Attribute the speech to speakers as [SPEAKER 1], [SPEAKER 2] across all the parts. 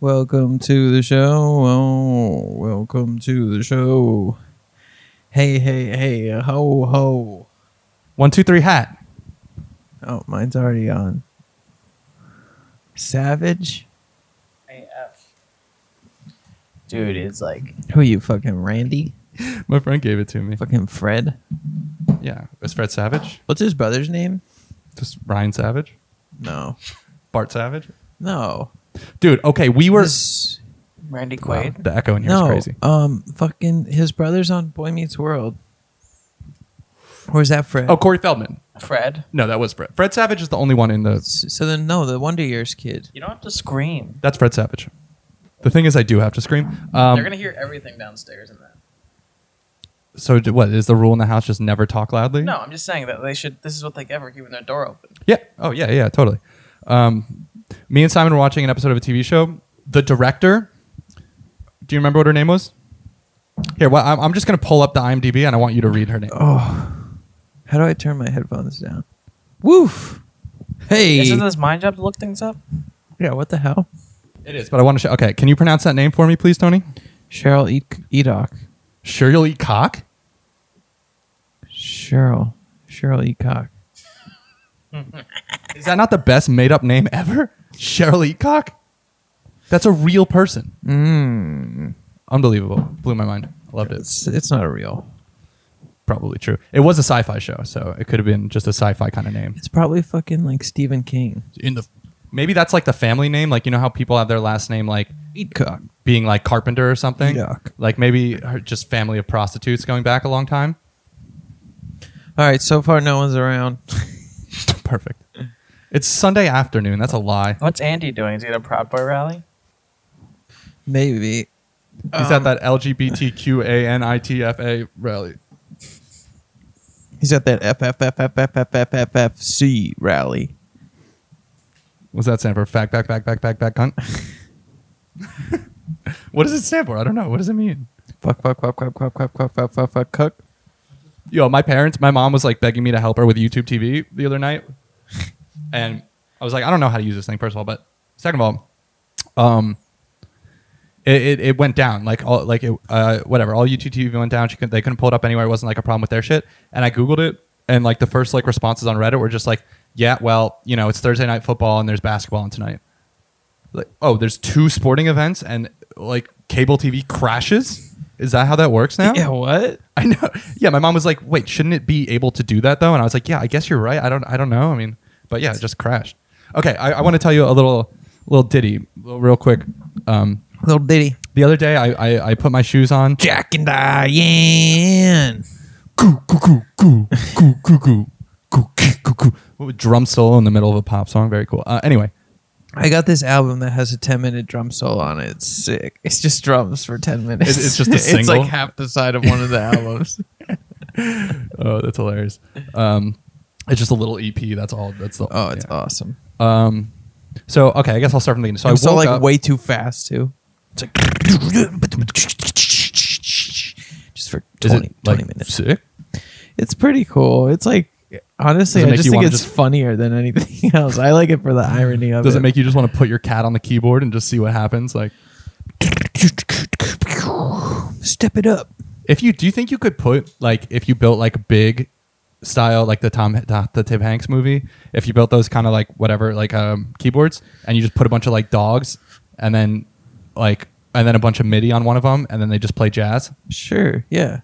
[SPEAKER 1] Welcome to the show. Oh, welcome to the show. Hey, hey, hey, ho, ho.
[SPEAKER 2] One, two, three, hat.
[SPEAKER 1] Oh, mine's already on. Savage?
[SPEAKER 3] AF. Dude, it's like
[SPEAKER 1] Who are you, fucking Randy?
[SPEAKER 2] My friend gave it to me.
[SPEAKER 1] Fucking Fred?
[SPEAKER 2] Yeah. It's Fred Savage.
[SPEAKER 1] What's his brother's name?
[SPEAKER 2] Just Ryan Savage.
[SPEAKER 1] No.
[SPEAKER 2] Bart Savage.
[SPEAKER 1] No.
[SPEAKER 2] Dude, okay, we were.
[SPEAKER 1] His-
[SPEAKER 3] Randy
[SPEAKER 2] Wow,
[SPEAKER 3] Quaid.
[SPEAKER 2] the echo in here is
[SPEAKER 1] no.
[SPEAKER 2] crazy.
[SPEAKER 1] Um, fucking his brother's on Boy Meets World. Where's that Fred?
[SPEAKER 2] Oh, Corey Feldman.
[SPEAKER 3] Fred,
[SPEAKER 2] No, that was Fred. Fred Savage is the only one in the.
[SPEAKER 1] S- So then, no, the Wonder Years kid.
[SPEAKER 3] you don't have to scream.
[SPEAKER 2] That's Fred Savage. The thing is, I do have to scream. Um,
[SPEAKER 3] They're gonna hear everything downstairs in that.
[SPEAKER 2] so, d- what is the rule in the house? Just never talk loudly.
[SPEAKER 3] No, I'm just saying that they should. This is what they get for keeping their door open.
[SPEAKER 2] Yeah. Oh, yeah, yeah, totally. Um, me and Simon were watching an episode of a TV show. The director, do you remember what her name was? Here, well, I'm, I'm just going to pull up the IMDb and I want you to read her name.
[SPEAKER 1] Oh, how do I turn my headphones down? Woof. Hey.
[SPEAKER 3] Isn't this my job to look things up?
[SPEAKER 1] yeah. What the hell?
[SPEAKER 2] It is, but I want to show. Okay, can you pronounce that name for me, please, Tony? E.
[SPEAKER 1] Cheryl e- Edock.
[SPEAKER 2] Sure, you'll eat cock?
[SPEAKER 1] Cheryl. Cheryl Ecock.
[SPEAKER 2] Is that not the best made up name ever? Cheryl Eacock? That's a real person.
[SPEAKER 1] Mmm.
[SPEAKER 2] Unbelievable. Blew my mind. Loved it.
[SPEAKER 1] It's it's not a real.
[SPEAKER 2] Probably true. It was a sci fi show, so it could have been just a sci fi kind of name.
[SPEAKER 1] It's probably fucking like Stephen King.
[SPEAKER 2] In the Maybe that's like the family name. Like, you know how people have their last name, like
[SPEAKER 1] Eatcock.
[SPEAKER 2] being like Carpenter or something?
[SPEAKER 1] Yuck.
[SPEAKER 2] Like maybe her- just family of prostitutes going back a long time.
[SPEAKER 1] All right. So far, no one's around.
[SPEAKER 2] Perfect. It's Sunday afternoon. That's a lie.
[SPEAKER 3] What's Andy doing? Is he at a Proud Boy rally?
[SPEAKER 1] Maybe.
[SPEAKER 2] He's
[SPEAKER 1] Um,
[SPEAKER 2] at that LGBTQANITFA rally.
[SPEAKER 1] He's at that FFFFFFFFFC rally.
[SPEAKER 2] What's that stand for? Fact, back, back, back, back, back, cunt. what does it stand for? I don't know. What does it mean?
[SPEAKER 1] Fuck, fuck, fuck, fuck, fuck, fuck, fuck, fuck, fuck, fuck, cuck.
[SPEAKER 2] Yo, my parents, my mom was like begging me to help her with YouTube TV the other night. And I was like, I don't know how to use this thing, first of all. But second of all, um, it, it, it went down. Like, all, like it, uh, whatever. All YouTube TV went down. She couldn't, they couldn't pull it up anywhere. It wasn't like a problem with their shit. And I Googled it. And like the first like responses on Reddit were just like, yeah, well, you know, it's Thursday night football and there's basketball on tonight. like oh there's two sporting events and like cable tv crashes is that how that works now
[SPEAKER 1] Yeah. What?
[SPEAKER 2] i know yeah my mom was like wait shouldn't it be able to do that though and i was like yeah i guess you're right i don't i don't know i mean but yeah it just crashed okay i, I want to tell you a little little ditty real quick um
[SPEAKER 1] Little Diddy.
[SPEAKER 2] the other day i i, I put my shoes on
[SPEAKER 1] Jack and Diane.
[SPEAKER 2] Goo, goo, goo, goo, goo, goo, goo, goo, goo, goo, goo. drum solo in the middle of a pop song very cool uh, anyway
[SPEAKER 1] I got this album that has a 10 minute drum solo on it. It's sick. It's just drums for 10 minutes.
[SPEAKER 2] It's- it's just a
[SPEAKER 1] It's
[SPEAKER 2] single?
[SPEAKER 1] like half the side of one of the albums.
[SPEAKER 2] oh that's hilarious um it's just a little ep that's all that's the
[SPEAKER 1] Oh, it's
[SPEAKER 2] yeah.
[SPEAKER 1] awesome.
[SPEAKER 2] Um, so okay, I guess I'll start from the beginning. So I
[SPEAKER 1] I'm so
[SPEAKER 2] woke
[SPEAKER 1] like
[SPEAKER 2] up.
[SPEAKER 1] way too fast too. It's like just for
[SPEAKER 2] Is
[SPEAKER 1] 20,
[SPEAKER 2] it
[SPEAKER 1] 20
[SPEAKER 2] like
[SPEAKER 1] minutes.
[SPEAKER 2] sick?
[SPEAKER 1] It's pretty cool. It's like honestly,
[SPEAKER 2] Does it
[SPEAKER 1] I
[SPEAKER 2] make
[SPEAKER 1] just
[SPEAKER 2] you
[SPEAKER 1] think
[SPEAKER 2] wanna
[SPEAKER 1] it's
[SPEAKER 2] just-
[SPEAKER 1] funnier than anything else. I like it for the irony of
[SPEAKER 2] Does
[SPEAKER 1] it.
[SPEAKER 2] it make you just want to put your cat on the keyboard and just see what happens? Like,
[SPEAKER 1] step it up?
[SPEAKER 2] if you do you think you could put like if you built like a big style like the Tom the, the Tim Hanks movie, if you built those kind of like whatever like um keyboards and you just put a bunch of like dogs and then like and then a bunch of MIDI on one of them and then they just play jazz.
[SPEAKER 1] Sure, yeah.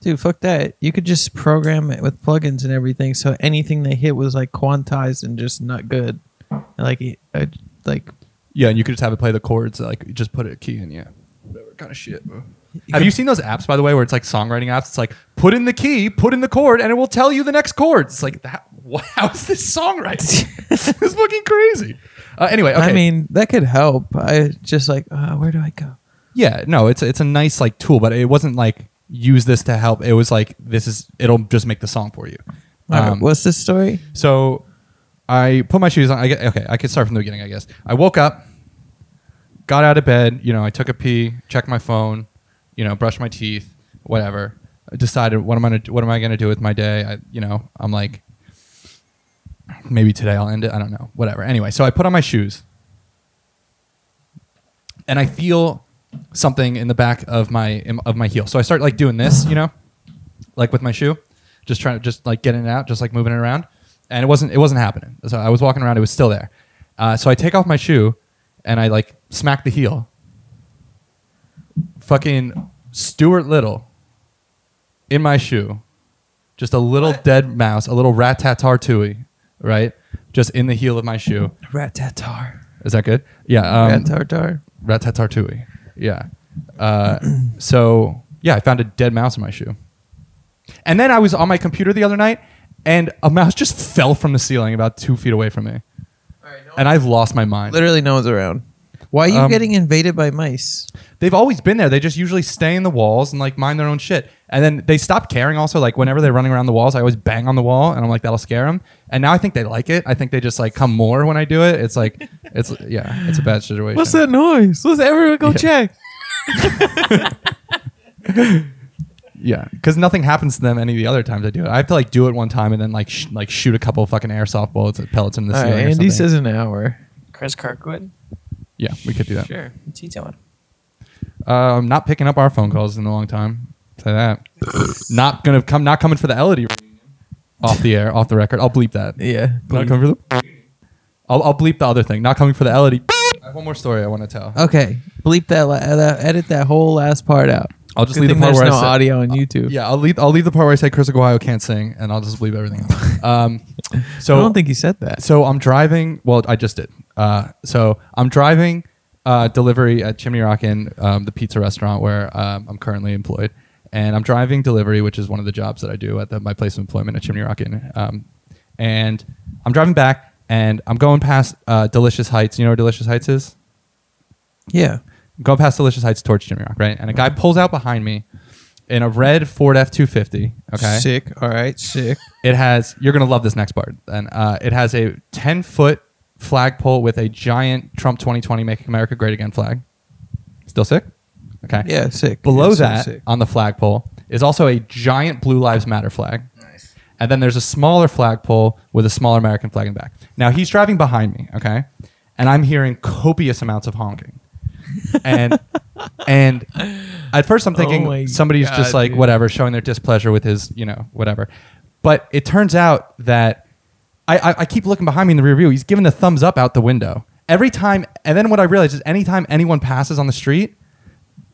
[SPEAKER 1] Dude, fuck that. You could just program it with plugins and everything, so anything they hit was like quantized and just not good. And, Like, it- I, like
[SPEAKER 2] Yeah, and you could just have it play the chords like you just put a key in. Yeah, whatever kind of shit. bro.
[SPEAKER 1] could-
[SPEAKER 2] Have you seen those apps, by the way, where it's like songwriting apps? It's like put in the key, put in the chord, and it will tell you the next chord. It's like that. What, how is this songwriting? it's fucking crazy. Uh, anyway, okay.
[SPEAKER 1] I mean, that could help. I just like, uh, where do I go?
[SPEAKER 2] yeah, no, it's it's a nice like tool, but it wasn't like use this to help. It was like this is it'll just make the song for you.
[SPEAKER 1] All right,
[SPEAKER 2] Um,
[SPEAKER 1] what's the story?
[SPEAKER 2] So I put my shoes on. I get, okay, I could start from the beginning, I guess. I woke up, got out of bed. You know, I took a pee, checked my phone, you know, brushed my teeth, whatever. I decided what am I gonna, what am I going to do with my day? I, you know, I'm like, maybe today I'll end it. I don't know, whatever. Anyway, so I put on my shoes. and I feel something in the back of my of my heel. So I start like doing this, you know, like with my shoe, just trying to just like getting it out, just like moving it around. And it wasn't it wasn't happening. So I was walking around, it was still there. Uh, so I take off my shoe, and I like smack the heel. Fucking Stuart Little in my shoe, just a little dead mouse, a little rat tat tar tooey, right? Just in the heel of my shoe.
[SPEAKER 1] Rat tatar.
[SPEAKER 2] Is that good? Yeah. Um,
[SPEAKER 1] Rat tatar.
[SPEAKER 2] Ratatatouille. Yeah. Uh, so yeah, I found a dead mouse in my shoe. And then I was on my computer the other night, and a mouse just fell from the ceiling about two feet away from me, and I've lost my mind.
[SPEAKER 1] Literally no one's around. Why are you
[SPEAKER 2] Um,
[SPEAKER 1] getting invaded by mice?
[SPEAKER 2] They've always been there. They just usually stay in the walls and like mind their own shit. And then they stop caring. Also, like whenever they're running around the walls, I always bang on the wall, and I'm like, that'll scare them. And now I think they like it. I think they just like come more when I do it. It's like, it's yeah, it's a bad situation.
[SPEAKER 1] noise? Let's everyone go
[SPEAKER 2] Yeah.
[SPEAKER 1] check.
[SPEAKER 2] Yeah, because nothing happens to them any of the other times I do it. I have to like do it one time and then like sh- like shoot a couple fucking airsoft bullets at pellets in the
[SPEAKER 1] All
[SPEAKER 2] ceiling.
[SPEAKER 1] right,
[SPEAKER 2] or
[SPEAKER 1] Andy
[SPEAKER 2] something.
[SPEAKER 1] says an hour.
[SPEAKER 3] Chris Kirkwood.
[SPEAKER 2] "Yeah, we could do that."
[SPEAKER 1] Sure.
[SPEAKER 3] What's he doing?
[SPEAKER 2] Um, not picking up our phone calls in a long time. Say that. not gonna come. Not coming for the Elodie reunion. Off the air, off the record. I'll bleep that.
[SPEAKER 1] Yeah.
[SPEAKER 2] Not coming for the. I'll, I'll bleep the other thing. Not coming for the Elodie. I have one more story I want to tell.
[SPEAKER 1] Okay. Bleep that. La- uh, edit that whole last part out.
[SPEAKER 2] I'll just
[SPEAKER 1] Good
[SPEAKER 2] leave the
[SPEAKER 1] thing
[SPEAKER 2] part
[SPEAKER 1] there's
[SPEAKER 2] where
[SPEAKER 1] no
[SPEAKER 2] I said,
[SPEAKER 1] audio on YouTube.
[SPEAKER 2] Yeah, I'll leave. I'll leave the part where I said Chris Aguayo can't sing, and I'll just leave everything. Else. Um, so
[SPEAKER 1] I don't think he said that.
[SPEAKER 2] so I'm driving. Well, I just did. Uh, so I'm driving uh, delivery at Chimney Rockin', um, the pizza restaurant where um, I'm currently employed, and I'm driving delivery, which is one of the jobs that I do at the, my place of employment at Chimney Rockin'. Um, and I'm driving back, and I'm going past uh, Delicious Heights. You know where Delicious Heights is?
[SPEAKER 1] Yeah.
[SPEAKER 2] Go past Delicious Heights towards Chimney Rock, right? And a guy pulls out behind me in a red Ford F250. Okay,
[SPEAKER 1] Sick. All right. Sick.
[SPEAKER 2] it has. You're gonna love this next part. And uh, it has a 10 foot flagpole with a giant Trump 2020 "Make America Great Again" flag. Still sick. Okay.
[SPEAKER 1] Yeah. Sick.
[SPEAKER 2] Below
[SPEAKER 1] Yeah, so
[SPEAKER 2] that,
[SPEAKER 1] sick.
[SPEAKER 2] on the flagpole, is also a giant Blue Lives Matter flag.
[SPEAKER 3] Nice.
[SPEAKER 2] And then there's a smaller flagpole with a smaller American flag in the back. Now he's driving behind me, okay? And I'm hearing copious amounts of honking. And and at first I'm thinking
[SPEAKER 1] Oh my
[SPEAKER 2] somebody's just
[SPEAKER 1] God,
[SPEAKER 2] like
[SPEAKER 1] dude.
[SPEAKER 2] whatever, showing their displeasure with his, you know, whatever. But it turns out that I, I, I keep looking behind me in the rear view. He's giving the thumbs up out the window. Every time and then what I realize is anytime anyone passes on the street,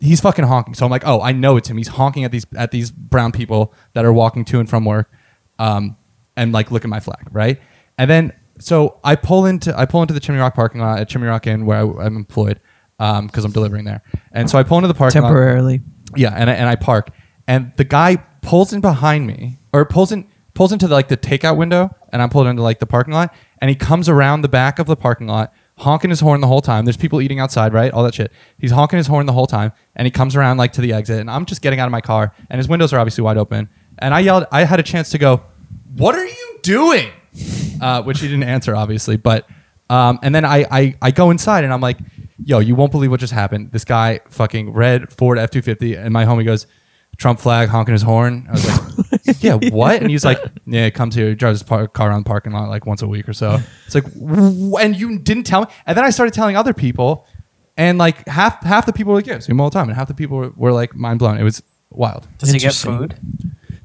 [SPEAKER 2] he's fucking honking. So I'm like, oh, I know it's him. He's honking at these at these brown people that are walking to and from work, um, and like look at my flag, right? And then so I pull into I pull into the Chimney Rock parking lot at Chimney Rock Inn where I, I'm employed because I'm delivering there. And so I pull into the parking lot.
[SPEAKER 1] temporarily.
[SPEAKER 2] Yeah, and I, and I park, and the guy pulls in behind me, or pulls in pulls into the, like the takeout window, and I'm pulled into like the parking lot, and he comes around the back of the parking lot, honking his horn the whole time. There's people eating outside, right? All that shit. He's honking his horn the whole time, and he comes around like to the exit, and I'm just getting out of my car, and his windows are obviously wide open, and I yelled, I had a chance to go, "What are you doing?" uh, which he didn't answer, obviously. But um, and then I, I I go inside and I'm like, yo, you won't believe what just happened. This guy fucking red Ford F two fifty, and my homie goes, Trump flag honking his horn. I was like, yeah, what? And he's like, yeah, he comes here, he drives his par- car around the parking lot like once a week or so. It's like, w- and you didn't tell me. And then I started telling other people, and like half half the people were like, yeah, see him all the time, and half the people were, were like mind blown. It was wild.
[SPEAKER 3] Does he get
[SPEAKER 1] Interesting.
[SPEAKER 3] food?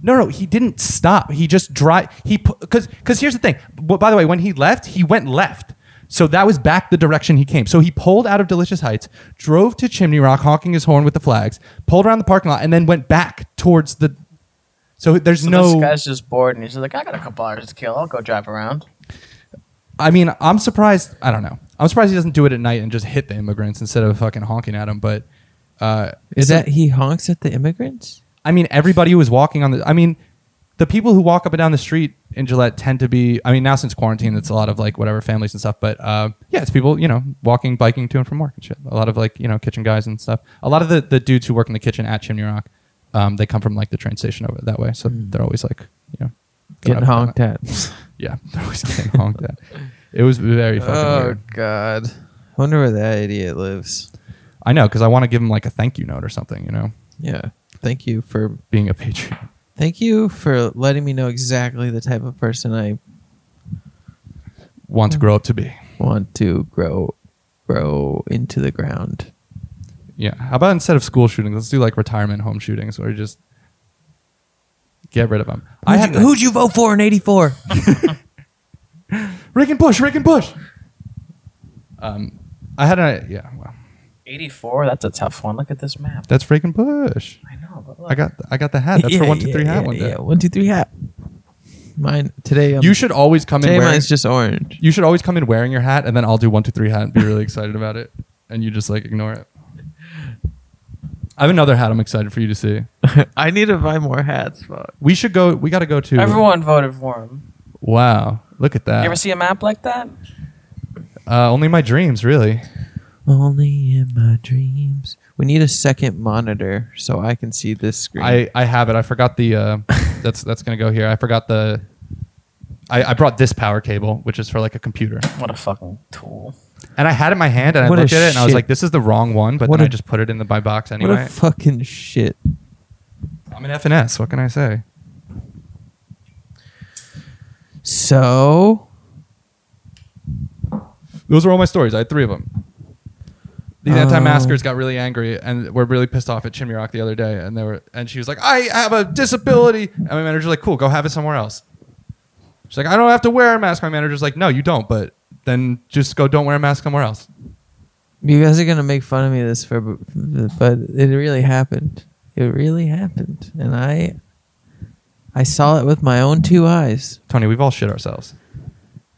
[SPEAKER 2] No, no, he didn't stop. He just drive. He because because here's the thing. But by the way, when he left, he went left. So that was back the direction he came. So he pulled out of Delicious Heights, drove to Chimney Rock, honking his horn with the flags, pulled around the parking lot, and then went back towards the. So there's
[SPEAKER 3] So
[SPEAKER 2] no.
[SPEAKER 3] This guy's just bored and he's just like, I got a couple hours to kill. I'll go drive around.
[SPEAKER 2] I mean, I'm surprised. I don't know. I'm surprised he doesn't do it at night and just hit the immigrants instead of fucking honking at them. But uh,
[SPEAKER 1] Is that he honks at the immigrants?
[SPEAKER 2] I mean, everybody who was walking on the. I mean, the people who walk up and down the street in Gillette tend to be. I mean, now since quarantine, it's a lot of like whatever families and stuff. But uh, yeah, it's people you know walking, biking to and from work and shit. A lot of like you know kitchen guys and stuff. A lot of the the dudes who work in the kitchen at Chimney Rock, um, they come from like the train station over that way, so they're always like you know
[SPEAKER 1] Hmm. Getting
[SPEAKER 2] up and
[SPEAKER 1] honked
[SPEAKER 2] down.
[SPEAKER 1] at.
[SPEAKER 2] Yeah, they're always getting honked at. It was very fucking weird.
[SPEAKER 1] Oh, God. I wonder where that idiot lives.
[SPEAKER 2] I know because I want to give him like a thank you note or something. You know,
[SPEAKER 1] Yeah. Thank you for
[SPEAKER 2] being a patriot.
[SPEAKER 1] thank you for letting me know exactly the type of person I Hmm.
[SPEAKER 2] Want to grow up to be.
[SPEAKER 1] want to grow grow into the ground.
[SPEAKER 2] Yeah. How about instead of school shootings, let's do like retirement home shootings where you just get rid of them. I had
[SPEAKER 1] Who'd you, who'd you vote for in '84?
[SPEAKER 2] Rick and Bush, Rick and Bush. Um, I had a yeah. Well,
[SPEAKER 3] 84. That's a tough one. Look at this map.
[SPEAKER 2] that's Rick and Bush.
[SPEAKER 3] I know, but look.
[SPEAKER 2] I got I got the hat. That's for one two three hat one day.
[SPEAKER 1] Yeah, one two three hat. Mine today. Um,
[SPEAKER 2] You should always come in
[SPEAKER 1] today
[SPEAKER 2] wearing.
[SPEAKER 1] mine's just orange.
[SPEAKER 2] you should always come in wearing your hat, and then I'll do one two three hat and be really excited about it, and you just like ignore it. I have another hat. I'm excited for you to see.
[SPEAKER 1] I need to buy more hats. Fuck.
[SPEAKER 2] We should go. We got to go to.
[SPEAKER 3] Everyone voted for him.
[SPEAKER 2] Wow, look at
[SPEAKER 3] You ever
[SPEAKER 2] that.
[SPEAKER 3] see a map like that?
[SPEAKER 2] Uh, only my dreams, really.
[SPEAKER 1] Only in my dreams. We need a second monitor so I can see this screen.
[SPEAKER 2] I, I have it. I forgot the. Uh, that's that's gonna go here. I forgot the. I, I brought this power cable, which is for like a computer,
[SPEAKER 3] What a fucking tool.
[SPEAKER 2] and I had it in my hand, and I
[SPEAKER 1] What a
[SPEAKER 2] looked at it, and I was
[SPEAKER 1] shit.
[SPEAKER 2] like, "This is the wrong one," but
[SPEAKER 1] What
[SPEAKER 2] then I
[SPEAKER 1] a-
[SPEAKER 2] just put it in the my box
[SPEAKER 1] what
[SPEAKER 2] anyway.
[SPEAKER 1] a fucking shit.
[SPEAKER 2] I'm an F and S. What can I say?
[SPEAKER 1] So
[SPEAKER 2] Those were all my stories. I had three of them. These
[SPEAKER 1] Oh.
[SPEAKER 2] anti-maskers got really angry and were really pissed off at Chimurok the other day, and they were, and she was like, "I have a disability," and my manager's like, "Cool, go have it somewhere else." She's like, "I don't have to wear a mask." My manager's like, "No, you don't, but then just go, don't wear a mask somewhere else."
[SPEAKER 1] you guys are gonna make fun of me this for, but it really happened. It really happened, and I, I saw it with my own two eyes.
[SPEAKER 2] Tony, we've all shit ourselves.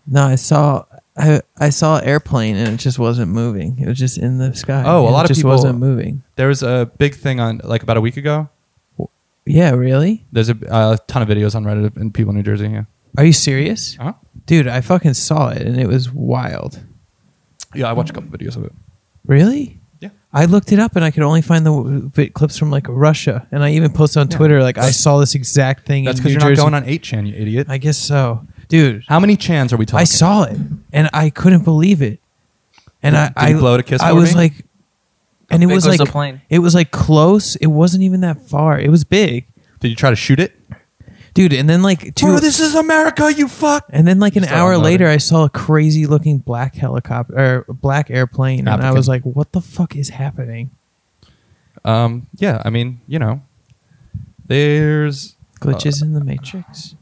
[SPEAKER 1] No, I saw I, I saw an airplane and it just wasn't moving. It was just in the sky.
[SPEAKER 2] Oh, a
[SPEAKER 1] and
[SPEAKER 2] lot
[SPEAKER 1] it
[SPEAKER 2] of
[SPEAKER 1] just
[SPEAKER 2] people-
[SPEAKER 1] wasn't moving.
[SPEAKER 2] There was a big thing on like about a week ago.
[SPEAKER 1] Yeah, really?
[SPEAKER 2] There's a uh, ton of videos on Reddit of- and people in New Jersey. Yeah,
[SPEAKER 1] Are you serious?
[SPEAKER 2] huh?
[SPEAKER 1] Dude, I fucking saw it and it was wild.
[SPEAKER 2] yeah. I watched a couple videos of it.
[SPEAKER 1] Really?
[SPEAKER 2] Yeah.
[SPEAKER 1] I looked it up and I could only find the w- vi- clips from like Russia, and I even posted on
[SPEAKER 2] Yeah.
[SPEAKER 1] Twitter like I saw this exact thing.
[SPEAKER 2] That's
[SPEAKER 1] because
[SPEAKER 2] because you're not going on eight chan, you idiot.
[SPEAKER 1] I guess so, dude.
[SPEAKER 2] How many chans are we talking?
[SPEAKER 1] I saw it and I couldn't believe it. And I,
[SPEAKER 2] Did
[SPEAKER 1] I
[SPEAKER 2] you blow it a kiss
[SPEAKER 1] I
[SPEAKER 2] for
[SPEAKER 1] was
[SPEAKER 2] me?
[SPEAKER 1] like, and it
[SPEAKER 3] big
[SPEAKER 1] was
[SPEAKER 3] was
[SPEAKER 1] like
[SPEAKER 3] the plane?
[SPEAKER 1] it was like close. It wasn't even that far. It was big,
[SPEAKER 2] Did you try to shoot it?
[SPEAKER 1] dude. And then like two.
[SPEAKER 2] Bro, this is America, you fuck.
[SPEAKER 1] and then like an
[SPEAKER 2] Just all
[SPEAKER 1] hour
[SPEAKER 2] nodded.
[SPEAKER 1] later, I saw a crazy looking black helicopter or black airplane, and I
[SPEAKER 2] African.
[SPEAKER 1] was like, "What the fuck is happening?"
[SPEAKER 2] Um, yeah, I mean, you know, there's
[SPEAKER 1] Glitches
[SPEAKER 2] Uh,
[SPEAKER 1] in the matrix.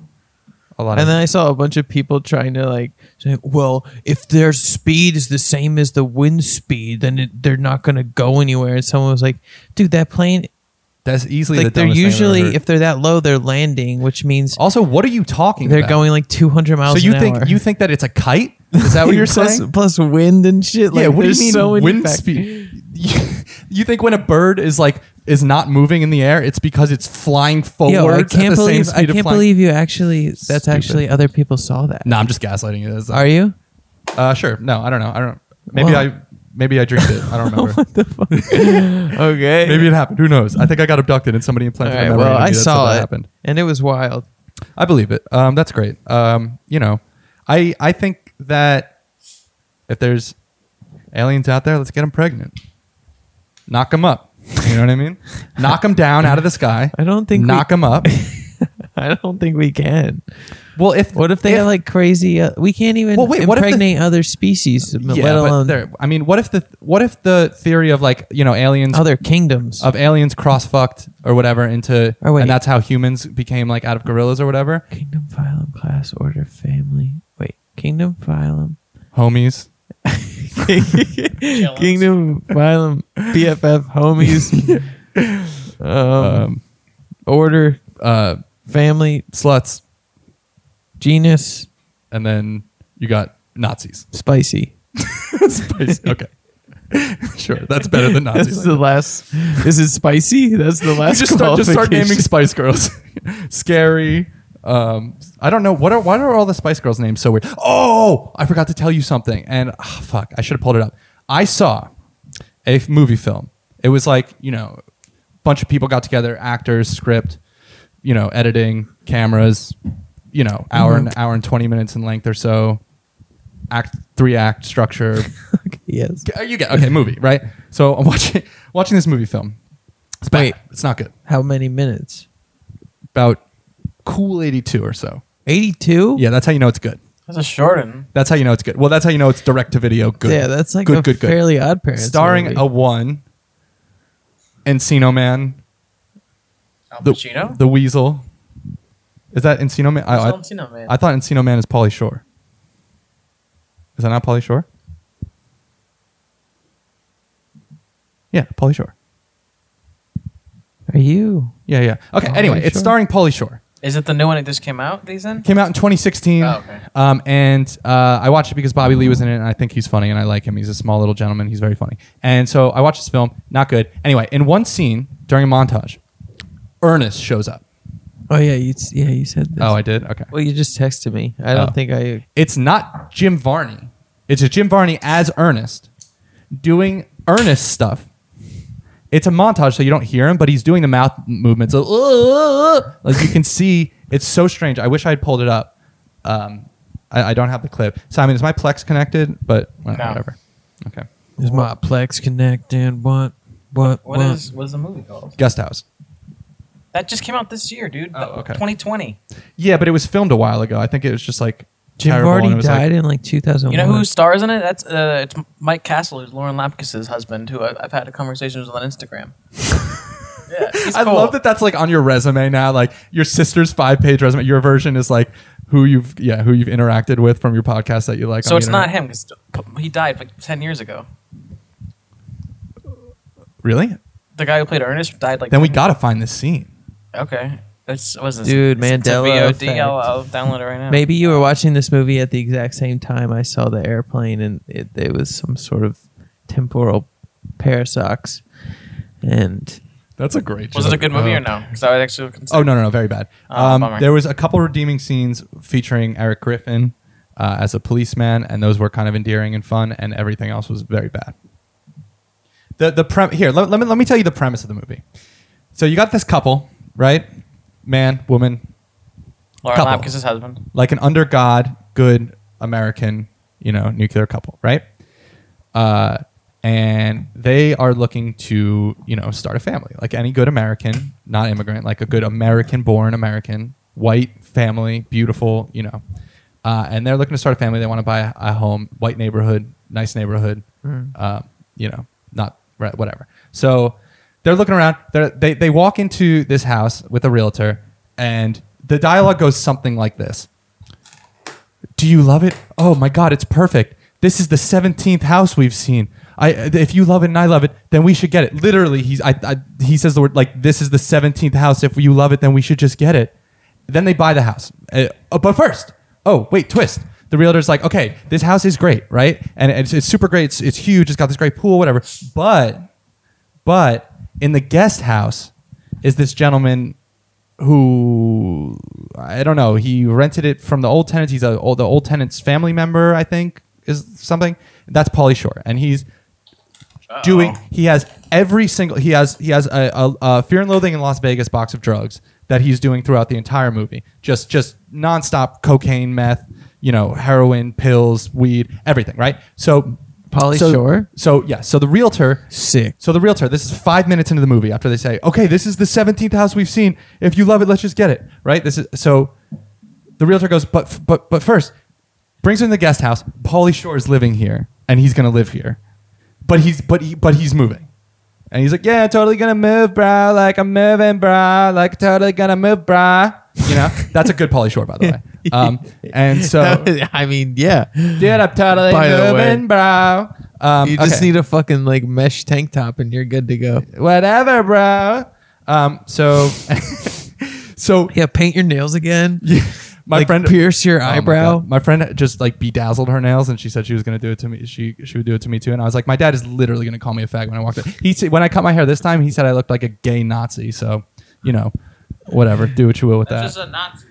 [SPEAKER 2] a lot
[SPEAKER 1] And
[SPEAKER 2] of.
[SPEAKER 1] then I saw a bunch of people trying to like say, well, if their speed is the same as the wind speed, then it, they're not going to go anywhere. And someone was like, dude, that plane,
[SPEAKER 2] that's easily
[SPEAKER 1] like
[SPEAKER 2] the
[SPEAKER 1] they're
[SPEAKER 2] dumbest thing I've
[SPEAKER 1] usually,
[SPEAKER 2] ever heard.
[SPEAKER 1] if they're that low, they're landing, which means
[SPEAKER 2] also, what are you talking?
[SPEAKER 1] they're
[SPEAKER 2] about?
[SPEAKER 1] going like 200
[SPEAKER 2] So
[SPEAKER 1] miles
[SPEAKER 2] you
[SPEAKER 1] an
[SPEAKER 2] think
[SPEAKER 1] hour.
[SPEAKER 2] you think that it's a kite? Is that what you're
[SPEAKER 1] plus,
[SPEAKER 2] saying?
[SPEAKER 1] Plus wind and shit. Like,
[SPEAKER 2] yeah. What do you
[SPEAKER 1] there's
[SPEAKER 2] mean
[SPEAKER 1] so many
[SPEAKER 2] wind
[SPEAKER 1] fac-
[SPEAKER 2] speed? You, you think when a bird is like is not moving in the air, it's because it's flying forward
[SPEAKER 1] Yo, I
[SPEAKER 2] at the
[SPEAKER 1] can't
[SPEAKER 2] same
[SPEAKER 1] believe
[SPEAKER 2] speed
[SPEAKER 1] I
[SPEAKER 2] of
[SPEAKER 1] can't
[SPEAKER 2] flying?
[SPEAKER 1] believe you actually. That's
[SPEAKER 2] Stupid.
[SPEAKER 1] actually other people saw that.
[SPEAKER 2] No, I'm just gaslighting you. That's-
[SPEAKER 1] Are you?
[SPEAKER 2] Uh, sure. No, I don't know. I don't. Maybe
[SPEAKER 1] Well-
[SPEAKER 2] I maybe I dreamed it. I don't remember.
[SPEAKER 1] What the fuck? okay.
[SPEAKER 2] maybe it happened. Who knows? I think I got abducted and somebody
[SPEAKER 1] All
[SPEAKER 2] implanted
[SPEAKER 1] right.
[SPEAKER 2] my memory.
[SPEAKER 1] Well,
[SPEAKER 2] in me.
[SPEAKER 1] I
[SPEAKER 2] That's how
[SPEAKER 1] saw
[SPEAKER 2] that
[SPEAKER 1] it,
[SPEAKER 2] Happened.
[SPEAKER 1] and it was wild.
[SPEAKER 2] I believe it. Um, that's great. Um, you know, I I think that if there's aliens out there, let's get them pregnant. Knock them up. You know what I mean? Knock them down out of the sky.
[SPEAKER 1] I don't think we-
[SPEAKER 2] knock them up.
[SPEAKER 1] I don't think we can.
[SPEAKER 2] Well, if
[SPEAKER 1] What if they
[SPEAKER 2] if-
[SPEAKER 1] have like crazy? Uh, we can't even
[SPEAKER 2] Well, wait, what if the-
[SPEAKER 1] impregnate other species,
[SPEAKER 2] yeah,
[SPEAKER 1] let
[SPEAKER 2] but
[SPEAKER 1] alone
[SPEAKER 2] there- I mean, what if the what if the theory of like you know aliens
[SPEAKER 1] other kingdoms.
[SPEAKER 2] of aliens cross fucked or whatever into
[SPEAKER 1] Or Oh, wait.
[SPEAKER 2] and that's how humans became like out of gorillas or whatever
[SPEAKER 1] kingdom, phylum, class, order, family. Wait, kingdom, phylum,
[SPEAKER 2] homies.
[SPEAKER 1] kingdom, phylum, BFF, homies, um,
[SPEAKER 2] Um,
[SPEAKER 1] order,
[SPEAKER 2] uh,
[SPEAKER 1] family,
[SPEAKER 2] sluts
[SPEAKER 1] genus,
[SPEAKER 2] and then you got Nazis.
[SPEAKER 1] spicy.
[SPEAKER 2] Spicy. Okay. sure. That's better than
[SPEAKER 1] That's
[SPEAKER 2] Nazis.
[SPEAKER 1] the last. Is it spicy? That's the last.
[SPEAKER 2] just start just start naming
[SPEAKER 1] qualification.
[SPEAKER 2] Spice Girls. Scary. Um, I don't know what are why are all the Spice Girls names so weird. Oh, I forgot to tell you something, and ah, fuck, I should have pulled it up. I saw a f- movie film. It was like you know, a bunch of people got together, actors, script, you know, editing, cameras, you know, hour and hour and twenty minutes in length or so. Act three act structure,
[SPEAKER 1] Yes.
[SPEAKER 2] Uh, you get okay movie right so i'm watching watching this movie film it's bad.
[SPEAKER 1] Wait.
[SPEAKER 2] it's not good
[SPEAKER 1] How many minutes?
[SPEAKER 2] about cool 82 or so
[SPEAKER 1] Eighty-two.
[SPEAKER 2] yeah that's how you know it's good
[SPEAKER 3] That's a short one.
[SPEAKER 2] that's how you know it's good well that's how you know it's direct to video good
[SPEAKER 1] Yeah, that's like
[SPEAKER 2] good
[SPEAKER 1] a
[SPEAKER 2] good good
[SPEAKER 1] fairly odd parents.
[SPEAKER 2] starring
[SPEAKER 1] movie.
[SPEAKER 2] a one Encino Man,
[SPEAKER 3] Al
[SPEAKER 2] the
[SPEAKER 3] Pacino?
[SPEAKER 2] the Weasel. Is that Encino Man? I,
[SPEAKER 3] Who's
[SPEAKER 2] I,
[SPEAKER 3] Al Pacino, man?
[SPEAKER 2] I thought Encino Man is Polly Shore. Is that not Polly Shore? Yeah, Polly Shore.
[SPEAKER 1] Are you?
[SPEAKER 2] Yeah, yeah. Okay.
[SPEAKER 1] Pauly
[SPEAKER 2] anyway, it's
[SPEAKER 1] Shore?
[SPEAKER 2] starring Polly Shore.
[SPEAKER 3] Is it the new one that just came out, these in?
[SPEAKER 2] Came out in 2016.
[SPEAKER 3] Oh, okay.
[SPEAKER 2] Um, and uh, I watched it because Bobby Lee was in it, and I think he's funny, and I like him. He's a small little gentleman. He's very funny. And so I watched this film. Not good. Anyway, in one scene during a montage, Ernest shows up.
[SPEAKER 1] Oh yeah, you yeah you said this.
[SPEAKER 2] Oh, I did. Okay.
[SPEAKER 1] well, you just texted me. I don't
[SPEAKER 2] Oh.
[SPEAKER 1] think I.
[SPEAKER 2] It's not Jim Varney. It's a Jim Varney as Ernest doing Ernest stuff. It's a montage, so you don't hear him, but he's doing the mouth movements. Like, uh, like you can see, it's so strange. I wish I had pulled it up. Um, I, I don't have the clip. Simon, is my Plex connected? But well,
[SPEAKER 3] No.
[SPEAKER 2] whatever. Okay.
[SPEAKER 1] Is my Plex connecting? What? What?
[SPEAKER 3] What is what is the movie called?
[SPEAKER 2] Guest House.
[SPEAKER 3] That just came out this year, dude.
[SPEAKER 2] Oh, okay.
[SPEAKER 3] 2020.
[SPEAKER 2] Yeah, but it was filmed a while ago. I think it was just like
[SPEAKER 1] Jim
[SPEAKER 2] terrible, and it
[SPEAKER 1] Vardy
[SPEAKER 2] was like-
[SPEAKER 1] died in like 2001.
[SPEAKER 3] You know who stars in it? That's uh, it's Mike Castle, who's Lauren Lapkus's husband, who I, I've had conversations with on Instagram. yeah, he's
[SPEAKER 2] I
[SPEAKER 3] cool.
[SPEAKER 2] love that that's like on your resume now. Like your sister's five page resume. Your version is like who you've yeah who you've interacted with from your podcast that you like.
[SPEAKER 3] So
[SPEAKER 2] on
[SPEAKER 3] it's
[SPEAKER 2] the
[SPEAKER 3] not
[SPEAKER 2] internet.
[SPEAKER 3] him because he died like ten years ago.
[SPEAKER 2] really.
[SPEAKER 3] The guy who played Ernest died like.
[SPEAKER 2] Then we
[SPEAKER 3] 10
[SPEAKER 2] gotta find this scene.
[SPEAKER 3] Okay, that's was this
[SPEAKER 1] Dude,
[SPEAKER 3] it's- it's a
[SPEAKER 1] Mandela
[SPEAKER 3] VOD. I'll, I'll download it right now.
[SPEAKER 1] Maybe you were watching this movie at the exact same time I saw the airplane, and it, it was some sort of temporal paradox. And
[SPEAKER 2] That's a great.
[SPEAKER 3] Was it a good movie or no? Because I would actually consider.
[SPEAKER 2] Oh no no no very bad.
[SPEAKER 3] Oh,
[SPEAKER 2] um,
[SPEAKER 3] bummer.
[SPEAKER 2] there was a couple redeeming scenes featuring Eric Griffin uh, as a policeman, and those were kind of endearing and fun. And everything else was very bad. The the prem- here let, let me let me tell you the premise of the movie. So you got this couple, right? Man, woman,
[SPEAKER 3] Lauren
[SPEAKER 2] Oh, couple.
[SPEAKER 3] Lapkus's husband.
[SPEAKER 2] like an under God, good American, you know, nuclear couple, right? Uh, and they are looking to, you know, start a family, like any good American, not immigrant, like a good American-born American, white family, beautiful, you know. Uh, and they're looking to start a family. They want to buy a, a home, white neighborhood, nice neighborhood, uh, you know, not re- whatever. So they're looking around. They're, they they walk into this house with a realtor, and the dialogue goes something like this. Do you love it? Oh my God, it's perfect. This is the seventeenth house we've seen. I, if you love it and I love it, then we should get it. Literally, he's I, I, he says the word like this is the seventeenth house. If you love it, then we should just get it. Then they buy the house. Uh, oh, but first, oh wait, twist. The realtor's like, okay, this house is great, right? And it's, it's super great. It's, it's huge. It's got this great pool, whatever. But but in the guest house is this gentleman who I don't know. He rented it from the old tenants. He's a old, the old tenant's family member, I think, is something. That's Polly Shore, and he's doing. He has every single. He has he has a, a, a Fear and Loathing in Las Vegas box of drugs that he's doing throughout the entire movie. Just just nonstop cocaine, meth, you know, heroin, pills, weed, everything. Right. So
[SPEAKER 1] Pauly
[SPEAKER 2] so-
[SPEAKER 1] Shore?
[SPEAKER 2] So yeah. So the realtor
[SPEAKER 1] sick.
[SPEAKER 2] so the realtor, this is five minutes into the movie after they say, "Okay, this is the seventeenth house we've seen. If you love it, let's just get it." Right? This is so. The realtor goes, "But but but first, brings her in the guest house. Paulie Shore is living here, and he's gonna live here, but he's but he but he's moving." And he's like, yeah, totally gonna move, bro. Like I'm moving, bro. Like totally gonna move, bro. You know, that's a good Polly Shore, by the way. Um, and so,
[SPEAKER 1] I mean, yeah.
[SPEAKER 2] dude, I'm totally
[SPEAKER 1] By the way.
[SPEAKER 2] moving, bro. Um,
[SPEAKER 1] you just
[SPEAKER 2] okay.
[SPEAKER 1] need a fucking like mesh tank top, and you're good to go.
[SPEAKER 2] whatever, bro. Um, so, so
[SPEAKER 1] Yeah, paint your nails again.
[SPEAKER 2] my
[SPEAKER 1] Like,
[SPEAKER 2] friend
[SPEAKER 1] pierce your
[SPEAKER 2] Oh my
[SPEAKER 1] eyebrow.
[SPEAKER 2] God. My, friend just like bedazzled her nails, and she said she was gonna do it to me. She she would do it to me too, and I was like, my dad is literally gonna call me a fag when I walked in. He said when I cut my hair this time, he said I looked like a gay Nazi. So, you know, whatever. Do what you will with that.
[SPEAKER 3] a Nazi.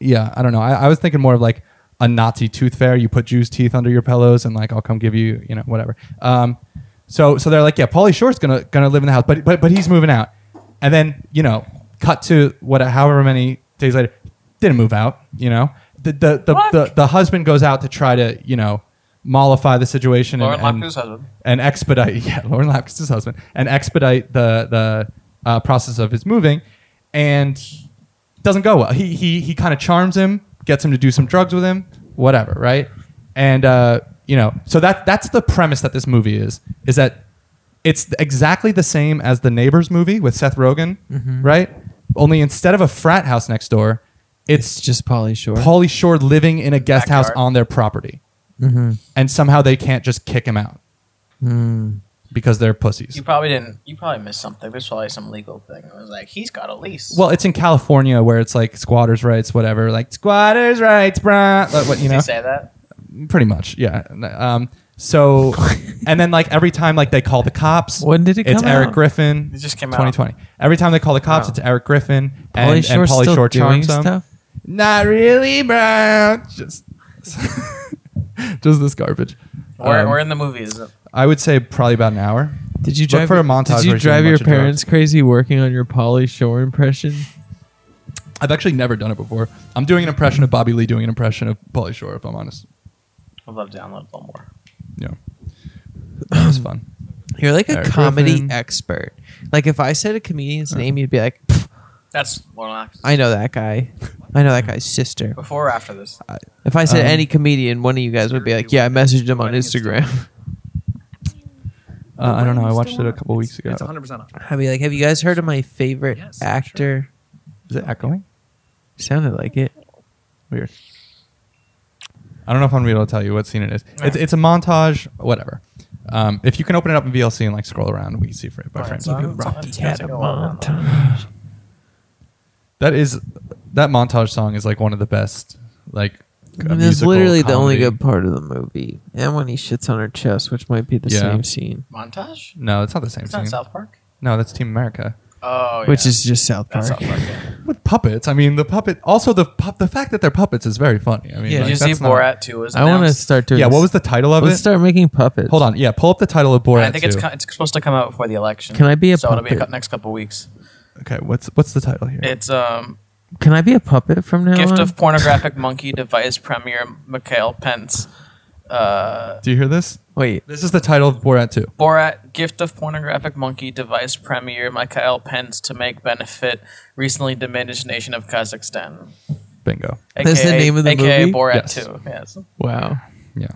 [SPEAKER 2] yeah, I don't know. I, I was thinking more of like a Nazi tooth fair. You put Jews' teeth under your pillows, and like I'll come give you, you know, whatever. Um, so so they're like, yeah, Paulie Shore's gonna gonna live in the house, but but but he's moving out. And then you know, cut to what however many days later, didn't move out. You know, the the the,
[SPEAKER 3] What?
[SPEAKER 2] the, the husband goes out to try to you know mollify the situation
[SPEAKER 3] Lauren
[SPEAKER 2] and,
[SPEAKER 3] Lapkus's
[SPEAKER 2] and,
[SPEAKER 3] husband.
[SPEAKER 2] and expedite yeah Lauren Lapkus's husband and expedite the the uh, process of his moving and doesn't go well he he he kind of charms him gets him to do some drugs with him whatever right and uh you know so that that's the premise that this movie is is that it's exactly the same as the Neighbors movie with Seth Rogen, right? Only instead of a frat house next door,
[SPEAKER 1] It's
[SPEAKER 2] it's
[SPEAKER 1] just Polly Shore.
[SPEAKER 2] Pauly Shore living in a guest house
[SPEAKER 3] Backyard.
[SPEAKER 2] on their property,
[SPEAKER 1] Mhm.
[SPEAKER 2] and somehow they can't just kick him out
[SPEAKER 1] Mm.
[SPEAKER 2] because they're pussies.
[SPEAKER 3] You probably didn't. You probably missed something. There's probably some legal thing. It was like he's got a lease.
[SPEAKER 2] Well, it's in California where it's like squatters' rights, whatever. Like squatters' rights, bruh. Like, what you
[SPEAKER 3] Did
[SPEAKER 2] know?
[SPEAKER 3] he say that?
[SPEAKER 2] Pretty much, yeah. Um, so, and then like every time like they call the cops,
[SPEAKER 1] When did it
[SPEAKER 2] It's
[SPEAKER 1] come
[SPEAKER 2] Eric
[SPEAKER 1] out?
[SPEAKER 2] Griffin.
[SPEAKER 3] It just came out.
[SPEAKER 2] 2020. Every time they call the cops,
[SPEAKER 1] Wow.
[SPEAKER 2] it's Eric Griffin
[SPEAKER 1] Polly
[SPEAKER 2] and, and
[SPEAKER 1] Shore's
[SPEAKER 2] Polly
[SPEAKER 1] still
[SPEAKER 2] Shore
[SPEAKER 1] doing
[SPEAKER 2] charms them.
[SPEAKER 1] stuff.
[SPEAKER 2] Not really, bro. Just, just this garbage.
[SPEAKER 3] We're,
[SPEAKER 2] Um,
[SPEAKER 3] we're in the movie. Is it?
[SPEAKER 2] I would say probably about an hour.
[SPEAKER 1] Did you
[SPEAKER 2] Look
[SPEAKER 1] drive
[SPEAKER 2] for a montage
[SPEAKER 1] Did you
[SPEAKER 2] where he's doing
[SPEAKER 1] drive
[SPEAKER 2] a
[SPEAKER 1] your
[SPEAKER 2] bunch of drugs.
[SPEAKER 1] parents crazy working on your Polly Shore impression?
[SPEAKER 2] I've actually never done it before. I'm doing an impression of Bobby Lee doing an impression of Pauly Shore, if I'm honest.
[SPEAKER 3] I'd love to download one more.
[SPEAKER 2] Yeah. That was fun.
[SPEAKER 1] You're like a
[SPEAKER 2] Eric
[SPEAKER 1] comedy
[SPEAKER 2] Griffin. Uh-huh.
[SPEAKER 1] expert. Like if I said a comedian's name, you'd be like, "Pff,
[SPEAKER 3] That's one act.
[SPEAKER 1] I know that guy. I know that guy's sister.
[SPEAKER 3] Before or after this?
[SPEAKER 1] If I said
[SPEAKER 2] Um,
[SPEAKER 1] any comedian, one of you guys would be like, yeah, I messaged him on Instagram.
[SPEAKER 2] Uh, I don't know. I watched it a couple weeks ago.
[SPEAKER 4] It's 100 percent off.
[SPEAKER 1] I'd be like, have you guys heard of my favorite
[SPEAKER 4] Yes, I'm
[SPEAKER 1] actor?
[SPEAKER 2] Is it echoing?
[SPEAKER 1] Sounded like it.
[SPEAKER 2] Weird. I don't know if I'm gonna be able to tell you what scene it is.
[SPEAKER 3] Alright.
[SPEAKER 2] It's, it's a montage, whatever. Um, if you can open it up in VLC and like scroll around, we can see frame by
[SPEAKER 3] Alright,
[SPEAKER 2] frame.
[SPEAKER 3] so I'm-
[SPEAKER 1] Rocky
[SPEAKER 3] I'm-
[SPEAKER 1] had a
[SPEAKER 3] I'm gonna go
[SPEAKER 1] montage.
[SPEAKER 2] That is that montage song is like one of the best. Like
[SPEAKER 1] I mean, that's
[SPEAKER 2] musical
[SPEAKER 1] literally the only
[SPEAKER 2] comedy.
[SPEAKER 1] good part of the movie. And when he shits on her chest, which might be the
[SPEAKER 2] Yeah.
[SPEAKER 1] same scene,
[SPEAKER 3] Montage?
[SPEAKER 2] No, it's not the same
[SPEAKER 3] It's
[SPEAKER 2] scene.
[SPEAKER 3] not South Park.
[SPEAKER 2] No, that's Team America
[SPEAKER 3] Oh,
[SPEAKER 1] which
[SPEAKER 3] yeah.
[SPEAKER 1] is just South Park.
[SPEAKER 3] that's South Park. Yeah.
[SPEAKER 2] with puppets. I mean, the puppet. Also, the pu- the fact that they're puppets is very funny. I mean,
[SPEAKER 1] Yeah,
[SPEAKER 2] like,
[SPEAKER 3] Did you see
[SPEAKER 2] that's not-
[SPEAKER 3] Borat too? Was
[SPEAKER 1] I want to
[SPEAKER 3] announced?
[SPEAKER 1] start doing.
[SPEAKER 2] Yeah, what
[SPEAKER 1] this.
[SPEAKER 2] was the title of
[SPEAKER 1] Let's
[SPEAKER 2] it?
[SPEAKER 1] start making puppets.
[SPEAKER 2] Hold on. Yeah, pull up the title of Borat.
[SPEAKER 3] I think it's,
[SPEAKER 2] too.
[SPEAKER 3] co- it's supposed to come out before the election.
[SPEAKER 1] Can I be a
[SPEAKER 3] so it'll be a
[SPEAKER 1] puppet?
[SPEAKER 3] cou- next couple weeks.
[SPEAKER 2] okay. What's what's the title here?
[SPEAKER 3] It's um
[SPEAKER 1] Can I be a puppet from now
[SPEAKER 3] gift
[SPEAKER 1] on?
[SPEAKER 3] of pornographic monkey to Vice Premier Mikhail Pence. Uh,
[SPEAKER 2] Do you hear this?
[SPEAKER 1] Wait,
[SPEAKER 2] This is the title of Borat too.
[SPEAKER 3] Borat gift of pornographic monkey to Vice Premier Mikhail Pence to make benefit recently diminished nation of Kazakhstan.
[SPEAKER 2] Bingo.
[SPEAKER 1] That's the name of the
[SPEAKER 3] AKA
[SPEAKER 1] movie?
[SPEAKER 3] Borat
[SPEAKER 2] Yes.
[SPEAKER 3] too. Yes.
[SPEAKER 1] wow.
[SPEAKER 2] Yeah.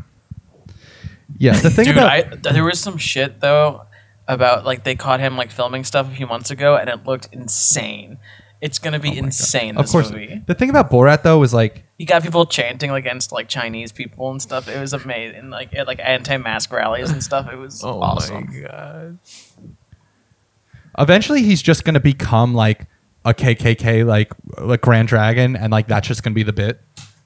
[SPEAKER 2] Yeah. The thing
[SPEAKER 3] Dude,
[SPEAKER 2] about Oh
[SPEAKER 3] I, th- there was some shit though about like they caught him like filming stuff a few months ago, and it looked insane. It's gonna
[SPEAKER 1] Oh
[SPEAKER 3] be insane.
[SPEAKER 2] of
[SPEAKER 3] this
[SPEAKER 2] course
[SPEAKER 3] movie.
[SPEAKER 2] the thing about Borat though is like
[SPEAKER 3] You got people chanting like, against like Chinese people and stuff. It was amazing. Like at, like anti-mask rallies and stuff. It was
[SPEAKER 1] Oh
[SPEAKER 3] awesome.
[SPEAKER 1] my god.
[SPEAKER 2] eventually he's just gonna become like a KKK like like Grand Dragon and like that's just gonna be the bit.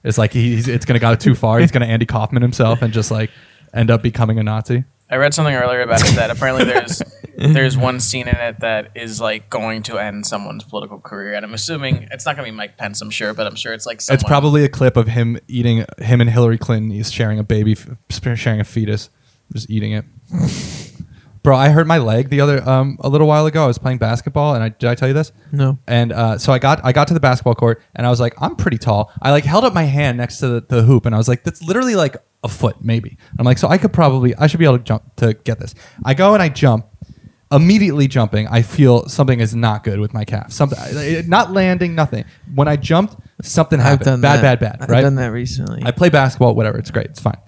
[SPEAKER 2] It's like he's it's gonna go too far. He's gonna Andy Kaufman himself and just like end up becoming a Nazi.
[SPEAKER 3] I read something earlier about it that apparently there's there's one scene in it that is like going to end someone's political career, and I'm assuming it's not gonna be Mike Pence. I'm sure, but I'm sure it's like someone.
[SPEAKER 2] It's probably a clip of him eating him and Hillary Clinton. He's sharing a baby, f- sharing a fetus, just eating it. Bro, I hurt my leg the other um a little while ago. I was playing basketball, and I did I tell you this?
[SPEAKER 1] No.
[SPEAKER 2] And uh, so I got I got to the basketball court, and I was like, I'm pretty tall. I like held up my hand next to the, the hoop, and I was like, that's literally like a foot maybe. I'm like, so I could probably I should be able to jump to get this. I go and I jump. Immediately jumping, I feel something is not good with my calf. Something, not landing, nothing. When I jumped, something
[SPEAKER 1] I've
[SPEAKER 2] happened.
[SPEAKER 1] done
[SPEAKER 2] bad,
[SPEAKER 1] that.
[SPEAKER 2] bad, bad.
[SPEAKER 1] I've
[SPEAKER 2] right?
[SPEAKER 1] done that recently.
[SPEAKER 2] I play basketball, whatever. It's great. It's fine.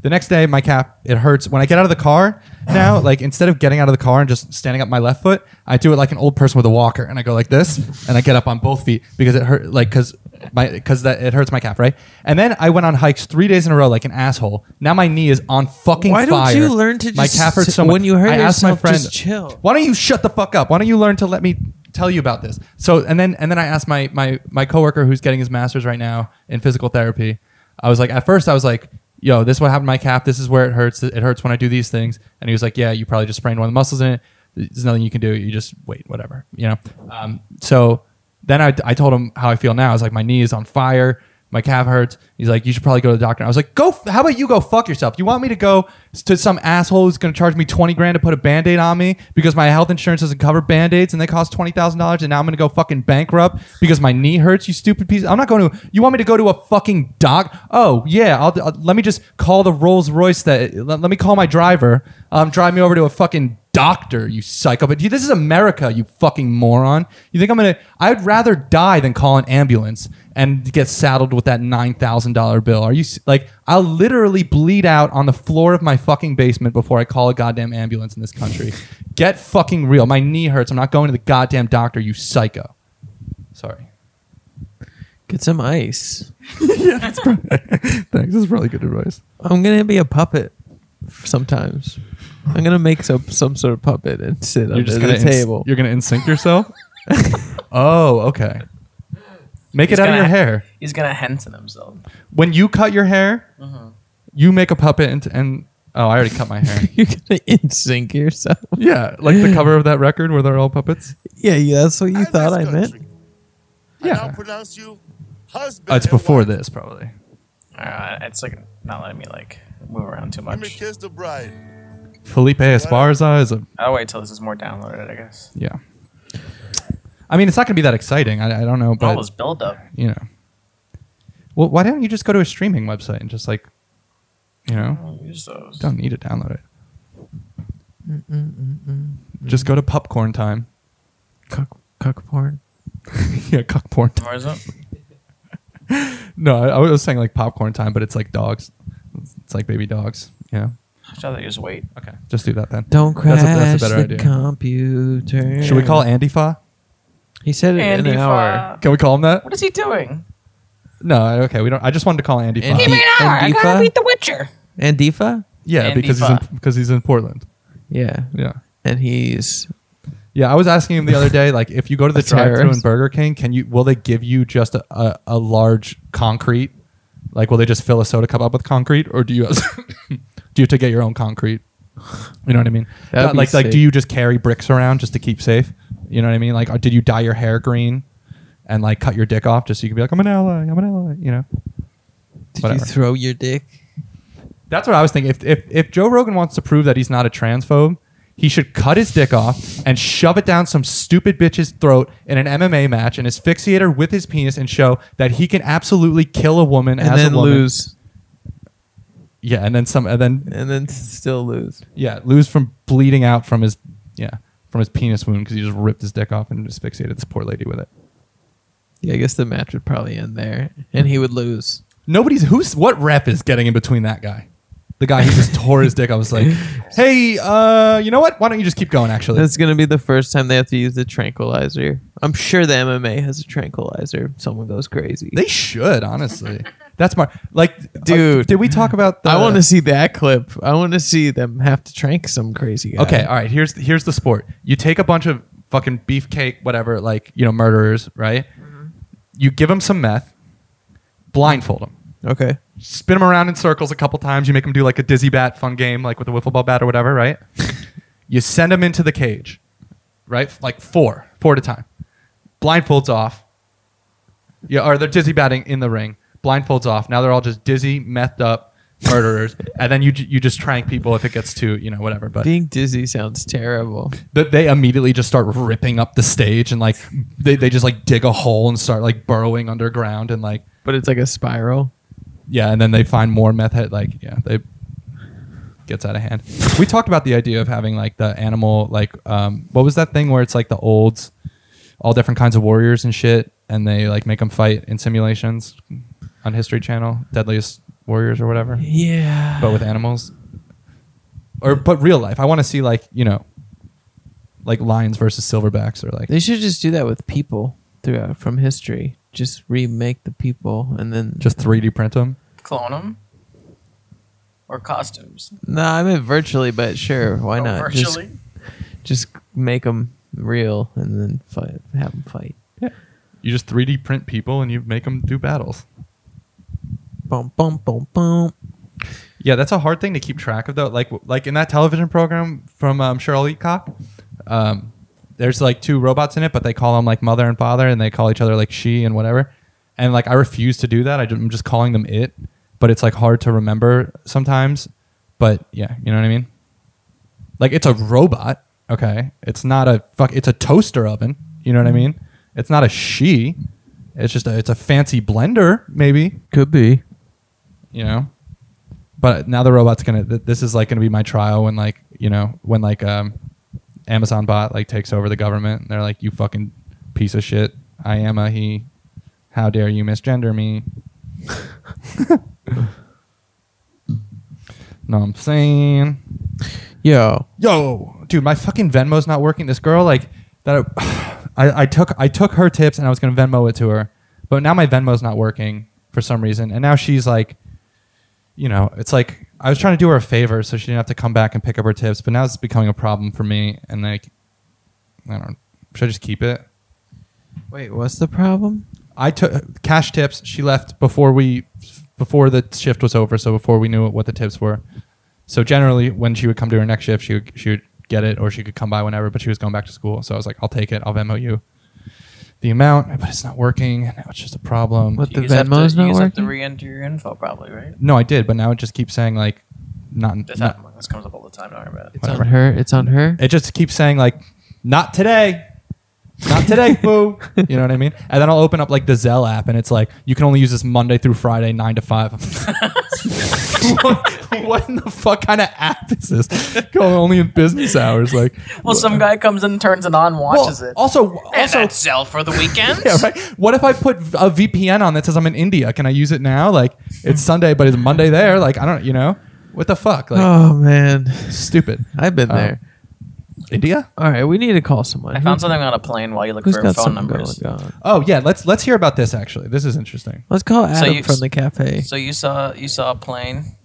[SPEAKER 2] The next day, my cap, it hurts. When I get out of the car now, like instead of getting out of the car and just standing up my left foot, I do it like an old person with a walker and I go like this and I get up on both feet because it hurt, like, cause my, cause that it hurts my calf, right? And then I went on hikes three days in a row like an asshole. Now my knee is on fucking
[SPEAKER 1] Why don't
[SPEAKER 2] fire.
[SPEAKER 1] you learn to
[SPEAKER 2] My
[SPEAKER 1] just-
[SPEAKER 2] calf hurts so much.
[SPEAKER 1] when you hurt
[SPEAKER 2] I asked my
[SPEAKER 1] yourself,
[SPEAKER 2] friend,
[SPEAKER 1] just chill.
[SPEAKER 2] why don't you shut the fuck up? Why don't you learn to let me tell you about this? So and then and then I asked my my my coworker who's getting his master's right now in physical therapy. I was like, at first I was like, yo, this is what happened to my calf. This is where it hurts. It hurts when I do these things. And he was like, yeah, you probably just sprained one of the muscles in it. There's nothing you can do. You just wait, whatever. You know. Um, so then I I told him how I feel now. I was like, my knee is on fire. My calf hurts. He's like, you should probably go to the doctor. I was like, go. f- How about you go fuck yourself? You want me to go to some asshole who's going to charge me twenty grand to put a band aid on me because my health insurance doesn't cover band aids and they cost twenty thousand dollars and now I'm going to go fucking bankrupt because my knee hurts. You stupid piece. I'm not going to. You want me to go to a fucking doc? Oh yeah. I'll, I'll- let me just call the Rolls Royce that. Uh, Let, let me call my driver. Um, drive me over to a fucking doctor, you psycho. But you- this is America, you fucking moron. You think I'm gonna? I'd rather die than call an ambulance and get saddled with that nine thousand thousand dollar bill. Are you s- like I'll literally bleed out on the floor of my fucking basement before I call a goddamn ambulance in this country. Get fucking real. My knee hurts. I'm not going to the goddamn doctor. You psycho. Sorry.
[SPEAKER 1] Get some ice.
[SPEAKER 2] yeah, that's probably, thanks. That's probably good advice.
[SPEAKER 1] I'm gonna be a puppet sometimes. I'm gonna make some some sort of puppet and sit
[SPEAKER 2] You're
[SPEAKER 1] under
[SPEAKER 2] just
[SPEAKER 1] the
[SPEAKER 2] gonna ins-
[SPEAKER 1] table.
[SPEAKER 2] you're gonna insync yourself. oh, okay. Make
[SPEAKER 3] He's
[SPEAKER 2] it out of
[SPEAKER 3] gonna-
[SPEAKER 2] your hair.
[SPEAKER 3] He's gonna Henson himself.
[SPEAKER 2] When you cut your hair, you make a puppet and, and oh, I already cut my hair.
[SPEAKER 1] You're gonna in sync yourself.
[SPEAKER 2] Yeah, like the cover of that record where they're all puppets.
[SPEAKER 1] Yeah, yeah, that's what you
[SPEAKER 4] And
[SPEAKER 1] thought I
[SPEAKER 4] this
[SPEAKER 1] meant.
[SPEAKER 4] country. I now
[SPEAKER 2] Yeah,
[SPEAKER 4] pronounce you husband.
[SPEAKER 2] Uh, it's
[SPEAKER 4] and
[SPEAKER 2] before
[SPEAKER 4] wife.
[SPEAKER 2] this probably.
[SPEAKER 3] Uh, it's like not letting me like move around too
[SPEAKER 4] Let me
[SPEAKER 3] much.
[SPEAKER 4] kiss the bride.
[SPEAKER 2] Felipe Esparza is a
[SPEAKER 3] I'll wait till this is more downloaded, I guess.
[SPEAKER 2] yeah. I mean, it's not gonna be that exciting. I, I don't know,
[SPEAKER 3] All
[SPEAKER 2] but
[SPEAKER 3] this build up.
[SPEAKER 2] you know. Well, why don't you just go to a streaming website and just like, you know,
[SPEAKER 3] Use those.
[SPEAKER 2] don't need to download it.
[SPEAKER 1] Mm,
[SPEAKER 2] Just go to popcorn time.
[SPEAKER 1] Cuck, cuck porn.
[SPEAKER 2] yeah, cock porn. Time.
[SPEAKER 3] Where is it?
[SPEAKER 2] No, I, I was saying like popcorn time, but it's like dogs. It's like baby dogs. Yeah.
[SPEAKER 3] I'd rather just wait.
[SPEAKER 2] Okay, just do that then.
[SPEAKER 1] Don't crash
[SPEAKER 2] That's a- that's a better
[SPEAKER 1] the
[SPEAKER 2] idea.
[SPEAKER 1] computer.
[SPEAKER 2] Should we call Andy Fa?
[SPEAKER 1] He said it
[SPEAKER 3] Andy
[SPEAKER 1] in an
[SPEAKER 3] Fa-
[SPEAKER 1] hour.
[SPEAKER 2] Can we call him that?
[SPEAKER 3] What is he doing?
[SPEAKER 2] No, okay, we don't. I just wanted to call Andy.
[SPEAKER 1] Andy-
[SPEAKER 2] Fox.
[SPEAKER 1] Give me an hour, I gotta Antifa? beat
[SPEAKER 3] The Witcher.
[SPEAKER 1] Andifa?
[SPEAKER 2] yeah,
[SPEAKER 3] Andy
[SPEAKER 2] because he's
[SPEAKER 3] Fox.
[SPEAKER 2] in, because he's in Portland.
[SPEAKER 1] Yeah,
[SPEAKER 2] Yeah,
[SPEAKER 1] and he's
[SPEAKER 2] yeah. I was asking him the other day, like, if you go to the
[SPEAKER 1] A
[SPEAKER 2] drive-through in
[SPEAKER 1] terrorist.
[SPEAKER 2] Burger King, can you? Will they give you just a, a, a large concrete? Like, will they just fill a soda cup up with concrete, or do you do you have to get your own concrete? You know what I mean?
[SPEAKER 1] That'd be
[SPEAKER 2] like, like, do
[SPEAKER 1] sick.
[SPEAKER 2] you just carry bricks around just to keep safe? You know what I mean? Like, or did you dye your hair green and like cut your dick off just so you can be like, I'm an ally, I'm an ally. You know?
[SPEAKER 1] Did
[SPEAKER 2] Whatever.
[SPEAKER 1] you throw your dick?
[SPEAKER 2] That's what I was thinking. If, if if Joe Rogan wants to prove that he's not a transphobe, he should cut his dick off and shove it down some stupid bitch's throat in an MMA match and asphyxiate her with his penis and show that he can absolutely kill a woman
[SPEAKER 1] And
[SPEAKER 2] as
[SPEAKER 1] then
[SPEAKER 2] a woman.
[SPEAKER 1] lose.
[SPEAKER 2] Yeah, and then some and then
[SPEAKER 1] And then still lose.
[SPEAKER 2] yeah, lose from bleeding out from his yeah, from his penis wound cuz he just ripped his dick off and asphyxiated this poor lady with it.
[SPEAKER 1] Yeah, I guess the match would probably end there. And he would lose.
[SPEAKER 2] Nobody's who's what rep is getting in between that guy? The guy who just tore his dick. I was like, "Hey, uh, you know what? Why don't you just keep going actually?"
[SPEAKER 1] That's going to be the first time they have to use the tranquilizer. I'm sure the MMA has a tranquilizer. if Someone goes crazy.
[SPEAKER 2] They should, honestly. That's my like, uh,
[SPEAKER 1] Dude.
[SPEAKER 2] did we talk about the?
[SPEAKER 1] I want to see that clip. I want to see them have to trank some crazy guy.
[SPEAKER 2] Okay, all right. Here's here's the sport. You take a bunch of fucking beefcake, whatever, like you know, murderers, right? You give them some meth, blindfold them,
[SPEAKER 1] Okay.
[SPEAKER 2] spin them around in circles a couple times. You make them do like a dizzy bat fun game, like with a wiffle ball bat or whatever, right? you send them into the cage, right? Like four, four at a time. Blindfolds off. Yeah, or they're dizzy batting in the ring. Blindfolds off. Now they're all just dizzy, methed up murderers, and then you ju- you just trank people if it gets to you know whatever. But
[SPEAKER 1] Being dizzy sounds terrible.
[SPEAKER 2] that they immediately just start ripping up the stage and like they, they just like dig a hole and start like burrowing underground and like
[SPEAKER 1] But it's like a spiral.
[SPEAKER 2] yeah, and then they find more meth head. Like, yeah, they gets out of hand. We talked about the idea of having like the animal, like, um, what was that thing where it's like the olds, all different kinds of warriors and shit, and they like make them fight in simulations on History Channel, Deadliest Warriors or whatever,
[SPEAKER 1] Yeah.
[SPEAKER 2] but with animals, or but real life. I want to see like you know, like lions versus silverbacks or like
[SPEAKER 1] They should just do that with people throughout from history. Just remake the people and then
[SPEAKER 2] just 3D print them.
[SPEAKER 3] Clone him? Or costumes?
[SPEAKER 1] No, I meant virtually, but sure, why
[SPEAKER 3] Oh,
[SPEAKER 1] not?
[SPEAKER 3] Virtually?
[SPEAKER 1] Just, just make them real and then fight, have them fight.
[SPEAKER 2] You just 3D print people and you make them do battles.
[SPEAKER 1] Bum bum bum bum.
[SPEAKER 2] Yeah, that's a hard thing to keep track of though. Like like in that television program from um, Cheryl Eacock, um, there's like two robots in it, but they call them like mother and father, and they call each other like she and whatever. And like I refuse to do that. I ju- I'm just calling them it, but it's like hard to remember sometimes. But yeah, you know what I mean. Like it's a robot, okay? It's not a fuck. It's a toaster oven. You know what I mean? It's not a she. It's just a, it's a fancy blender, maybe
[SPEAKER 1] Could be.
[SPEAKER 2] you know but now the robot's gonna th- this is like gonna be my trial when like you know when like um amazon bot like takes over the government and they're like you fucking piece of shit i am a he how dare you misgender me No, I'm saying.
[SPEAKER 1] Yo,
[SPEAKER 2] Yo, dude, my fucking Venmo's not working. This girl, like that, I, I took I took her tips and I was gonna Venmo it to her, but now my Venmo's not working for some reason, and now she's like, you know, it's like I was trying to do her a favor so she didn't have to come back and pick up her tips, but now it's becoming a problem for me, and like, I don't, should I just keep it?
[SPEAKER 1] wait, what's the problem?
[SPEAKER 2] I took cash tips. She left before we before the shift was over, so before we knew what the tips were. So generally, when she would come to her next shift, she would, she would get it, or she could come by whenever. But she was going back to school, so I was like, "I'll take it. I'll Venmo you the amount." But it's not working. Now it's just a problem.
[SPEAKER 1] What- But
[SPEAKER 3] You
[SPEAKER 1] the
[SPEAKER 3] just have to-
[SPEAKER 1] Venmo's not
[SPEAKER 3] You just have to
[SPEAKER 1] working?
[SPEAKER 3] re-enter your info, probably, right?
[SPEAKER 2] No, I did, but now it just keeps saying like, "Not."
[SPEAKER 3] This
[SPEAKER 2] not-
[SPEAKER 3] happens. This comes up all the time. Don't worry about it.
[SPEAKER 1] It's
[SPEAKER 2] Whatever.
[SPEAKER 1] on her. It's on her.
[SPEAKER 2] it just keeps saying like, "Not today." Not today, boo. You know what I mean? And then I'll open up like the Zelle app, and it's like you can only use this Monday through Friday, nine to five. what, what in the fuck kind of app is this? Going only in business hours, like.
[SPEAKER 3] Well, some guy comes in, turns it on, watches
[SPEAKER 2] Well,
[SPEAKER 3] it.
[SPEAKER 2] Also, also,
[SPEAKER 3] and that's sell for the weekend.
[SPEAKER 2] yeah, right. What if I put a VPN on that says I'm in India? Can I use it now? Like it's Sunday, but it's Monday there. Like I don't, you know, what the fuck? Like
[SPEAKER 1] oh man, Oh.
[SPEAKER 2] stupid.
[SPEAKER 1] I've been
[SPEAKER 2] Um,
[SPEAKER 1] there.
[SPEAKER 2] India?
[SPEAKER 1] All right, we need to call someone.
[SPEAKER 3] I found something on a plane while you look
[SPEAKER 1] Who, has
[SPEAKER 3] for
[SPEAKER 1] got
[SPEAKER 3] phone
[SPEAKER 1] something
[SPEAKER 3] numbers.
[SPEAKER 1] going on?
[SPEAKER 2] Oh yeah, let's let's hear about this. Actually, this is interesting.
[SPEAKER 1] Let's call
[SPEAKER 3] So
[SPEAKER 1] Adam
[SPEAKER 3] you-
[SPEAKER 1] from the cafe.
[SPEAKER 3] So you saw you saw a plane.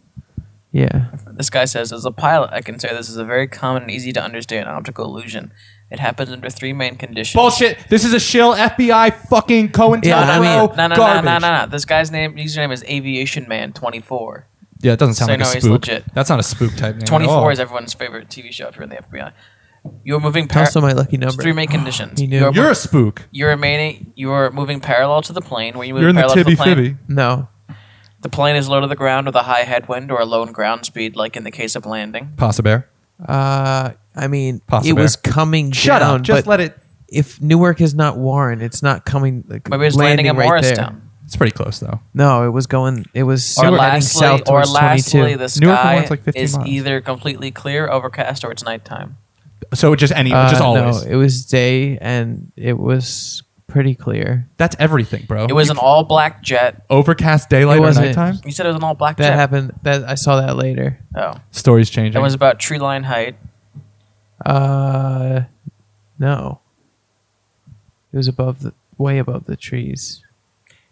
[SPEAKER 1] yeah.
[SPEAKER 3] This guy says, as a pilot, I can say this is a very common and easy to understand optical illusion. It happens under three main conditions.
[SPEAKER 2] Bullshit. This is a shill FBI fucking Cohen
[SPEAKER 1] Yeah,
[SPEAKER 3] No,
[SPEAKER 1] I
[SPEAKER 3] no,
[SPEAKER 1] mean-
[SPEAKER 3] no, no, no,
[SPEAKER 2] garbage.
[SPEAKER 3] no, no, no. This guy's name username is Aviation Man twenty four.
[SPEAKER 2] Yeah, it doesn't sound
[SPEAKER 3] So
[SPEAKER 2] like
[SPEAKER 3] no,
[SPEAKER 2] a
[SPEAKER 3] he's
[SPEAKER 2] spook.
[SPEAKER 3] legit.
[SPEAKER 2] That's not a spook type name. at
[SPEAKER 3] Twenty
[SPEAKER 2] all.
[SPEAKER 3] four is everyone's favorite TV show if you're in the FBI. You're moving par-
[SPEAKER 1] Also, my lucky number.
[SPEAKER 3] three main conditions.
[SPEAKER 1] He knew.
[SPEAKER 3] You're,
[SPEAKER 2] You're a spook.
[SPEAKER 3] you're remaining. You're moving parallel to the plane. When you move
[SPEAKER 2] You're in the
[SPEAKER 3] parallel to
[SPEAKER 2] tibby
[SPEAKER 3] the plane,
[SPEAKER 2] fibby.
[SPEAKER 1] no.
[SPEAKER 3] The plane is low to the ground with a high headwind or a low in ground speed, like in the case of landing.
[SPEAKER 2] Pasta bear.
[SPEAKER 1] Uh, I mean,
[SPEAKER 2] Possible.
[SPEAKER 1] it was coming
[SPEAKER 2] Shut
[SPEAKER 1] down,
[SPEAKER 2] up. Just
[SPEAKER 1] but
[SPEAKER 2] let it.
[SPEAKER 1] if Newark is not Warren, it's not coming. Like,
[SPEAKER 3] Maybe it's landing, at
[SPEAKER 1] right
[SPEAKER 3] Morristown.
[SPEAKER 1] There.
[SPEAKER 2] It's pretty close though.
[SPEAKER 1] No, it was going. It was
[SPEAKER 3] Or
[SPEAKER 1] heading
[SPEAKER 3] lastly,
[SPEAKER 1] south
[SPEAKER 3] or
[SPEAKER 1] towards
[SPEAKER 3] lastly,
[SPEAKER 1] 22.
[SPEAKER 3] the
[SPEAKER 2] Newark and
[SPEAKER 3] sky
[SPEAKER 2] Warren's like 15
[SPEAKER 3] is
[SPEAKER 2] miles.
[SPEAKER 3] either completely clear, overcast, or it's nighttime.
[SPEAKER 2] So just any,
[SPEAKER 1] Uh,
[SPEAKER 2] just
[SPEAKER 1] no,
[SPEAKER 2] always.
[SPEAKER 1] it was day, and it was pretty clear.
[SPEAKER 2] That's everything, bro.
[SPEAKER 3] It was an all black jet.
[SPEAKER 2] overcast daylight
[SPEAKER 1] It
[SPEAKER 2] or
[SPEAKER 1] wasn't-
[SPEAKER 2] nighttime.
[SPEAKER 3] You said it was an all black
[SPEAKER 1] That
[SPEAKER 3] jet.
[SPEAKER 1] happened. That I saw that later.
[SPEAKER 3] Oh,
[SPEAKER 2] Stories changing.
[SPEAKER 3] that was about tree line height.
[SPEAKER 1] Uh, no. It was above the way above the trees.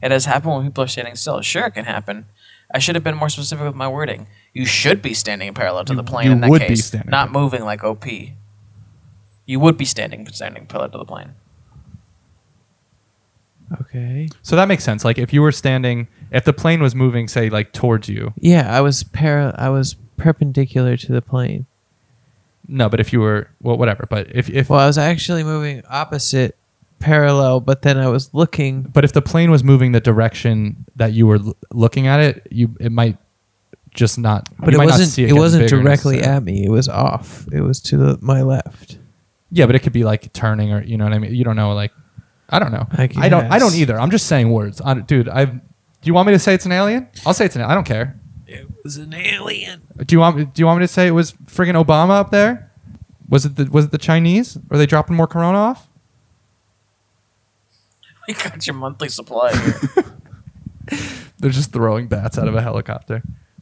[SPEAKER 3] It has happened when people are standing still. Sure, it can happen. I should have been more specific with my wording. You should be standing parallel to
[SPEAKER 2] You-
[SPEAKER 3] the plane
[SPEAKER 2] you
[SPEAKER 3] in that
[SPEAKER 2] would be
[SPEAKER 3] case,
[SPEAKER 2] standing
[SPEAKER 3] not
[SPEAKER 2] parallel.
[SPEAKER 3] moving like OP. You would be standing standing parallel to the plane.
[SPEAKER 1] Okay.
[SPEAKER 2] so that makes sense. Like if you were standing, if the plane was moving, say like towards you.
[SPEAKER 1] Yeah, I was para- I was perpendicular to the plane.
[SPEAKER 2] No, but if you were, well, whatever. But if if
[SPEAKER 1] Well, I was actually moving opposite parallel, but then I was looking.
[SPEAKER 2] but if the plane was moving the direction that you were l- looking at it, you it might just not.
[SPEAKER 1] But
[SPEAKER 2] you
[SPEAKER 1] it
[SPEAKER 2] might not
[SPEAKER 1] wasn't.
[SPEAKER 2] see
[SPEAKER 1] It,
[SPEAKER 2] getting
[SPEAKER 1] wasn't
[SPEAKER 2] bigger
[SPEAKER 1] directly
[SPEAKER 2] necessarily.
[SPEAKER 1] at me. It was off. It was to the, my left.
[SPEAKER 2] Yeah, but it could be like turning or you know what I mean. You don't know, like I don't know.
[SPEAKER 1] I
[SPEAKER 2] I, don't. I don't
[SPEAKER 1] guess.
[SPEAKER 2] either. I'm just saying words, I, dude. I. Do you want me to say it's an alien? I'll say it's an. I don't care.
[SPEAKER 1] It was an alien.
[SPEAKER 2] Do you want? Do you want me to say it was friggin' Obama up there? Was it the Was it the Chinese? Are they dropping more Corona off?
[SPEAKER 3] You got your monthly supply. here.
[SPEAKER 2] They're just throwing bats out of a helicopter.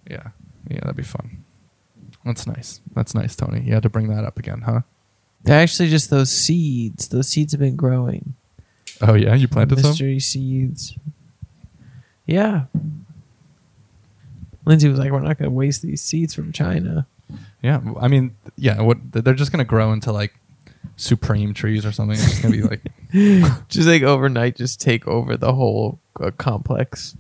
[SPEAKER 2] Yeah, yeah, that'd be fun. That's nice. That's nice, Tony. You had to bring that up again, huh?
[SPEAKER 1] They're actually just those seeds. Those seeds have been growing.
[SPEAKER 2] Oh yeah, you planted some.
[SPEAKER 1] mystery seeds. Yeah. Lindsay was like, "We're not going to waste these seeds from China."
[SPEAKER 2] Yeah, I mean, yeah. What they're just gonna grow into like supreme trees or something. It's gonna be like,
[SPEAKER 1] Just like overnight, just take over the whole uh, complex.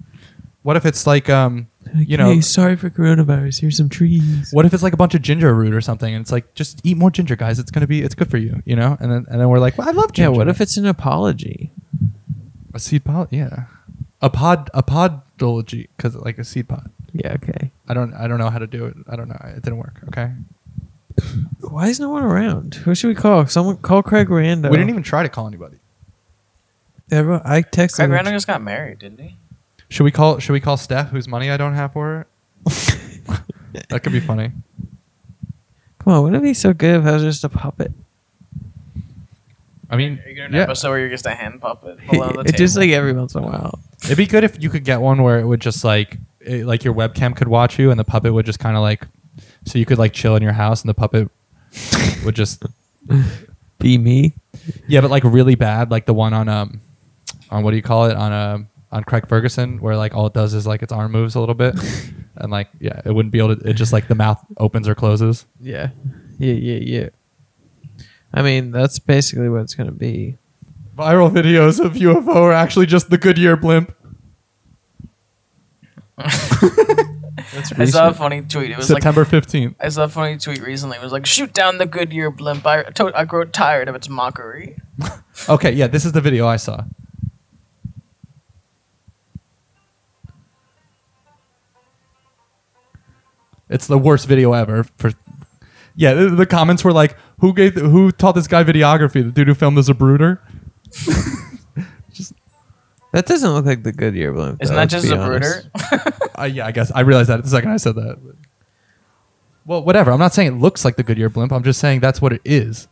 [SPEAKER 2] what if it's like um, you know,
[SPEAKER 1] hey, sorry for coronavirus. Here's some trees.
[SPEAKER 2] what if it's like a bunch of ginger root or something, and it's like just eat more ginger, guys. It's gonna be, it's good for you, you know. And then and then we're like, well, I love
[SPEAKER 1] Yeah,
[SPEAKER 2] ginger.
[SPEAKER 1] what if it's an apology?
[SPEAKER 2] a seed pod? Yeah, a pod, a podology, because like a seed pod.
[SPEAKER 1] Yeah, okay.
[SPEAKER 2] I don't, I don't know how to do it. I don't know. It didn't work. Okay.
[SPEAKER 1] Why is no one around? Who should we call? Someone call Craig Rando.
[SPEAKER 2] We didn't even try to call anybody.
[SPEAKER 1] Everyone, I texted.
[SPEAKER 3] Craig
[SPEAKER 1] him.
[SPEAKER 3] Randall just got married, didn't he?
[SPEAKER 2] Should we call? Should we call Steph, whose money I don't have for her? that could be funny.
[SPEAKER 1] Come on, wouldn't it be so good if I was just a puppet?
[SPEAKER 2] I mean,
[SPEAKER 3] Are you gonna
[SPEAKER 2] yeah.
[SPEAKER 3] episode where you're just a hand puppet below the
[SPEAKER 1] It just
[SPEAKER 3] table?
[SPEAKER 1] like every once in a while.
[SPEAKER 2] it'd be good if you could get one where it would just like it, like your webcam could watch you, and the puppet would just kind of like, so you could like chill in your house, and the puppet would just
[SPEAKER 1] Be me.
[SPEAKER 2] yeah, but like really bad, like the one on um on what do you call it on um on Craig Ferguson, where like all it does is like its arm moves a little bit, and like yeah, it wouldn't be able to. It just like the mouth opens or closes.
[SPEAKER 1] Yeah. Yeah, yeah, yeah. I mean, that's basically what it's going to be.
[SPEAKER 2] Viral videos of UFO are actually just the Goodyear blimp.
[SPEAKER 1] That's
[SPEAKER 3] I saw a funny tweet. It was like
[SPEAKER 2] September fifteenth.
[SPEAKER 3] I saw a funny tweet recently. It was like, "Shoot down the Goodyear blimp. I, to- I grow tired of its mockery."
[SPEAKER 2] Okay, yeah, this is the video I saw. It's the worst video ever. For yeah, the, the comments were like, "Who gave? The, who taught this guy videography? The dude who filmed this a brooder."
[SPEAKER 1] That doesn't look like the Goodyear blimp.
[SPEAKER 3] Isn't
[SPEAKER 1] though,
[SPEAKER 3] that
[SPEAKER 1] let's
[SPEAKER 3] just
[SPEAKER 1] be
[SPEAKER 3] a
[SPEAKER 1] honest.
[SPEAKER 3] brooder?
[SPEAKER 2] Uh, yeah, I guess I realized that the second I said that. Well, whatever. I'm not saying it looks like the Goodyear blimp. I'm just saying that's what it is.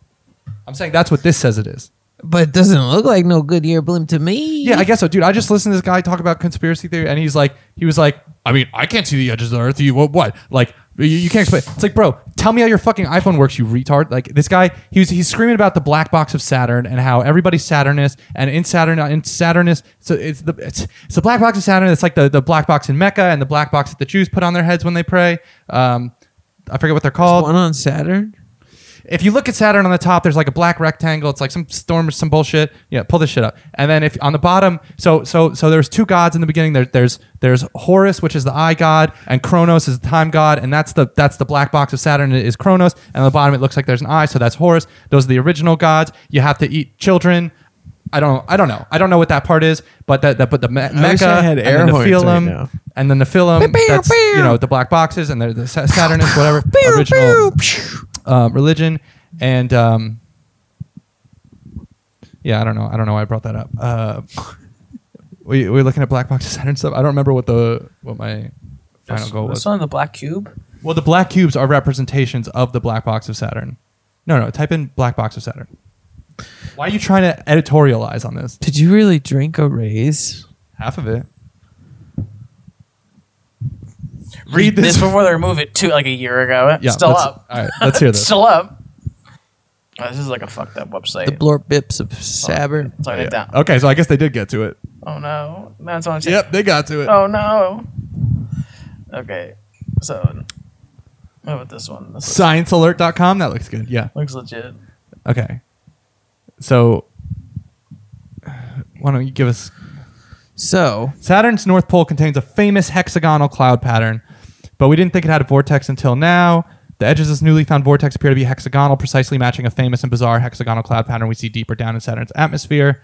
[SPEAKER 2] I'm saying that's what this says it is.
[SPEAKER 1] But it doesn't look like no Goodyear blimp to me.
[SPEAKER 2] Yeah, I guess so, dude. I just listened to this guy talk about conspiracy theory, and he's like, he was like, I mean, I can't see the edges of the Earth. You what? what? Like, you, you can't explain. It's like, bro, tell me how your fucking iPhone works, you retard. Like this guy, he was he's screaming about the black box of Saturn and how everybody's Saturnist, and in Saturn, in Saturnist, so it's the it's, it's the black box of Saturn. It's like the the black box in Mecca and the black box that the Jews put on their heads when they pray. Um, I forget what they're called
[SPEAKER 1] One on Saturn?
[SPEAKER 2] if you look at Saturn on the top, there's like a black rectangle. It's like some storm or some bullshit. Yeah, pull this shit up. And then if on the bottom, so so so there's two gods in the beginning. There, there's there's Horus, which is the eye god, and Kronos is the time god, and that's the that's the black box of Saturn is Kronos. And on the bottom, it looks like there's an eye, so that's Horus. Those are the original gods. You have to eat children. I don't I don't know. I don't know what that part is, but that that but the me-
[SPEAKER 1] I wish
[SPEAKER 2] Mecca
[SPEAKER 1] I had air
[SPEAKER 2] and the
[SPEAKER 1] horns right
[SPEAKER 2] Nephilim
[SPEAKER 1] now.
[SPEAKER 2] and then the Nephilim,
[SPEAKER 1] Pew,
[SPEAKER 2] that's, you
[SPEAKER 1] pew.
[SPEAKER 2] know the black boxes and they're the Sa- Saturn is whatever
[SPEAKER 1] Pew,
[SPEAKER 2] original
[SPEAKER 1] pew,
[SPEAKER 2] um, religion and um, yeah i don't know i don't know why i brought that up uh, we, we're looking at black box saturn stuff i don't remember what the what my final goal was
[SPEAKER 3] What's on the black cube?
[SPEAKER 2] well the black cubes are representations of the black box of saturn no no type in black box of saturn why are you trying to editorialize on this
[SPEAKER 1] Did you really drink a raise?
[SPEAKER 2] half of it
[SPEAKER 3] Read this before they remove it too, like a year ago. It's still
[SPEAKER 2] let's-
[SPEAKER 3] up.
[SPEAKER 2] all right let's hear
[SPEAKER 3] It's
[SPEAKER 2] this
[SPEAKER 3] still up. Oh, this is like a fucked up website.
[SPEAKER 1] The blorp bips of Saturn.
[SPEAKER 3] Turn it down.
[SPEAKER 2] okay so i guess they did get to it
[SPEAKER 3] Oh no, that's what I'm saying.
[SPEAKER 2] yep they got to it
[SPEAKER 3] Oh no. Okay, so what about this one? This is-
[SPEAKER 2] sciencealert.com that looks good yeah
[SPEAKER 3] looks legit.
[SPEAKER 2] Okay. So, why don't you give us
[SPEAKER 1] So,
[SPEAKER 2] Saturn's North Pole contains a famous hexagonal cloud pattern, but we didn't think it had a vortex until now. The edges of this newly found vortex appear to be hexagonal, precisely matching a famous and bizarre hexagonal cloud pattern we see deeper down in Saturn's atmosphere.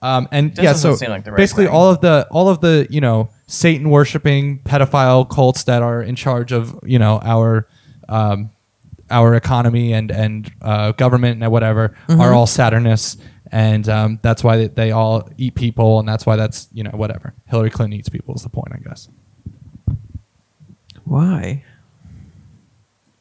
[SPEAKER 2] Um, and
[SPEAKER 3] This
[SPEAKER 2] yeah,
[SPEAKER 3] doesn't
[SPEAKER 2] so
[SPEAKER 3] seem like the right
[SPEAKER 2] basically
[SPEAKER 3] thing.
[SPEAKER 2] all of the all of the you know Satan worshipping pedophile cults that are in charge of you know our um, our economy and and uh, government and whatever
[SPEAKER 1] Mm-hmm.
[SPEAKER 2] are all Saturnists, and um, that's why they, they all eat people, and that's why that's you know whatever. Hillary Clinton eats people is the point, I guess.
[SPEAKER 1] why?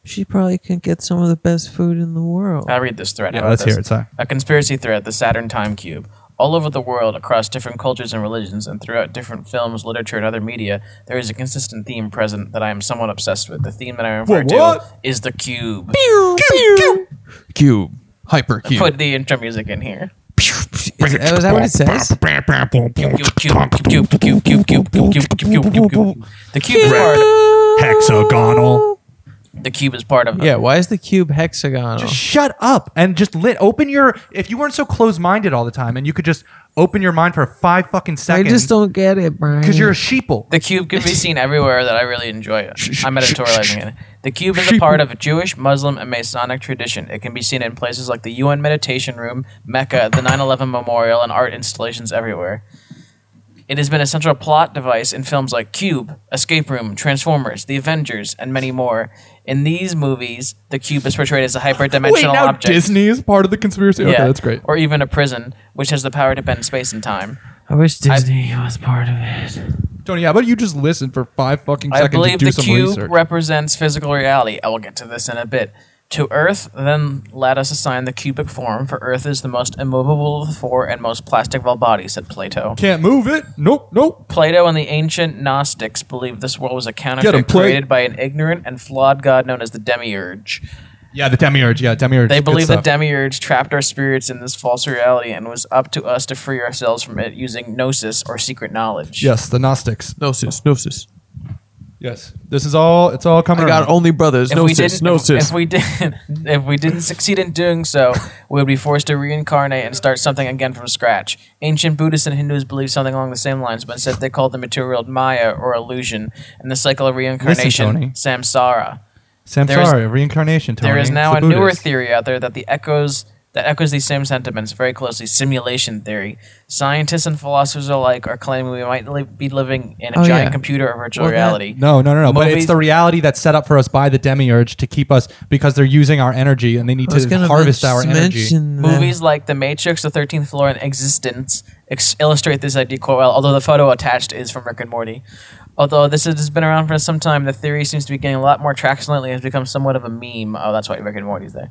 [SPEAKER 1] She probably can get some of the best food in the world.
[SPEAKER 3] I read this thread. How
[SPEAKER 2] Yeah,
[SPEAKER 3] about
[SPEAKER 2] let's
[SPEAKER 3] this?
[SPEAKER 2] hear it. Sorry.
[SPEAKER 3] A conspiracy thread, the Saturn time cube. All over the world, across different cultures and religions, and throughout different films, literature, and other media, there is a consistent theme present that I am somewhat obsessed with. The theme that I refer
[SPEAKER 2] Whoa, what?
[SPEAKER 3] to is the cube.
[SPEAKER 1] Cube. Cube. Hypercube.
[SPEAKER 3] Put the intro music in here.
[SPEAKER 1] Is, that- is that what it says?
[SPEAKER 3] Cube, cube, cube, cube, cube, cube, cube, cube, cube, cube, cube, cube. The cube is part.
[SPEAKER 2] Hexagonal.
[SPEAKER 3] The cube is part of.
[SPEAKER 1] Yeah, why is the cube hexagonal?
[SPEAKER 2] Just shut up and just lit. Open your. If you weren't so close-minded all the time, and you could just open your mind for five fucking
[SPEAKER 1] I
[SPEAKER 2] seconds.
[SPEAKER 1] just don't get it, Brian.
[SPEAKER 2] Because you're a sheeple.
[SPEAKER 3] The cube can be seen everywhere that I really enjoy it. I'm editorializing it. The cube is a part of Jewish, Muslim, and Masonic tradition. It can be seen in places like the UN Meditation Room, Mecca, the 9 11 Memorial, and art installations everywhere. It has been a central plot device in films like Cube, Escape Room, Transformers, The Avengers, and many more. In these movies, the cube is portrayed as a hyperdimensional
[SPEAKER 2] Wait, now
[SPEAKER 3] object.
[SPEAKER 2] Disney is part of the conspiracy. Okay, that's great.
[SPEAKER 3] Or even a prison, which has the power to bend space and time.
[SPEAKER 1] I wish Disney was part of it.
[SPEAKER 2] Tony, how about you just listen for five fucking
[SPEAKER 3] I
[SPEAKER 2] seconds
[SPEAKER 3] believe
[SPEAKER 2] and do
[SPEAKER 3] the
[SPEAKER 2] some
[SPEAKER 3] cube
[SPEAKER 2] research?
[SPEAKER 3] represents physical reality. I will get to this in a bit. To Earth, then let us assign the cubic form, for Earth is the most immovable of the four and most plastic of all bodies, said Plato.
[SPEAKER 2] Can't move it. Nope, nope.
[SPEAKER 3] Plato and the ancient Gnostics believed this world was a counterfeit
[SPEAKER 2] 'em, Plate.
[SPEAKER 3] created by an ignorant and flawed god known as the Demiurge.
[SPEAKER 2] Yeah, the demiurge. Yeah, demiurge.
[SPEAKER 3] They
[SPEAKER 2] Good
[SPEAKER 3] believe the
[SPEAKER 2] stuff.
[SPEAKER 3] Demiurge trapped our spirits in this false reality and it was up to us to free ourselves from it using gnosis or secret knowledge.
[SPEAKER 2] Yes, the Gnostics.
[SPEAKER 1] Gnosis, gnosis.
[SPEAKER 2] Yes, this is all. It's all coming.
[SPEAKER 1] I got
[SPEAKER 2] around.
[SPEAKER 1] only brothers.
[SPEAKER 3] If we
[SPEAKER 1] gnosis,
[SPEAKER 3] didn't,
[SPEAKER 1] gnosis.
[SPEAKER 3] If, if we didn't, if we didn't succeed in doing so, we would be forced to reincarnate and start something again from scratch. Ancient Buddhists and Hindus believed something along the same lines, but instead they called the material Maya or illusion, and the cycle of
[SPEAKER 2] Tony.
[SPEAKER 3] reincarnation samsara. There's-
[SPEAKER 2] Samsara, reincarnation. Tony.
[SPEAKER 3] There is
[SPEAKER 2] It's
[SPEAKER 3] now
[SPEAKER 2] the
[SPEAKER 3] a newer
[SPEAKER 2] Buddhist.
[SPEAKER 3] theory out there that the echoes that echoes these same sentiments very closely. Simulation theory. Scientists and philosophers alike are claiming we might li- be living in a
[SPEAKER 1] Oh,
[SPEAKER 3] giant
[SPEAKER 1] yeah.
[SPEAKER 3] computer or virtual
[SPEAKER 1] Well, that-
[SPEAKER 3] reality.
[SPEAKER 2] No, no, no, no. But it's
[SPEAKER 3] Movies-
[SPEAKER 2] the reality that's set up for us by the demiurge to keep us because they're using our energy and they need
[SPEAKER 1] I was
[SPEAKER 2] to
[SPEAKER 1] gonna
[SPEAKER 2] harvest
[SPEAKER 1] men-
[SPEAKER 2] our energy.
[SPEAKER 1] mention that.
[SPEAKER 3] Movies like The Matrix, The Thirteenth Floor, and Existence ex- illustrate this idea quite well. Although the photo attached is from Rick and Morty. Although this has been around for some time, the theory seems to be getting a lot more traction lately. and Has become somewhat of a meme. Oh, that's why Rick and Morty's there.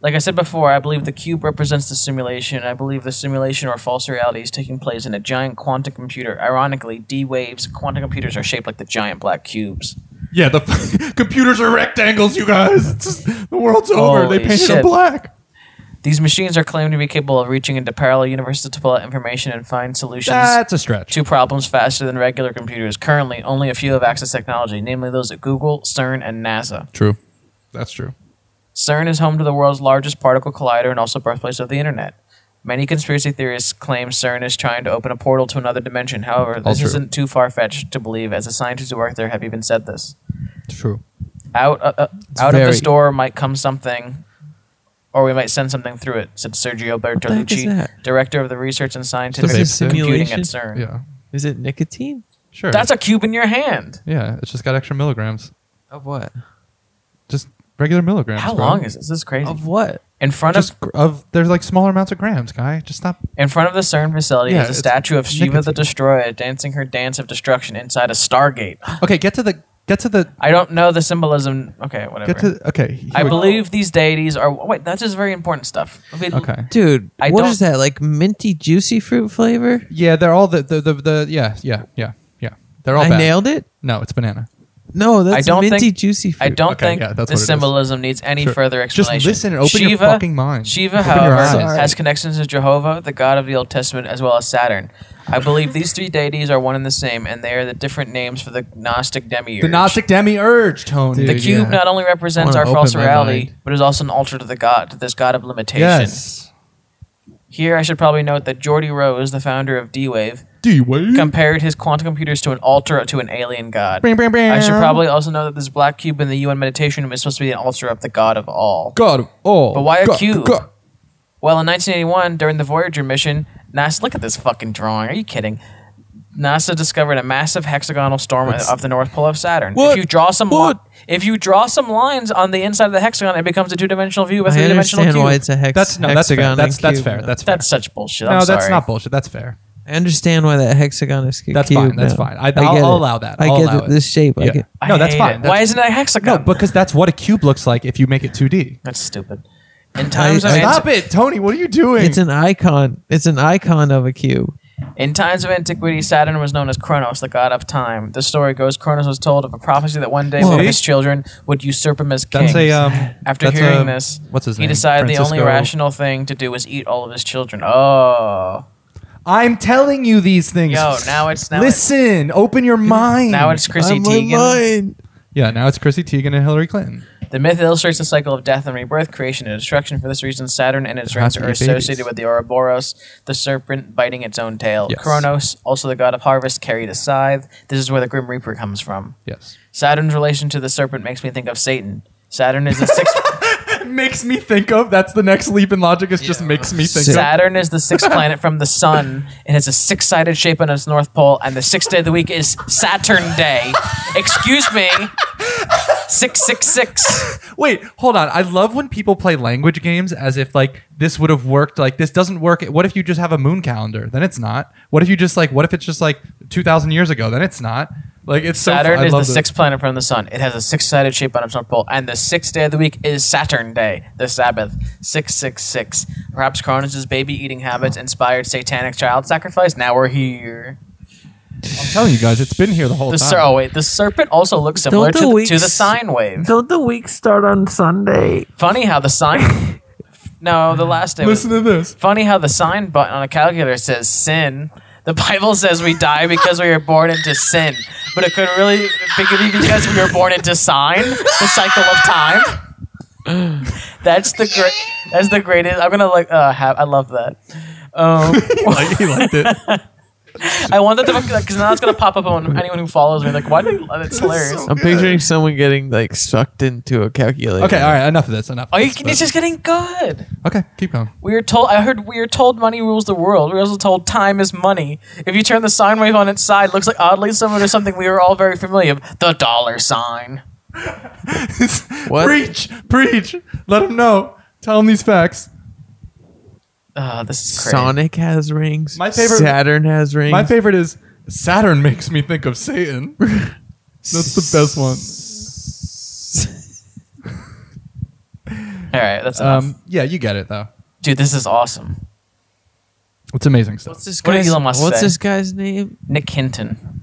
[SPEAKER 3] Like I said before, I believe the cube represents the simulation. and I believe the simulation or false reality is taking place in a giant quantum computer. Ironically, D waves quantum computers are shaped like the giant black cubes.
[SPEAKER 2] Yeah, the computers are rectangles, you guys. It's just- the world's over.
[SPEAKER 3] Holy
[SPEAKER 2] They painted
[SPEAKER 3] shit.
[SPEAKER 2] it black.
[SPEAKER 3] These machines are claimed to be capable of reaching into parallel universes to pull out information and find solutions.
[SPEAKER 2] That's a stretch.
[SPEAKER 3] two problems faster than regular computers. Currently, only a few have access to technology, namely those at Google, CERN, and NASA.
[SPEAKER 2] True. That's true.
[SPEAKER 3] CERN is home to the world's largest particle collider and also birthplace of the internet. Many conspiracy theorists claim CERN is trying to open a portal to another dimension. However, this
[SPEAKER 2] true.
[SPEAKER 3] isn't too far fetched to believe, as the scientists who work there have even said this.
[SPEAKER 2] True.
[SPEAKER 3] Out, uh, uh, out of
[SPEAKER 1] very-
[SPEAKER 3] this door might come something, or we might send something through it," said Sergio
[SPEAKER 1] the heck is
[SPEAKER 3] Bertolucci,
[SPEAKER 1] that?
[SPEAKER 3] director of the research and
[SPEAKER 1] Is
[SPEAKER 3] scientific
[SPEAKER 1] this a
[SPEAKER 3] computing at
[SPEAKER 1] simulation?
[SPEAKER 3] CERN.
[SPEAKER 2] Yeah.
[SPEAKER 1] Is it nicotine?
[SPEAKER 2] Sure.
[SPEAKER 3] That's a cube in your hand.
[SPEAKER 2] yeah. It's just got extra milligrams.
[SPEAKER 1] Of what?
[SPEAKER 2] Just regular milligrams.
[SPEAKER 3] How
[SPEAKER 2] bro.
[SPEAKER 3] long is this? This is crazy.
[SPEAKER 1] Of what?
[SPEAKER 3] In front of
[SPEAKER 2] Just gr- of there's like smaller amounts of grams, guy. Just stop.
[SPEAKER 3] in front of the CERN facility
[SPEAKER 2] Yeah,
[SPEAKER 3] is a
[SPEAKER 2] it's
[SPEAKER 3] statue of Shiva the
[SPEAKER 2] nicotine.
[SPEAKER 3] Destroyer dancing her dance of destruction inside a Stargate.
[SPEAKER 2] Okay, get to the get to the
[SPEAKER 3] I don't know the symbolism. Okay, whatever.
[SPEAKER 2] get to okay. here
[SPEAKER 3] I
[SPEAKER 2] we go.
[SPEAKER 3] believe these deities are. Wait, that's just very important stuff. We-
[SPEAKER 2] Okay.
[SPEAKER 1] Dude,
[SPEAKER 3] I
[SPEAKER 1] what
[SPEAKER 3] don't-
[SPEAKER 1] is that? Like minty juicy fruit flavor?
[SPEAKER 2] Yeah, they're all the the the, the yeah yeah yeah yeah. They're all
[SPEAKER 1] I
[SPEAKER 2] bad.
[SPEAKER 1] nailed it?
[SPEAKER 2] No, it's banana.
[SPEAKER 1] No, that's
[SPEAKER 3] don't
[SPEAKER 1] minty
[SPEAKER 3] think-
[SPEAKER 1] juicy fruit.
[SPEAKER 3] I don't
[SPEAKER 2] Okay,
[SPEAKER 3] think
[SPEAKER 2] yeah, that's what
[SPEAKER 3] the
[SPEAKER 2] it is.
[SPEAKER 3] symbolism needs any
[SPEAKER 2] Sure.
[SPEAKER 3] further
[SPEAKER 2] Just
[SPEAKER 3] explanation.
[SPEAKER 2] listen and open your fucking mind.
[SPEAKER 3] Shiva,
[SPEAKER 2] Open your
[SPEAKER 3] however,
[SPEAKER 2] eyes.
[SPEAKER 3] has connections to Jehovah, the God of the Old Testament, as well as Saturn. I believe these three deities are one and the same, and they are the different names for the Gnostic demiurge.
[SPEAKER 2] The Gnostic demiurge, Tony.
[SPEAKER 3] The cube not only represents
[SPEAKER 2] I
[SPEAKER 3] our
[SPEAKER 2] wanna
[SPEAKER 3] false
[SPEAKER 2] open my
[SPEAKER 3] reality,
[SPEAKER 2] mind.
[SPEAKER 3] but is also an altar to the god, to this god of limitation.
[SPEAKER 2] Yes.
[SPEAKER 3] Here, I should probably note that Jordy Rose, the founder of D-Wave,
[SPEAKER 2] D wave.
[SPEAKER 3] compared his quantum computers to an altar to an alien god.
[SPEAKER 2] Bam, bam, bam.
[SPEAKER 3] I should probably also know that this black cube in the UN meditation room is supposed to be an altar of the god of all.
[SPEAKER 2] God. Oh.
[SPEAKER 3] But why a
[SPEAKER 2] God,
[SPEAKER 3] cube?
[SPEAKER 2] God.
[SPEAKER 3] Well, in 1981, during the Voyager mission, NASA look at this fucking drawing. Are you kidding? NASA discovered a massive hexagonal storm of the North Pole of Saturn. If
[SPEAKER 1] What?
[SPEAKER 3] you draw some,
[SPEAKER 1] What?
[SPEAKER 3] li- if you draw some lines on the inside of the hexagon, it becomes a two-dimensional view with a
[SPEAKER 1] I
[SPEAKER 3] three-dimensional
[SPEAKER 1] understand
[SPEAKER 3] cube.
[SPEAKER 1] why it's a hex-
[SPEAKER 2] That's no. That's fair.
[SPEAKER 1] hexagon.
[SPEAKER 2] That's
[SPEAKER 1] and
[SPEAKER 2] that's
[SPEAKER 1] cube.
[SPEAKER 2] fair. That's fair.
[SPEAKER 3] That's such bullshit. I'm
[SPEAKER 2] no.
[SPEAKER 3] sorry.
[SPEAKER 2] That's not bullshit. That's fair.
[SPEAKER 1] I understand why that hexagon is cu-
[SPEAKER 2] That's
[SPEAKER 1] cube.
[SPEAKER 2] fine, that's
[SPEAKER 1] now.
[SPEAKER 2] fine. I-
[SPEAKER 1] get
[SPEAKER 2] I'll- I'll
[SPEAKER 1] it.
[SPEAKER 2] allow that.
[SPEAKER 1] I
[SPEAKER 2] I'll
[SPEAKER 1] get
[SPEAKER 2] allow
[SPEAKER 1] it.
[SPEAKER 2] it.
[SPEAKER 1] this shape. I
[SPEAKER 2] Yeah.
[SPEAKER 1] get,
[SPEAKER 3] I
[SPEAKER 2] No, that's
[SPEAKER 3] hate
[SPEAKER 2] fine.
[SPEAKER 3] it.
[SPEAKER 2] That's-
[SPEAKER 3] Why isn't it a hexagon?
[SPEAKER 2] No, because that's what a cube looks like if you make it 2D.
[SPEAKER 3] that's stupid. In times of
[SPEAKER 1] I-
[SPEAKER 3] anti-
[SPEAKER 2] Stop it, Tony. What are you doing?
[SPEAKER 1] it's an icon. It's an icon of a cube.
[SPEAKER 3] In times of antiquity, Saturn was known as Kronos, the god of time. The story goes Kronos was told of a prophecy that one day one of
[SPEAKER 2] See?
[SPEAKER 3] his children would usurp him as king.
[SPEAKER 2] that's a um.
[SPEAKER 3] After
[SPEAKER 2] that's
[SPEAKER 3] hearing
[SPEAKER 2] a-
[SPEAKER 3] this,
[SPEAKER 2] what's his
[SPEAKER 3] he
[SPEAKER 2] name?
[SPEAKER 3] decided the only
[SPEAKER 2] Francisco-
[SPEAKER 3] rational thing to do was eat all of his children. Oh,
[SPEAKER 2] I'm telling you these things.
[SPEAKER 3] Yo, now it's- now
[SPEAKER 2] Listen, open your mind.
[SPEAKER 3] now it's Chrissy
[SPEAKER 1] I'm
[SPEAKER 3] Teigen.
[SPEAKER 1] mine.
[SPEAKER 2] yeah. Now it's Chrissy Teigen and Hillary Clinton.
[SPEAKER 3] The myth illustrates the cycle of death and rebirth, creation and destruction. For this reason, Saturn and its
[SPEAKER 2] There has
[SPEAKER 3] rings
[SPEAKER 2] to
[SPEAKER 3] are
[SPEAKER 2] be
[SPEAKER 3] associated
[SPEAKER 2] babies.
[SPEAKER 3] with the Ouroboros, the serpent biting its own tail.
[SPEAKER 2] Yes.
[SPEAKER 3] Kronos, also the god of harvest, carried a scythe. This is where the Grim Reaper comes from.
[SPEAKER 2] Yes.
[SPEAKER 3] Saturn's relation to the serpent makes me think of Satan. Saturn is the sixth.
[SPEAKER 2] makes me think of. That's the next leap in logic. Is just makes me think of.
[SPEAKER 3] Saturn is the sixth planet from the sun. It has a six-sided shape on its north pole, and the sixth day of the week is Saturn Day. Excuse me. Six six six.
[SPEAKER 2] Wait, hold on. I love when people play language games as if like this would have worked. Like this doesn't work. What if you just have a moon calendar? Then it's not. What if you just like? What if it's just like two thousand years ago? Then it's not. Like it's so.
[SPEAKER 3] Saturn
[SPEAKER 2] I
[SPEAKER 3] is the
[SPEAKER 2] love that.
[SPEAKER 3] sixth planet from the sun. It has a six-sided shape on its north pole, and the sixth day of the week is Saturn Day, the Sabbath. Six six six. Perhaps Cronus's baby-eating habits inspired satanic child sacrifice. Now we're here.
[SPEAKER 2] I'm telling you guys, it's been here the whole
[SPEAKER 3] The
[SPEAKER 2] time.
[SPEAKER 3] ser- oh wait, the serpent also looks
[SPEAKER 1] Don't
[SPEAKER 3] similar to
[SPEAKER 1] the
[SPEAKER 3] the,
[SPEAKER 1] weeks-
[SPEAKER 3] to the sine wave.
[SPEAKER 1] Don't the weeks start on Sunday?
[SPEAKER 3] Funny how the sine. no, the last day. was-
[SPEAKER 2] Listen to this.
[SPEAKER 3] Funny how the sign button on a calculator says sin. The Bible says we die because we were born into sin, but it could really be because we were born into sign, the cycle of time. That's the great. That's the greatest. I'm gonna like. Uh, have, I love that. Um,
[SPEAKER 2] Like, he liked it.
[SPEAKER 3] I want that to because now it's gonna pop up on anyone who follows me. Like, why do you? That's hilarious.
[SPEAKER 1] I'm picturing someone getting like sucked into a calculator.
[SPEAKER 2] Okay, all right, enough of this. Enough.
[SPEAKER 3] oh,
[SPEAKER 2] Of
[SPEAKER 3] you,
[SPEAKER 2] this,
[SPEAKER 3] it's just getting good.
[SPEAKER 2] but- okay, keep going.
[SPEAKER 3] We are told. I heard we are told money rules the world. We are also told time is money. If you turn the sine wave on its side, it looks like oddly similar to something we were all very familiar with: the dollar sign.
[SPEAKER 1] What?
[SPEAKER 2] Preach, preach. Let him know. Tell him these facts.
[SPEAKER 3] Uh, this is crazy.
[SPEAKER 1] Sonic has rings.
[SPEAKER 2] My favorite-
[SPEAKER 1] Saturn has rings.
[SPEAKER 2] My favorite is Saturn makes me think of Satan. That's the best one.
[SPEAKER 3] All right, that's enough.
[SPEAKER 2] Um, yeah, you get it though.
[SPEAKER 3] dude. This is awesome.
[SPEAKER 2] It's amazing stuff.
[SPEAKER 1] What's this
[SPEAKER 3] What did
[SPEAKER 1] guy's,
[SPEAKER 3] Elon Musk
[SPEAKER 1] what's
[SPEAKER 3] say?
[SPEAKER 1] this guy's name?
[SPEAKER 3] Nick Hinton.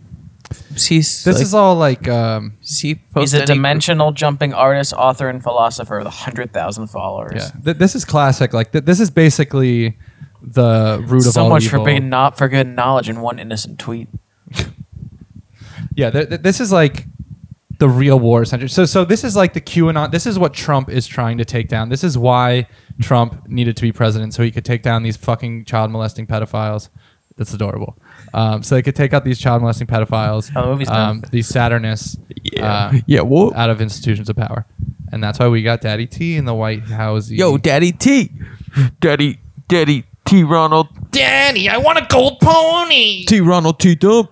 [SPEAKER 1] He's
[SPEAKER 2] This
[SPEAKER 1] like,
[SPEAKER 2] is all like um,
[SPEAKER 1] is he
[SPEAKER 3] He's
[SPEAKER 1] post
[SPEAKER 3] a
[SPEAKER 1] any-
[SPEAKER 3] dimensional jumping artist, author, and philosopher with hundred thousand followers.
[SPEAKER 2] yeah. Th- this is classic. Like th- this is basically the root of
[SPEAKER 3] So
[SPEAKER 2] all
[SPEAKER 3] much
[SPEAKER 2] evil.
[SPEAKER 3] for big not for good knowledge in one innocent tweet.
[SPEAKER 2] Yeah, th- th- this is like the real war essentially. So, so this is like the QAnon. This is what Trump is trying to take down. This is why Trump needed to be president so he could take down these fucking child molesting pedophiles. That's adorable. Um, so they could take out these child molesting pedophiles,
[SPEAKER 3] Oh, the movie's done.
[SPEAKER 2] um, these Saturnists,
[SPEAKER 1] Yeah.
[SPEAKER 2] uh,
[SPEAKER 1] yeah. Whoa.
[SPEAKER 2] out of institutions of power, and that's why we got Daddy T in the White House.
[SPEAKER 1] Yo, Daddy T. Daddy, Daddy T. Ronald.
[SPEAKER 5] Daddy, I want a gold pony.
[SPEAKER 1] T. Ronald T. Dump.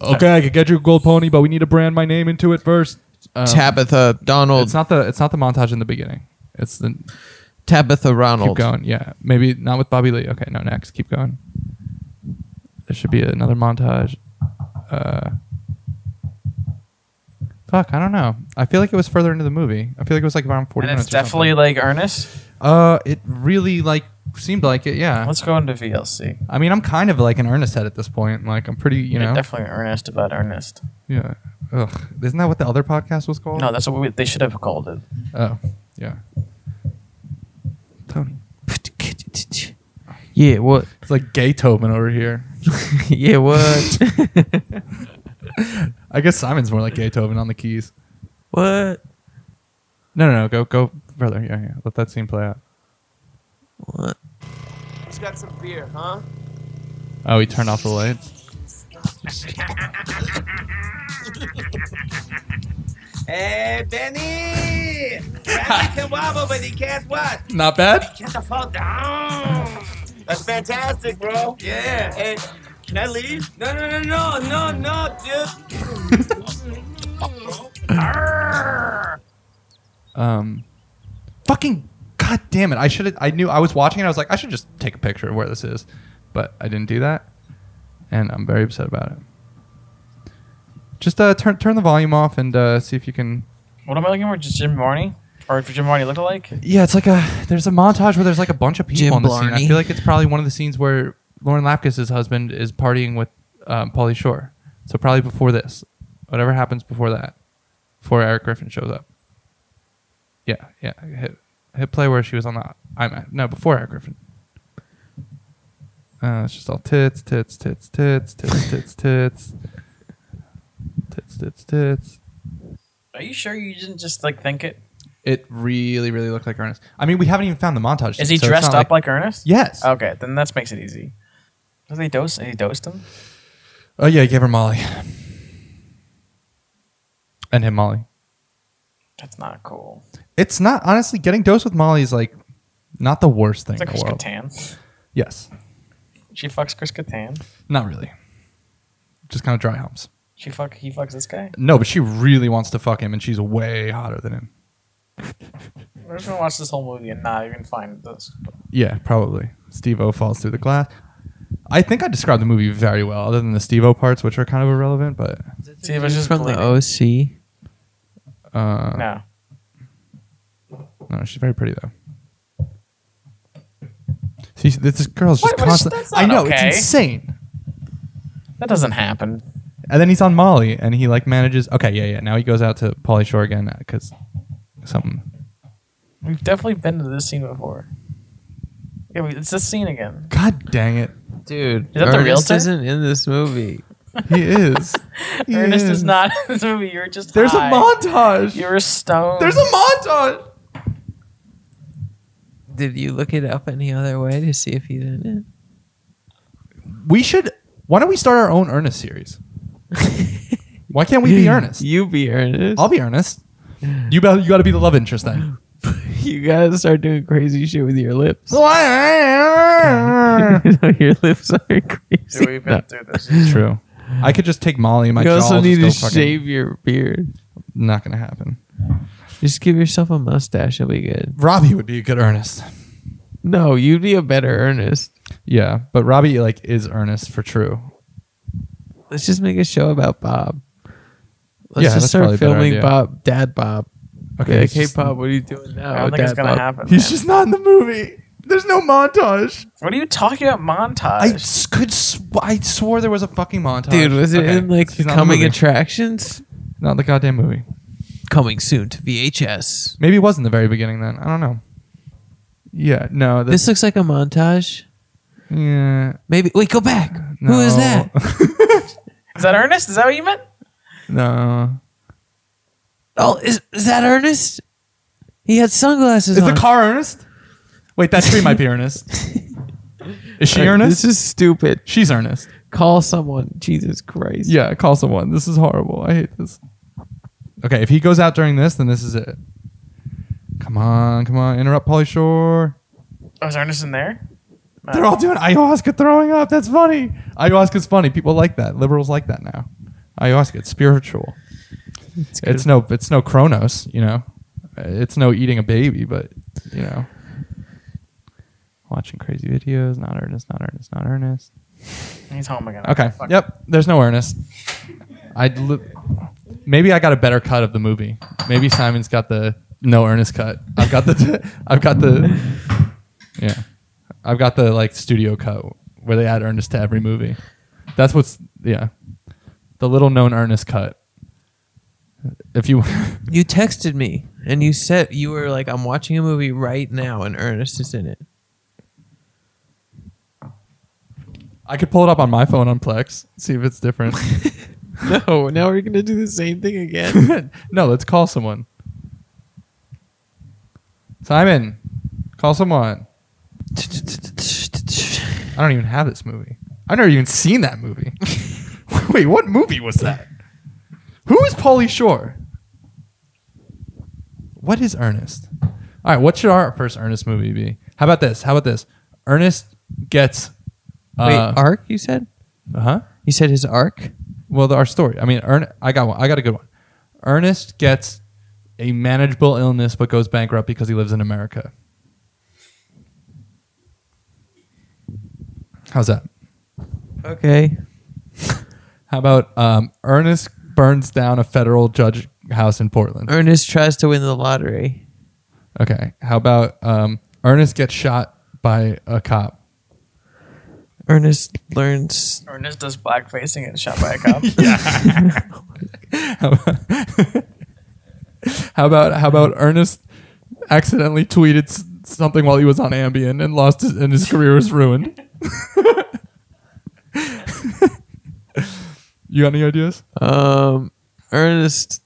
[SPEAKER 2] okay, I could get you a gold pony, but we need to brand my name into it first. Um,
[SPEAKER 1] Tabitha Donald.
[SPEAKER 2] it's not the it's not the montage in the beginning. It's the
[SPEAKER 1] Tabitha
[SPEAKER 2] Keep
[SPEAKER 1] Ronald.
[SPEAKER 2] going. Yeah. Maybe not with Bobby Lee. Okay, no, next. Keep going. There should be another montage. Uh, fuck, I don't know. I feel like it was further into the movie. I feel like it was like around 40
[SPEAKER 3] And it's
[SPEAKER 2] minutes. or
[SPEAKER 3] definitely like Ernest.
[SPEAKER 2] something. Uh, it really like seemed like it, yeah.
[SPEAKER 3] Let's go into VLC.
[SPEAKER 2] I mean, I'm kind of like an earnest head at this point. Like, I'm pretty, you
[SPEAKER 3] You're
[SPEAKER 2] know.
[SPEAKER 3] definitely earnest about Ernest.
[SPEAKER 2] Yeah. Ugh. Isn't that what the other podcast was called?
[SPEAKER 3] No, that's what we, they should have called it.
[SPEAKER 2] Oh, yeah. Tony.
[SPEAKER 1] Yeah, what?
[SPEAKER 2] It's like gay Tobin over here.
[SPEAKER 1] yeah, what?
[SPEAKER 2] I guess Simon's more like gay Tobin on the keys.
[SPEAKER 1] what?
[SPEAKER 2] No, no, no. Go, go further. Yeah, yeah. Let that scene play out.
[SPEAKER 1] What?
[SPEAKER 4] Who's got some beer, huh?
[SPEAKER 2] Oh, he turned off the lights.
[SPEAKER 4] Hey, Benny! Benny can wobble, but he can't what?
[SPEAKER 2] Not bad.
[SPEAKER 4] Get the fuck down! That's fantastic, bro. Yeah. Hey, can I leave? No, no, no, no, no, no, dude.
[SPEAKER 2] Um, fucking god damn it! I should. have I knew. I was watching it. I was like, I should just take a picture of where this is, but I didn't do that, and I'm very upset about it. Just uh, turn turn the volume off and uh, see if you can.
[SPEAKER 3] What am I looking for? Just Jim Varney? Or if Jim Varney looked alike?
[SPEAKER 2] Yeah, it's like a. There's a montage where there's like a bunch of people
[SPEAKER 1] Jim
[SPEAKER 2] on the scene. I
[SPEAKER 1] Blarney.
[SPEAKER 2] feel like it's probably one of the scenes where Lauren Lapkus's husband is partying with um, Paulie Shore. So probably before this, whatever happens before that, before Eric Griffin shows up. Yeah, yeah. Hit, hit play where she was on the iMac. No, before Eric Griffin. Uh, it's just all tits, tits, tits, tits, tits, tits, tits, tits, tits, tits.
[SPEAKER 3] Are you sure you didn't just like think it?
[SPEAKER 2] It really, really looked like Ernest. I mean, we haven't even found the montage.
[SPEAKER 3] Is he
[SPEAKER 2] so it's
[SPEAKER 3] dressed
[SPEAKER 2] not
[SPEAKER 3] up like, Ernest?
[SPEAKER 2] Yes.
[SPEAKER 3] Okay, then that makes it easy. Does he dose? He dosed him.
[SPEAKER 2] Oh yeah, he gave her Molly. And him Molly.
[SPEAKER 3] That's not cool.
[SPEAKER 2] It's not honestly getting dosed with Molly is like not the worst thing
[SPEAKER 3] It's like
[SPEAKER 2] in the
[SPEAKER 3] Chris
[SPEAKER 2] world.
[SPEAKER 3] Kattan.
[SPEAKER 2] Yes.
[SPEAKER 3] She fucks Chris Kattan.
[SPEAKER 2] Not really. Just kind of dry humps.
[SPEAKER 3] She fuck. He fucks this guy.
[SPEAKER 2] No, but she really wants to fuck him and she's way hotter than him.
[SPEAKER 3] We're just gonna watch this whole movie and not even find this.
[SPEAKER 2] Yeah, probably. Steve O falls through the glass. I think I described the movie very well, other than the Steve O parts, which are kind of irrelevant, but
[SPEAKER 1] Is it
[SPEAKER 3] See, it was just
[SPEAKER 1] from the
[SPEAKER 3] bleeding.
[SPEAKER 1] OC.
[SPEAKER 2] Uh,
[SPEAKER 3] No.
[SPEAKER 2] No, she's very pretty though. See, she- this, this girl's just
[SPEAKER 3] What- what is-
[SPEAKER 2] constantly.
[SPEAKER 3] that's
[SPEAKER 2] I
[SPEAKER 3] not
[SPEAKER 2] know
[SPEAKER 3] okay.
[SPEAKER 2] it's insane.
[SPEAKER 3] That doesn't happen.
[SPEAKER 2] And then he's on Molly, and he like manages. Okay, yeah, yeah. Now he goes out to Pauly Shore again because something.
[SPEAKER 3] We've definitely been to this scene before. Yeah, we, it's this scene again.
[SPEAKER 2] God dang it,
[SPEAKER 1] Dude,
[SPEAKER 3] Is that the
[SPEAKER 1] Ernest
[SPEAKER 3] realtor?
[SPEAKER 1] isn't in this movie.
[SPEAKER 2] he is. He
[SPEAKER 3] Ernest is not in this movie. You're just
[SPEAKER 2] There's
[SPEAKER 3] high.
[SPEAKER 2] a montage.
[SPEAKER 3] You're stoned.
[SPEAKER 2] There's a montage.
[SPEAKER 1] Did you look it up any other way to see if he's in it?
[SPEAKER 2] We should. Why don't we start our own Ernest series? Why can't we be Ernest?
[SPEAKER 1] You be Ernest.
[SPEAKER 2] I'll be Ernest. You be, you got to be the love interest then.
[SPEAKER 1] you gotta start doing crazy shit with your lips.
[SPEAKER 2] True.
[SPEAKER 1] your lips are crazy.
[SPEAKER 3] Dude, we've been through this.
[SPEAKER 2] I could just take Molly and my
[SPEAKER 1] You
[SPEAKER 2] jaw
[SPEAKER 1] also
[SPEAKER 2] will
[SPEAKER 1] need to
[SPEAKER 2] just go fucking-
[SPEAKER 1] shave your beard.
[SPEAKER 2] Not gonna happen.
[SPEAKER 1] Just give yourself a mustache. It'll be good.
[SPEAKER 2] Robbie would be a good Ernest.
[SPEAKER 1] No, you'd be a better Ernest.
[SPEAKER 2] Yeah, but Robbie like is Ernest for true.
[SPEAKER 1] Let's just make a show about Bob. Let's
[SPEAKER 2] Yeah, that's
[SPEAKER 1] just
[SPEAKER 2] probably
[SPEAKER 1] start
[SPEAKER 2] a better
[SPEAKER 1] filming
[SPEAKER 2] idea.
[SPEAKER 1] Bob, Dad Bob.
[SPEAKER 2] Okay,
[SPEAKER 1] Okay,
[SPEAKER 2] he's
[SPEAKER 1] hey
[SPEAKER 2] just-
[SPEAKER 1] Bob, what are you doing now?
[SPEAKER 3] I don't think
[SPEAKER 1] Dad
[SPEAKER 3] it's gonna
[SPEAKER 1] Bob?
[SPEAKER 3] happen.
[SPEAKER 2] He's
[SPEAKER 3] man.
[SPEAKER 2] just not in the movie. There's no montage.
[SPEAKER 3] What are you talking about?
[SPEAKER 2] I
[SPEAKER 3] Montage.
[SPEAKER 2] s- could. Sw- I swore there was a fucking montage.
[SPEAKER 1] Dude, was it
[SPEAKER 2] Okay,
[SPEAKER 1] in like
[SPEAKER 2] he's
[SPEAKER 1] the
[SPEAKER 2] not
[SPEAKER 1] coming
[SPEAKER 2] movie.
[SPEAKER 1] attractions?
[SPEAKER 2] not the goddamn movie.
[SPEAKER 1] Coming soon to VHS.
[SPEAKER 2] Maybe it was in the very beginning then. I don't know. Yeah. No.
[SPEAKER 1] This
[SPEAKER 2] This.
[SPEAKER 1] looks like a montage.
[SPEAKER 2] Yeah.
[SPEAKER 1] Maybe wait, go back. Who is
[SPEAKER 2] no.
[SPEAKER 1] that?
[SPEAKER 3] is that Ernest? Is that what you meant?
[SPEAKER 2] no.
[SPEAKER 1] Oh, is is that Ernest? He had sunglasses
[SPEAKER 2] Is
[SPEAKER 1] on.
[SPEAKER 2] the car Ernest? Wait, that tree might be Ernest. Is she
[SPEAKER 1] Like,
[SPEAKER 2] Ernest?
[SPEAKER 1] This is stupid.
[SPEAKER 2] She's Ernest.
[SPEAKER 1] Call someone. Jesus Christ.
[SPEAKER 2] Yeah, call someone. This is horrible. I hate this. Okay, if he goes out during this, then this is it. Come on, come on, interrupt Polly Shore.
[SPEAKER 3] Oh, is Ernest in there? No.
[SPEAKER 2] They're all doing ayahuasca throwing up. That's funny. Ayahuasca's funny. People like that. Liberals like that now. Ayahuasca, it's spiritual.
[SPEAKER 1] It's good.
[SPEAKER 2] It's no it's no chronos, you know. It's no eating a baby, but you know. Watching crazy videos, not earnest, not earnest, not earnest.
[SPEAKER 3] He's home again.
[SPEAKER 2] Okay.
[SPEAKER 3] Fuck.
[SPEAKER 2] Yep. There's no earnest. I li- maybe I got a better cut of the movie. Maybe Simon's got the no earnest cut. I've got the I've got the yeah. I've got the like studio cut where they add earnest to every movie. That's what's yeah. The little known earnest cut. If you
[SPEAKER 1] You texted me and you said you were like, I'm watching a movie right now and Ernest is in it.
[SPEAKER 2] I could pull it up on my phone on Plex, see if it's different.
[SPEAKER 1] No, now we're gonna do the same thing again.
[SPEAKER 2] no, let's call someone. Simon, call someone. I don't even have this movie. I've never even seen that movie. Wait, what movie was that? Who is Paulie Shore? What is Ernest? All right, what should our first Ernest movie be? How about this? How about this? Ernest gets.
[SPEAKER 1] Wait,
[SPEAKER 2] Uh,
[SPEAKER 1] arc? You said?
[SPEAKER 2] huh?
[SPEAKER 1] You said his arc?
[SPEAKER 2] Well, the- our story. I mean, Ern- I got one. I got a good one. Ernest gets a manageable illness but goes bankrupt because he lives in America. How's that?
[SPEAKER 1] Okay.
[SPEAKER 2] How about um, Ernest burns down a federal judge house in Portland?
[SPEAKER 1] Ernest tries to win the lottery.
[SPEAKER 2] Okay. How about um, Ernest gets shot by a cop?
[SPEAKER 1] Ernest learns
[SPEAKER 3] Ernest does blackface and gets shot by a cop.
[SPEAKER 2] How about, how about how about Ernest accidentally tweeted s- something while he was on Ambien and lost his, and his career was ruined? you got any ideas?
[SPEAKER 1] um Ernest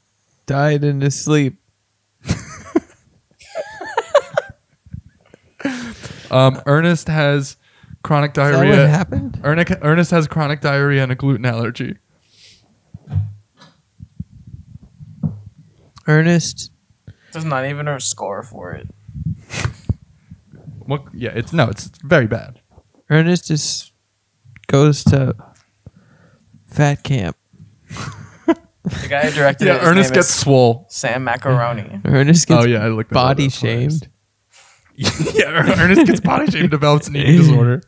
[SPEAKER 1] died in his sleep.
[SPEAKER 2] Um, Ernest has chronic
[SPEAKER 1] Is that what
[SPEAKER 2] diarrhea.
[SPEAKER 1] happened?
[SPEAKER 2] Ernest, Ernest has chronic diarrhea and a gluten allergy.
[SPEAKER 1] Ernest
[SPEAKER 3] There's not even a score for it.
[SPEAKER 2] What? Yeah, it's no, it's very bad.
[SPEAKER 1] Ernest is goes to fat camp.
[SPEAKER 3] The guy who directed
[SPEAKER 2] Yeah,
[SPEAKER 3] it. his
[SPEAKER 2] Ernest
[SPEAKER 3] name
[SPEAKER 2] gets
[SPEAKER 3] is
[SPEAKER 2] swole.
[SPEAKER 3] Sam Macaroni.
[SPEAKER 1] Ernest gets
[SPEAKER 2] Oh yeah, I looked that up.
[SPEAKER 1] body
[SPEAKER 2] That's hilarious.
[SPEAKER 1] shamed.
[SPEAKER 2] yeah, Ernest gets body shamed, develops an eating disorder.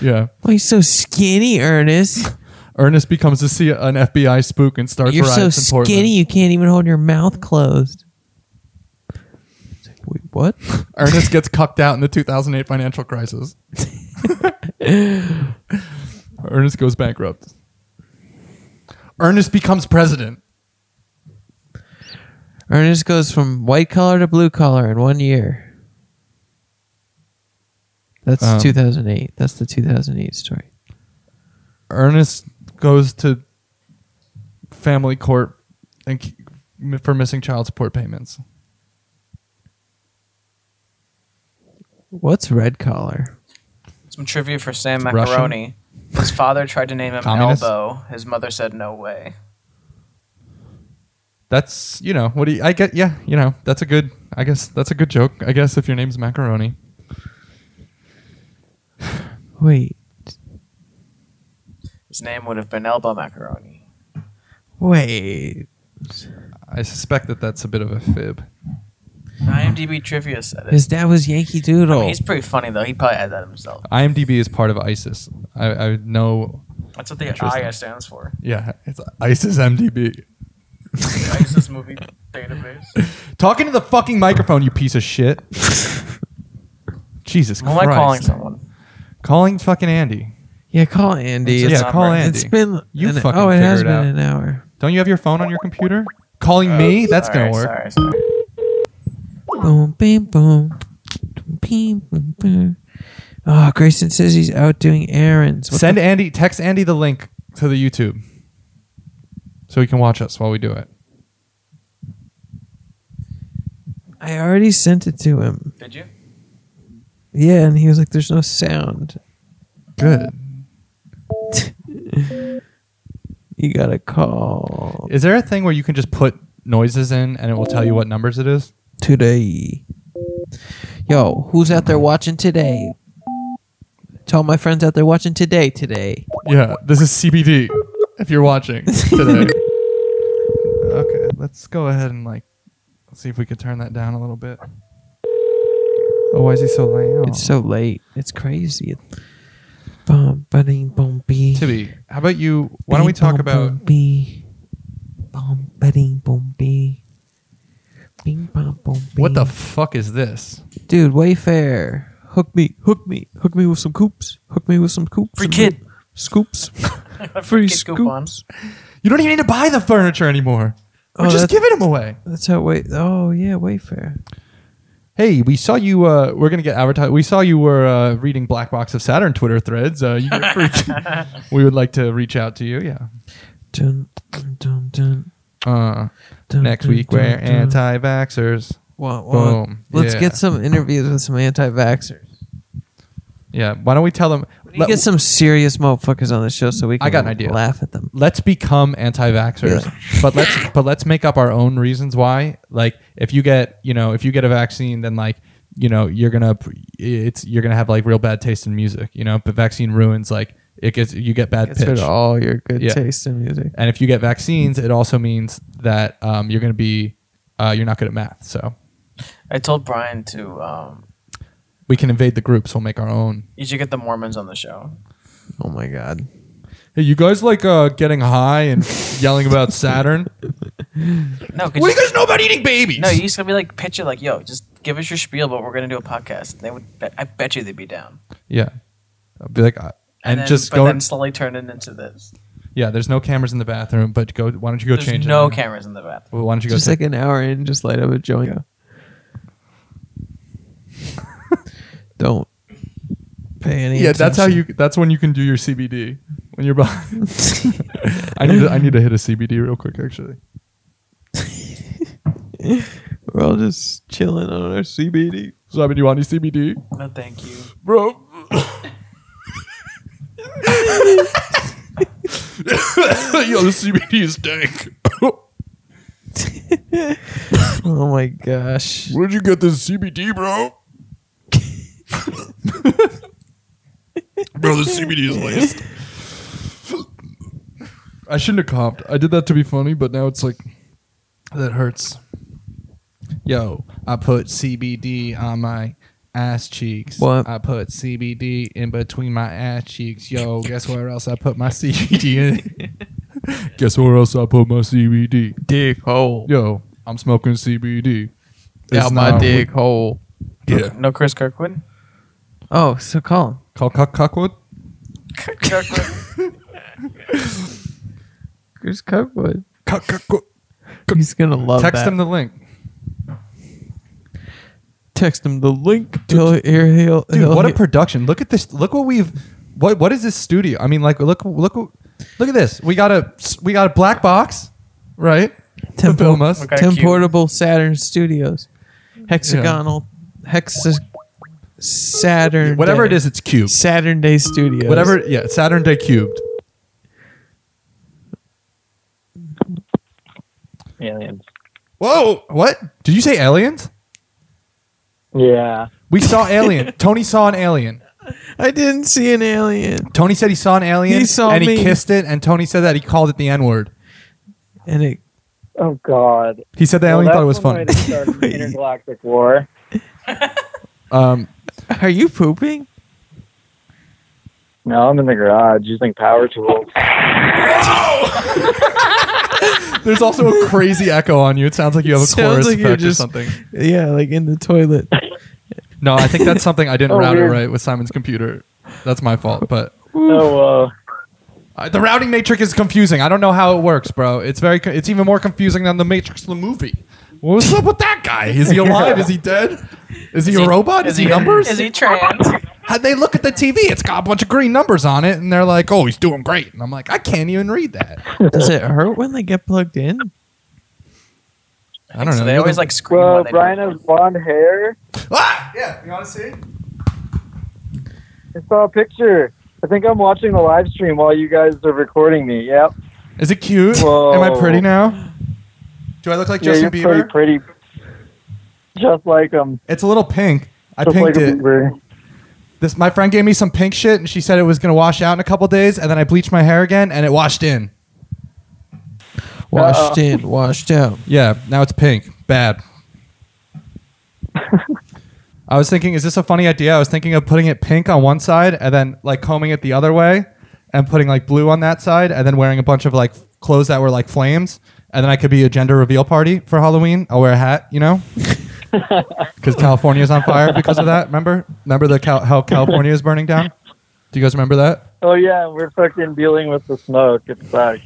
[SPEAKER 2] Yeah.
[SPEAKER 1] Why you so skinny, Ernest?
[SPEAKER 2] Ernest becomes a C- an FBI spook and starts
[SPEAKER 1] You're so
[SPEAKER 2] riots in Portland.
[SPEAKER 1] skinny you can't even hold your mouth closed. It's like, Wait, what?
[SPEAKER 2] Ernest gets cucked out in the 2008 financial crisis. Ernest goes bankrupt. Ernest becomes president.
[SPEAKER 1] Ernest goes from white collar to blue collar in one year. That's
[SPEAKER 2] Um,
[SPEAKER 1] 2008. That's the 2008 story.
[SPEAKER 2] Ernest goes to family court and c- for missing child support payments.
[SPEAKER 1] What's red collar?
[SPEAKER 3] Some trivia for Sam
[SPEAKER 2] Russian?
[SPEAKER 3] Macaroni. His father tried to name him
[SPEAKER 2] Communist?
[SPEAKER 3] Elbow. His mother said no way.
[SPEAKER 2] That's you know what do you, I get? Yeah, you know that's a good. I guess that's a good joke. I guess if your name's macaroni,
[SPEAKER 1] Wait,
[SPEAKER 3] His name would have been Elbow Macaroni.
[SPEAKER 1] wait.
[SPEAKER 2] I suspect that that's a bit of a fib.
[SPEAKER 3] IMDb trivia said it.
[SPEAKER 1] His dad was Yankee
[SPEAKER 3] I mean,
[SPEAKER 1] Doodle.
[SPEAKER 3] he's pretty funny though. He probably had that himself.
[SPEAKER 2] IMDb is part of ISIS. I, I know.
[SPEAKER 3] That's what the
[SPEAKER 2] Interesting.
[SPEAKER 3] IA stands for.
[SPEAKER 2] Yeah, it's ISIS MDB.
[SPEAKER 3] The ISIS movie database.
[SPEAKER 2] Talking to the fucking microphone, you piece of shit. Jesus
[SPEAKER 3] Who am I
[SPEAKER 2] Christ.
[SPEAKER 3] calling someone?
[SPEAKER 2] Calling fucking Andy.
[SPEAKER 1] yeah, call Andy.
[SPEAKER 3] It's
[SPEAKER 1] It's,
[SPEAKER 3] his
[SPEAKER 2] yeah, call
[SPEAKER 3] number.
[SPEAKER 2] Andy.
[SPEAKER 1] it's been
[SPEAKER 2] You
[SPEAKER 1] an,
[SPEAKER 2] fucking
[SPEAKER 1] oh, it
[SPEAKER 2] figure
[SPEAKER 1] has
[SPEAKER 2] it
[SPEAKER 1] been
[SPEAKER 2] out.
[SPEAKER 1] an hour.
[SPEAKER 2] Don't you have your phone on your computer? Calling me? That's
[SPEAKER 3] Oh, Sorry,
[SPEAKER 2] gonna work.
[SPEAKER 3] Sorry, sorry.
[SPEAKER 1] Boom, bam, boom, boom, boom, boom. Oh, Grayson says he's out doing errands. What
[SPEAKER 2] Send Andy, text Andy the link to the YouTube so he can watch us while we do it.
[SPEAKER 1] the- I already sent it to him.
[SPEAKER 3] Did you?
[SPEAKER 1] Yeah, and he was like, "There's no sound.
[SPEAKER 2] Good.
[SPEAKER 1] You gotta call
[SPEAKER 2] Is there a thing where you can just put noises in and it will tell you what numbers it is?
[SPEAKER 1] today." Yo, who's out there watching today? Tell my friends out there watching today. Today,
[SPEAKER 2] Yeah, this is CBD. If you're watching today. okay, let's go ahead and like see if we could turn that down a little bit. Oh, why is he so loud?
[SPEAKER 1] it's so late. It's crazy. Bum, ba-ding, bum, bee.
[SPEAKER 2] Tibby. How about you? Why don't we talk about?
[SPEAKER 1] Bing, bom, bom, bee. Bom, ba-ding, bom, bee. Bing, bom, bom,
[SPEAKER 2] What the
[SPEAKER 1] bing.
[SPEAKER 2] fuck is this?
[SPEAKER 1] dude? Wayfair, hook me, hook me, hook me with some coops, hook me with some coops,
[SPEAKER 3] Free
[SPEAKER 1] some
[SPEAKER 3] kid.
[SPEAKER 1] scoops,
[SPEAKER 3] Free
[SPEAKER 1] free
[SPEAKER 3] kid coupon.
[SPEAKER 1] scoops.
[SPEAKER 2] You don't even need to buy the furniture anymore. We're
[SPEAKER 1] Oh,
[SPEAKER 2] just
[SPEAKER 1] that's-
[SPEAKER 2] giving them away.
[SPEAKER 1] That's how wait. Oh yeah, Wayfair.
[SPEAKER 2] Hey, we saw you. Uh, we're gonna get advertised. We saw you were uh, reading Black Box of Saturn Twitter threads. Uh, you get free- we would like to reach out to you. Yeah.
[SPEAKER 1] Dun, dun, dun,
[SPEAKER 2] Uh,
[SPEAKER 1] dun,
[SPEAKER 2] next
[SPEAKER 1] dun,
[SPEAKER 2] week,
[SPEAKER 1] dun,
[SPEAKER 2] we're
[SPEAKER 1] dun.
[SPEAKER 2] anti-vaxxers.
[SPEAKER 1] Wah, wah.
[SPEAKER 2] Boom.
[SPEAKER 1] Let's
[SPEAKER 2] Yeah.
[SPEAKER 1] get some interviews with some anti-vaxxers.
[SPEAKER 2] Yeah. Why don't we tell them?
[SPEAKER 1] We get some serious motherfuckers on the show so we can
[SPEAKER 2] I got an idea.
[SPEAKER 1] laugh at them.
[SPEAKER 2] let's become anti-vaxxers, but let's but let's make up our own reasons why. Like, if you get you know if you get a vaccine, then like you know you're gonna p- it's you're gonna have like real bad taste in music. You know, but vaccine ruins like it gets you get bad
[SPEAKER 1] Gets rid
[SPEAKER 2] pitch.
[SPEAKER 1] of all your good
[SPEAKER 2] Yeah.
[SPEAKER 1] taste in music.
[SPEAKER 2] And if you get vaccines, it also means that um, you're gonna be uh, you're not good at math. So
[SPEAKER 3] I told Brian to. Um,
[SPEAKER 2] we can invade the groups. We'll make our own.
[SPEAKER 3] you should get the Mormons on the show.
[SPEAKER 1] Oh my god.
[SPEAKER 2] Hey, you guys like uh, getting high and yelling about Saturn?
[SPEAKER 3] No, could
[SPEAKER 2] what do
[SPEAKER 3] you,
[SPEAKER 2] you guys know about eating babies?
[SPEAKER 3] no, you used to be like pitch it like, yo, just give us your spiel, but we're gonna do a podcast. They would. Bet, I bet you they'd be down.
[SPEAKER 2] yeah. I'll be like, uh, and,
[SPEAKER 3] then,
[SPEAKER 2] just
[SPEAKER 3] but
[SPEAKER 2] go.
[SPEAKER 3] then slowly turn it into this.
[SPEAKER 2] Yeah, there's no cameras in the bathroom, but go. Why don't you go
[SPEAKER 3] There's
[SPEAKER 2] change?
[SPEAKER 3] no
[SPEAKER 2] it?
[SPEAKER 3] cameras in the bathroom.
[SPEAKER 2] Well, why don't you go?
[SPEAKER 1] Just
[SPEAKER 2] take-
[SPEAKER 1] like an hour in, just light up a joint. Don't pay any.
[SPEAKER 2] yeah, that's how you.
[SPEAKER 1] attention.
[SPEAKER 2] That's when you can do your CBD when you're behind. I need. To, I need to hit a CBD real quick, actually.
[SPEAKER 1] We're all just chilling on our CBD.
[SPEAKER 2] So I mean, you want any CBD,
[SPEAKER 3] No, thank you.
[SPEAKER 2] bro? Yo, the CBD is dank.
[SPEAKER 1] Oh my gosh.
[SPEAKER 2] Where'd you get this CBD, bro? bro, the CBD is laced. I shouldn't have coughed. I did that to be funny, but now it's like that hurts. Yo, I put CBD on my ass cheeks.
[SPEAKER 1] What?
[SPEAKER 2] I put CBD in between my ass cheeks. Yo, guess where else I put my CBD in? guess where else I put my CBD?
[SPEAKER 1] Dick hole.
[SPEAKER 2] Yo, I'm smoking CBD.
[SPEAKER 1] Out
[SPEAKER 2] It's
[SPEAKER 1] my
[SPEAKER 2] not-
[SPEAKER 1] dick hole.
[SPEAKER 2] Yeah.
[SPEAKER 3] No Chris Kirkwood?
[SPEAKER 1] Oh, so Colin.
[SPEAKER 2] Call cock cockwood.
[SPEAKER 3] Kirkwood.
[SPEAKER 1] Chris Kirkwood.
[SPEAKER 2] Cock cockwood.
[SPEAKER 1] He's gonna love
[SPEAKER 2] Text
[SPEAKER 1] that.
[SPEAKER 2] him the link.
[SPEAKER 1] Text him the link. He'll, he'll, he'll,
[SPEAKER 2] Dude,
[SPEAKER 1] he'll
[SPEAKER 2] what a
[SPEAKER 1] hear-
[SPEAKER 2] production! Look at this. Look what we've. What what is this studio? I mean, like look look look at this. We got a we got a black box, right? To
[SPEAKER 1] Temple-
[SPEAKER 2] film us.
[SPEAKER 3] Okay. Kinda
[SPEAKER 1] Tim
[SPEAKER 3] cute.
[SPEAKER 1] Portable Saturn Studios, hexagonal, hexa Saturn,
[SPEAKER 2] Whatever it is, it's cubed.
[SPEAKER 1] Saturn Day Studios.
[SPEAKER 2] Whatever. Yeah, Saturn Day cubed.
[SPEAKER 6] Aliens.
[SPEAKER 2] Whoa! What did you say? Aliens?
[SPEAKER 6] Yeah.
[SPEAKER 2] We saw alien. Tony saw an alien.
[SPEAKER 1] I didn't see an alien,
[SPEAKER 2] Tony said he saw an alien.
[SPEAKER 1] He saw
[SPEAKER 2] and
[SPEAKER 1] me.
[SPEAKER 2] he kissed it. And Tony said that he called it the N word.
[SPEAKER 1] and it
[SPEAKER 6] Oh God.
[SPEAKER 2] He said the
[SPEAKER 6] Well,
[SPEAKER 2] alien
[SPEAKER 6] that's
[SPEAKER 2] thought it was
[SPEAKER 6] one
[SPEAKER 2] funny.
[SPEAKER 6] way to start an intergalactic war.
[SPEAKER 2] Um,
[SPEAKER 1] Are you pooping?
[SPEAKER 6] No, I'm in the garage using power tools.
[SPEAKER 2] there's also a crazy echo on you. It sounds like you have a
[SPEAKER 1] Sounds
[SPEAKER 2] chorus
[SPEAKER 1] like you're
[SPEAKER 2] effect
[SPEAKER 1] just-
[SPEAKER 2] or something.
[SPEAKER 1] Yeah, like in the toilet.
[SPEAKER 2] No, I think that's something I didn't
[SPEAKER 6] Oh,
[SPEAKER 2] route it
[SPEAKER 6] weird.
[SPEAKER 2] right with Simon's computer. That's my fault. But
[SPEAKER 6] So uh,
[SPEAKER 2] Uh, the routing matrix is confusing. I don't know how it works, bro. It's very. co- It's even more confusing than the Matrix the movie. What's up with that guy? Is he alive? Is he dead? Is he a robot? Is, he, numbers?
[SPEAKER 3] Is he trans?
[SPEAKER 2] How'd they look at the TV? It's got a bunch of green numbers on it, and they're like, "Oh, he's doing great." And I'm like, I can't even read that.
[SPEAKER 1] Does it hurt when they get plugged in?
[SPEAKER 2] I don't know.
[SPEAKER 3] So they
[SPEAKER 2] You're
[SPEAKER 3] always
[SPEAKER 2] the-
[SPEAKER 3] like scream.
[SPEAKER 6] well,
[SPEAKER 3] when they do
[SPEAKER 6] Brian
[SPEAKER 3] it.
[SPEAKER 6] has blonde hair.
[SPEAKER 2] Ah! Yeah, you want to see?
[SPEAKER 6] I saw a picture. I think I'm watching the live stream while you guys are recording me. Yep.
[SPEAKER 2] Is it cute?
[SPEAKER 6] Whoa.
[SPEAKER 2] Am I pretty now? Do I look like Justin
[SPEAKER 6] yeah, you're
[SPEAKER 2] Bieber?
[SPEAKER 6] pretty, pretty. Just like him.
[SPEAKER 2] It's a little pink. I
[SPEAKER 6] Just like
[SPEAKER 2] pinked
[SPEAKER 6] a
[SPEAKER 2] it.
[SPEAKER 6] Bieber.
[SPEAKER 2] This my friend gave me some pink shit, and she said it was gonna wash out in a couple days, and then I bleached my hair again, and it washed in.
[SPEAKER 1] Washed in, washed out.
[SPEAKER 2] Yeah, now it's pink. Bad. I was thinking, is this a funny idea? I was thinking of putting it pink on one side and then like combing it the other way and putting like blue on that side and then wearing a bunch of like clothes that were like flames. And then I could be a gender reveal party for Halloween. I'll wear a hat, you know? Because California's on fire because of that. Remember? Remember the Cal- how California is burning down? Do you guys remember that?
[SPEAKER 6] Oh yeah, we're fucking dealing with the smoke. It sucks.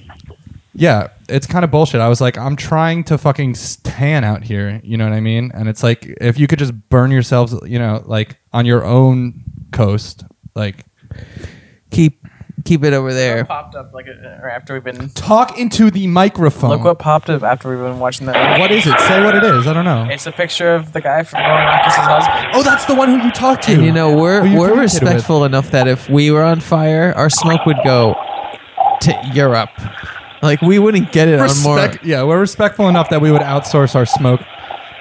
[SPEAKER 2] Yeah, it's kind of bullshit. I was like, I'm trying to fucking tan out here. You know what I mean? And it's like, if you could just burn yourselves, you know, like on your own coast, like
[SPEAKER 1] Keep keep it over there.
[SPEAKER 3] popped up like uh, or after we've been
[SPEAKER 2] talk into the microphone.
[SPEAKER 3] look what popped up after we've been watching that.
[SPEAKER 2] Oh. what is it? Say what it is. I don't know.
[SPEAKER 3] It's a picture of the guy from Romanakis' husband.
[SPEAKER 2] Oh, that's the one who you talked to.
[SPEAKER 1] And you know we're
[SPEAKER 2] Who you
[SPEAKER 1] we're
[SPEAKER 2] communicated with.
[SPEAKER 1] respectful enough that if we were on fire, our smoke would go to Europe. Like we wouldn't get it on more.
[SPEAKER 2] Respect- yeah, we're respectful enough that we would outsource our smoke.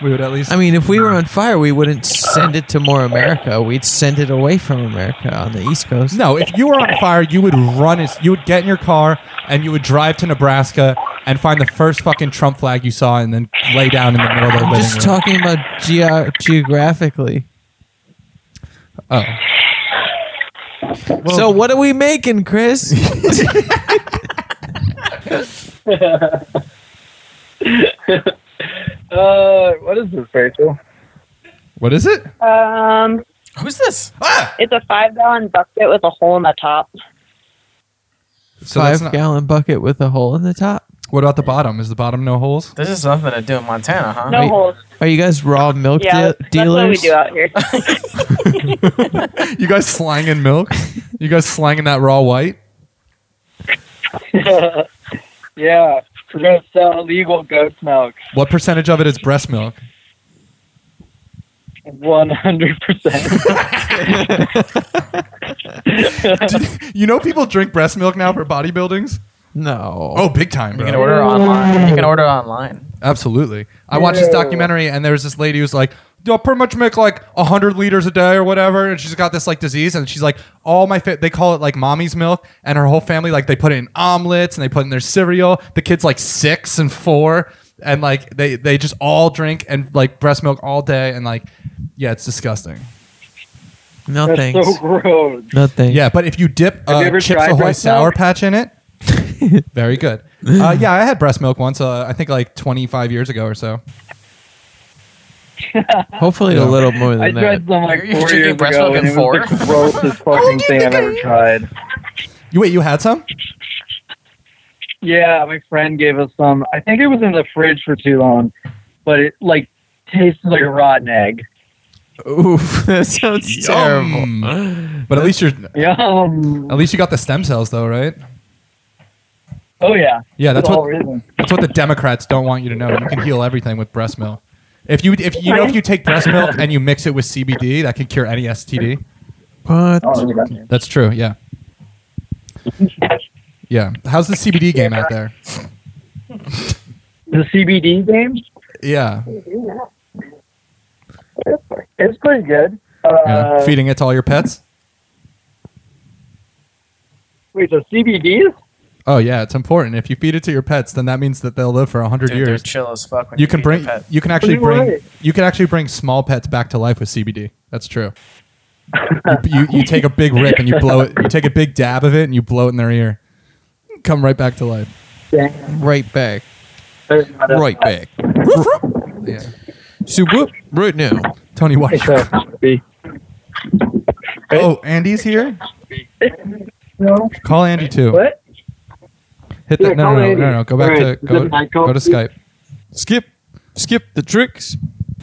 [SPEAKER 2] We would at least.
[SPEAKER 1] I mean, if we were on fire, we wouldn't send it to more America. We'd send it away from America on the East Coast.
[SPEAKER 2] No, if you were on fire, you would run. As, you would get in your car and you would drive to Nebraska and find the first fucking Trump flag you saw, and then lay down in the middle of the
[SPEAKER 1] I'm
[SPEAKER 2] living
[SPEAKER 1] just
[SPEAKER 2] room.
[SPEAKER 1] talking about geo geographically.
[SPEAKER 2] Oh. Well,
[SPEAKER 1] so what are we making, Chris?
[SPEAKER 6] Uh, what is this, Rachel?
[SPEAKER 2] what is it?
[SPEAKER 7] Um,
[SPEAKER 3] Who's this?
[SPEAKER 2] Ah!
[SPEAKER 7] it's a five gallon bucket with a hole in the top.
[SPEAKER 2] So that's
[SPEAKER 1] Five
[SPEAKER 2] not-
[SPEAKER 1] gallon bucket with a hole in the top.
[SPEAKER 2] what about the bottom? Is the bottom no holes?
[SPEAKER 3] This is something to do in Montana, huh?
[SPEAKER 7] No
[SPEAKER 1] Wait.
[SPEAKER 7] holes.
[SPEAKER 1] Are you guys raw milk
[SPEAKER 7] Yeah,
[SPEAKER 1] de-
[SPEAKER 7] that's- that's what we
[SPEAKER 1] dealers?
[SPEAKER 7] do out here.
[SPEAKER 2] You guys slanging milk? You guys slanging that raw white?
[SPEAKER 6] yeah, we're gonna sell illegal goat's milk.
[SPEAKER 2] What percentage of it is breast milk?
[SPEAKER 6] One hundred percent.
[SPEAKER 2] You know, people drink breast milk now for bodybuildings.
[SPEAKER 1] No.
[SPEAKER 2] Oh, big time,
[SPEAKER 3] You
[SPEAKER 2] bro.
[SPEAKER 3] can order online. You can order online.
[SPEAKER 2] Absolutely. I watched this
[SPEAKER 6] Ew.
[SPEAKER 2] documentary and there was this lady who's like, "Do I pretty much make like 100 liters a day or whatever?" And she's got this like disease and she's like, "All my fa- they call it like mommy's milk." And her whole family like they put it in omelets and they put it in their cereal. The kids like 6 and 4 and like they they just all drink and like breast milk all day and like yeah, it's disgusting.
[SPEAKER 1] No
[SPEAKER 6] That's
[SPEAKER 1] thanks.
[SPEAKER 6] so gross.
[SPEAKER 1] no thanks.
[SPEAKER 2] Yeah, but if you dip
[SPEAKER 6] Have
[SPEAKER 2] uh,
[SPEAKER 6] you ever
[SPEAKER 2] Chips
[SPEAKER 6] tried
[SPEAKER 2] Ahoy
[SPEAKER 6] breast
[SPEAKER 2] Sour
[SPEAKER 6] milk?
[SPEAKER 2] Patch in it, very good. Uh, yeah, I had breast milk once. Uh, I think like 25 years ago or so.
[SPEAKER 1] Hopefully
[SPEAKER 2] Yeah.
[SPEAKER 1] a little more
[SPEAKER 6] I
[SPEAKER 1] than that.
[SPEAKER 6] tried some like
[SPEAKER 3] You're- you're
[SPEAKER 6] four
[SPEAKER 3] drinking
[SPEAKER 6] years
[SPEAKER 3] breast
[SPEAKER 6] ago,
[SPEAKER 3] milk
[SPEAKER 6] and it
[SPEAKER 3] at
[SPEAKER 6] was the grossest fucking thing I've ever tried.
[SPEAKER 2] You wait, you had some?
[SPEAKER 6] Yeah, my friend gave us some. I think it was in the fridge for too long, but it like tasted like a rotten egg.
[SPEAKER 1] Oof, that sounds
[SPEAKER 2] Yum.
[SPEAKER 1] terrible.
[SPEAKER 2] But at least you're
[SPEAKER 6] Yum.
[SPEAKER 2] at least you got the stem cells though, right?
[SPEAKER 6] Oh yeah.
[SPEAKER 2] Yeah, that's
[SPEAKER 6] For all
[SPEAKER 2] what
[SPEAKER 6] reasons.
[SPEAKER 2] that's what the Democrats don't want you to know. You can heal everything with breast milk. If you if you know if you take breast milk and you mix it with CBD, that can cure E any STD.
[SPEAKER 1] What?
[SPEAKER 6] Oh, yeah.
[SPEAKER 2] That's true. Yeah. Yeah. How's the CBD game out there?
[SPEAKER 6] The CBD game.
[SPEAKER 2] Yeah.
[SPEAKER 6] It's pretty good. Uh,
[SPEAKER 2] yeah. Feeding it to all your pets?
[SPEAKER 6] Wait, so CBDs?
[SPEAKER 2] Oh yeah, it's important. If you feed it to your pets, then that means that they'll live for 100
[SPEAKER 3] Dude, they're
[SPEAKER 2] years.
[SPEAKER 3] chill as fuck. When
[SPEAKER 2] You can
[SPEAKER 3] feed your
[SPEAKER 2] bring
[SPEAKER 3] pet.
[SPEAKER 2] you can actually
[SPEAKER 6] What do you
[SPEAKER 2] bring
[SPEAKER 6] want?
[SPEAKER 2] you can actually bring small pets back to life with CBD. That's true. you, you you take a big rip and you blow it. You take a big dab of it and you blow it in their ear. Come right back to life.
[SPEAKER 6] Dang,
[SPEAKER 1] Right back.
[SPEAKER 6] there's not a-
[SPEAKER 1] Right back.
[SPEAKER 2] Yeah.
[SPEAKER 1] So whoop right now.
[SPEAKER 2] Tony White.
[SPEAKER 6] It's a-
[SPEAKER 2] Oh, Andy's here.
[SPEAKER 6] No.
[SPEAKER 2] Call Andy too.
[SPEAKER 6] What?
[SPEAKER 2] Hit
[SPEAKER 6] Yeah,
[SPEAKER 2] that. No,
[SPEAKER 6] call
[SPEAKER 2] no, no,
[SPEAKER 6] Andy.
[SPEAKER 2] no, no. Go back
[SPEAKER 6] Alright, is
[SPEAKER 2] to go,
[SPEAKER 6] it Michael?
[SPEAKER 2] go to Skype.
[SPEAKER 1] Skip, skip the tricks.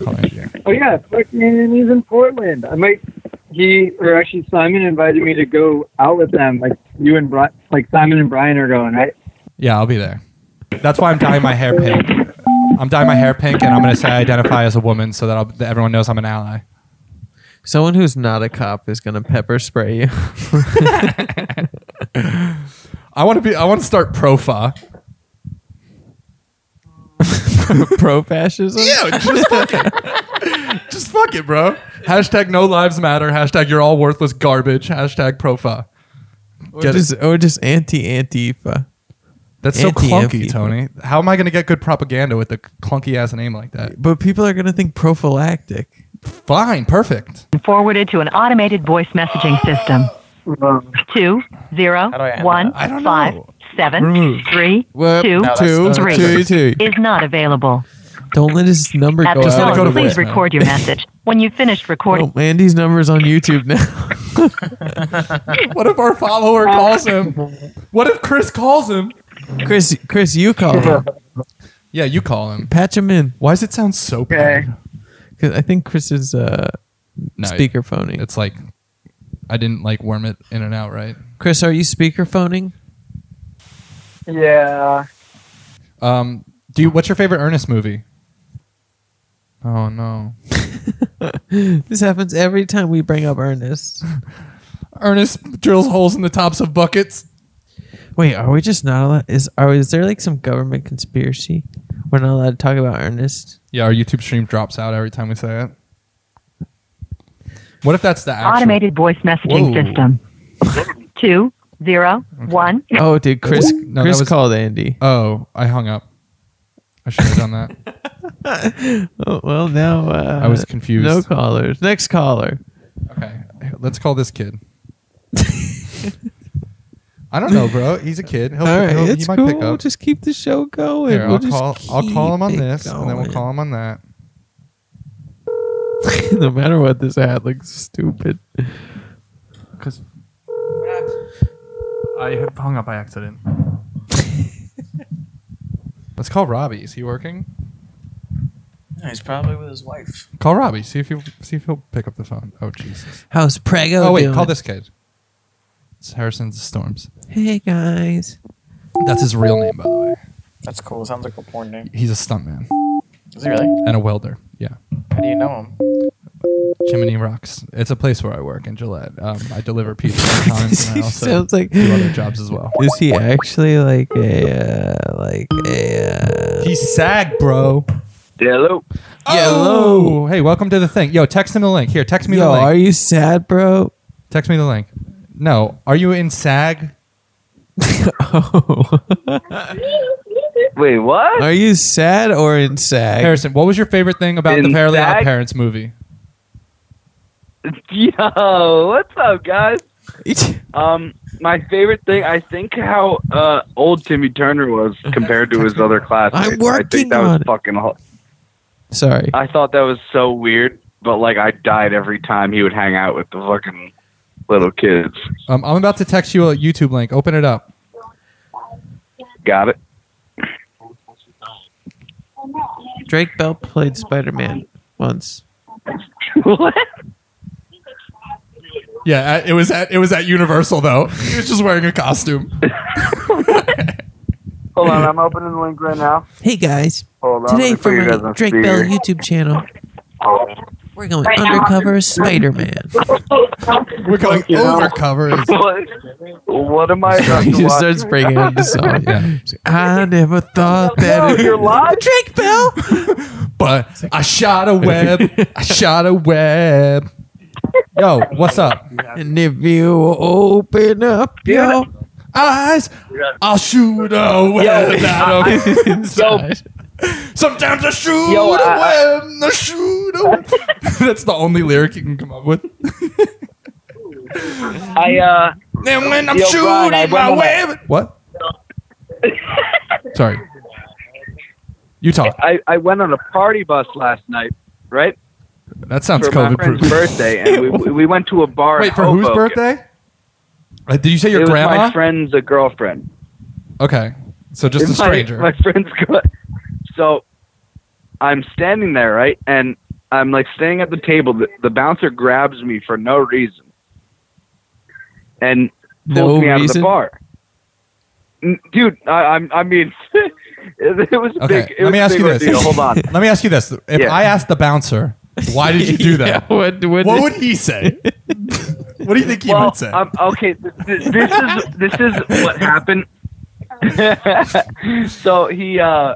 [SPEAKER 2] Call Andy.
[SPEAKER 6] Oh yeah, fucking he's in Portland. I might. He or actually Simon invited me to go out with them. Like you and Bri- like Simon and Brian are going. I
[SPEAKER 2] Yeah, I'll be there. That's why I'm dyeing my hair pink. I'm dyeing my hair pink, and I'm gonna say I identify as a woman so that, I'll, that everyone knows I'm an ally.
[SPEAKER 1] Someone who's not a cop is gonna pepper spray you.
[SPEAKER 2] I want to be. I want to start profa.
[SPEAKER 1] Pro fascism.
[SPEAKER 2] Yeah, just fuck it. just fuck it, bro. Hashtag no lives matter. Hashtag you're all worthless garbage. Hashtag profa.
[SPEAKER 1] Or
[SPEAKER 2] Get it.
[SPEAKER 1] just or just anti uh, Antifa.
[SPEAKER 2] That's so
[SPEAKER 1] Anti-Antifa.
[SPEAKER 2] clunky, Tony. How am I going to get good propaganda with a clunky ass name like that?
[SPEAKER 1] But people are gonna think prophylactic.
[SPEAKER 2] Fine, perfect.
[SPEAKER 8] forwarded to an automated voice messaging system.
[SPEAKER 6] um,
[SPEAKER 8] Two zero
[SPEAKER 3] How do I handle
[SPEAKER 8] one
[SPEAKER 2] I don't
[SPEAKER 8] five
[SPEAKER 2] know. Hmm.
[SPEAKER 8] seven
[SPEAKER 2] Remove.
[SPEAKER 8] three
[SPEAKER 1] Well,
[SPEAKER 8] two
[SPEAKER 3] No, that's-
[SPEAKER 1] two,
[SPEAKER 3] that's-
[SPEAKER 8] three.
[SPEAKER 1] two, two.
[SPEAKER 8] is not available.
[SPEAKER 1] Don't let his number
[SPEAKER 8] At
[SPEAKER 1] go
[SPEAKER 8] the
[SPEAKER 2] Just let it
[SPEAKER 1] out.
[SPEAKER 2] go
[SPEAKER 8] tone,
[SPEAKER 2] to
[SPEAKER 8] please
[SPEAKER 2] voicemail.
[SPEAKER 8] record your message. When you've finished recording,
[SPEAKER 1] Oh, Andy's number's on YouTube now.
[SPEAKER 2] What if our follower calls him? What if Chris calls him?
[SPEAKER 1] Chris, Chris, you call him.
[SPEAKER 2] Yeah, you call him.
[SPEAKER 1] Patch him in.
[SPEAKER 2] Why does it sound so bad?
[SPEAKER 1] Cause I think Chris is uh,
[SPEAKER 2] No,
[SPEAKER 1] speaker phoning.
[SPEAKER 2] It's like I didn't like worm it in and out right.
[SPEAKER 1] Chris, are you speaker phoning?
[SPEAKER 6] yeah.
[SPEAKER 2] Um, do you? What's your favorite Ernest movie? Oh no,
[SPEAKER 1] This happens every time we bring up Ernest.
[SPEAKER 2] Ernest drills holes in the tops of buckets.
[SPEAKER 1] Wait, are we just not allowed? Is are is there like some government conspiracy? We're not allowed to talk about Ernest.
[SPEAKER 2] Yeah, our YouTube stream drops out every time we say it. What if that's the actual?
[SPEAKER 8] automated voice messaging
[SPEAKER 2] Whoa.
[SPEAKER 8] system. Two zero one.
[SPEAKER 1] Oh, dude, Chris,
[SPEAKER 2] No,
[SPEAKER 1] Chris
[SPEAKER 2] that was-
[SPEAKER 1] called Andy.
[SPEAKER 2] Oh, I hung up. I should have done that.
[SPEAKER 1] Oh, well, now uh,
[SPEAKER 2] I was confused.
[SPEAKER 1] No callers. Next caller.
[SPEAKER 2] Okay, let's call this kid. I don't know, bro. He's a kid. He'll,
[SPEAKER 1] All right,
[SPEAKER 2] he'll- he
[SPEAKER 1] it's
[SPEAKER 2] might
[SPEAKER 1] cool.
[SPEAKER 2] pick up.
[SPEAKER 1] Just keep the show going.
[SPEAKER 2] Here,
[SPEAKER 1] We'll
[SPEAKER 2] I'll
[SPEAKER 1] just
[SPEAKER 2] call. I'll call him on
[SPEAKER 1] keep it
[SPEAKER 2] this, and then we'll
[SPEAKER 1] going.
[SPEAKER 2] call him on that.
[SPEAKER 1] no matter what, this ad looks stupid.
[SPEAKER 2] Because I hung up by accident. Let's call Robbie. Is he working?
[SPEAKER 3] No, he's probably with his wife.
[SPEAKER 2] Call Robbie. See if you see if he'll pick up the phone. Oh Jesus!
[SPEAKER 1] How's Prego?
[SPEAKER 2] Oh, wait,
[SPEAKER 1] doing?
[SPEAKER 2] call this kid. It's Harrison's Storms.
[SPEAKER 1] Hey guys.
[SPEAKER 2] That's his real name, by the way.
[SPEAKER 3] That's cool. Sounds like a porn name.
[SPEAKER 2] He's a stuntman
[SPEAKER 3] Is he really?
[SPEAKER 2] and a welder. Yeah,
[SPEAKER 3] How do you know him?
[SPEAKER 2] Jiminy Rocks. It's a place where I work in Gillette. Um, I deliver pizza sometimes, and
[SPEAKER 1] He
[SPEAKER 2] I also
[SPEAKER 1] sounds like.
[SPEAKER 2] do other jobs as well.
[SPEAKER 1] Is he actually like a uh, like a? Uh,
[SPEAKER 2] He's SAG, bro.
[SPEAKER 4] Hello.
[SPEAKER 2] Hello. hey, welcome to the thing. Yo, text him the link. Here, text me
[SPEAKER 1] Yo,
[SPEAKER 2] the link.
[SPEAKER 1] are you sad, bro?
[SPEAKER 2] Text me the link. No, are you in SAG?
[SPEAKER 1] Oh.
[SPEAKER 4] Wait, what?
[SPEAKER 1] Are you sad or in sag?
[SPEAKER 2] Harrison, what was your favorite thing about the
[SPEAKER 4] In
[SPEAKER 2] Fairly Odd
[SPEAKER 4] SAG?
[SPEAKER 2] Parents movie?
[SPEAKER 9] Yo, what's up, guys? Um, my favorite thing, I think, how uh, old Timmy Turner was compared to his other classmates.
[SPEAKER 1] I'm
[SPEAKER 9] I
[SPEAKER 1] working
[SPEAKER 9] think that
[SPEAKER 1] on
[SPEAKER 9] was
[SPEAKER 1] it.
[SPEAKER 9] fucking. hu-
[SPEAKER 1] Sorry.
[SPEAKER 9] I thought that was so weird, but like I died every time he would hang out with the fucking little kids.
[SPEAKER 2] Um, I'm about to text you a YouTube link. Open it up.
[SPEAKER 9] Got it?
[SPEAKER 1] Drake Bell played Spider Man once.
[SPEAKER 9] what?
[SPEAKER 2] Yeah, it was at it was at Universal though. He was just wearing a costume.
[SPEAKER 9] Hold on, I'm opening the link right now.
[SPEAKER 1] Hey guys,
[SPEAKER 9] Hold on.
[SPEAKER 1] today
[SPEAKER 9] let me put
[SPEAKER 1] from
[SPEAKER 9] you guys
[SPEAKER 1] my
[SPEAKER 9] on
[SPEAKER 1] Drake
[SPEAKER 9] speaker.
[SPEAKER 1] Bell YouTube channel, we're going undercover Spider Man.
[SPEAKER 2] We're going
[SPEAKER 9] you.
[SPEAKER 2] over covers.
[SPEAKER 9] What? What am I? about
[SPEAKER 1] he
[SPEAKER 9] to
[SPEAKER 1] just
[SPEAKER 9] watch?
[SPEAKER 1] starts bringing up the song. I never thought
[SPEAKER 9] No,
[SPEAKER 1] that.
[SPEAKER 9] you're live.
[SPEAKER 1] Drake Bell.
[SPEAKER 2] But I shot a web. I shot a web. Yo, what's up?
[SPEAKER 1] And if you open up your
[SPEAKER 2] Eyes, I'll shoot a web. out of-
[SPEAKER 1] inside,
[SPEAKER 2] Sometimes I shoot
[SPEAKER 9] Yo,
[SPEAKER 2] a
[SPEAKER 9] I-
[SPEAKER 2] web. I shoot a web. That's the only lyric you can come up with.
[SPEAKER 9] I uh.
[SPEAKER 5] Then when I'm
[SPEAKER 9] Yo,
[SPEAKER 5] shooting
[SPEAKER 9] Brian, I
[SPEAKER 5] my
[SPEAKER 9] went on
[SPEAKER 5] web,
[SPEAKER 2] What? Sorry. You talk.
[SPEAKER 9] I, I went on a party bus last night, right?
[SPEAKER 2] That sounds
[SPEAKER 9] for my
[SPEAKER 2] COVID
[SPEAKER 9] friend's
[SPEAKER 2] proof.
[SPEAKER 9] birthday, and we, we- we went to a bar.
[SPEAKER 2] Wait,
[SPEAKER 9] in
[SPEAKER 2] for whose
[SPEAKER 9] Hoboken.
[SPEAKER 2] birthday? Uh, did you say your
[SPEAKER 9] it was
[SPEAKER 2] grandma?
[SPEAKER 9] my friend's uh, girlfriend.
[SPEAKER 2] okay. So just
[SPEAKER 9] It
[SPEAKER 2] a
[SPEAKER 9] was my-
[SPEAKER 2] stranger.
[SPEAKER 9] My, friend's girl. So I'm standing there, right, and I'm like standing at the table. The, the bouncer grabs me for no reason, and
[SPEAKER 1] no
[SPEAKER 9] pulls me out of the
[SPEAKER 1] reason.
[SPEAKER 9] bar. N- Dude, I, I'm. I mean, it, it was a
[SPEAKER 2] Okay,
[SPEAKER 9] big. It
[SPEAKER 2] let
[SPEAKER 9] was
[SPEAKER 2] me
[SPEAKER 9] a
[SPEAKER 2] ask
[SPEAKER 9] big
[SPEAKER 2] you this.
[SPEAKER 9] ordeal. Hold on.
[SPEAKER 2] Let me ask you this. If
[SPEAKER 9] Yeah.
[SPEAKER 2] I asked the bouncer, why did you do that?
[SPEAKER 1] Yeah, what, what,
[SPEAKER 2] What would he say? what do you think he
[SPEAKER 9] well,
[SPEAKER 2] would say?
[SPEAKER 9] Um, okay, th- th- this is this is what happened. so he uh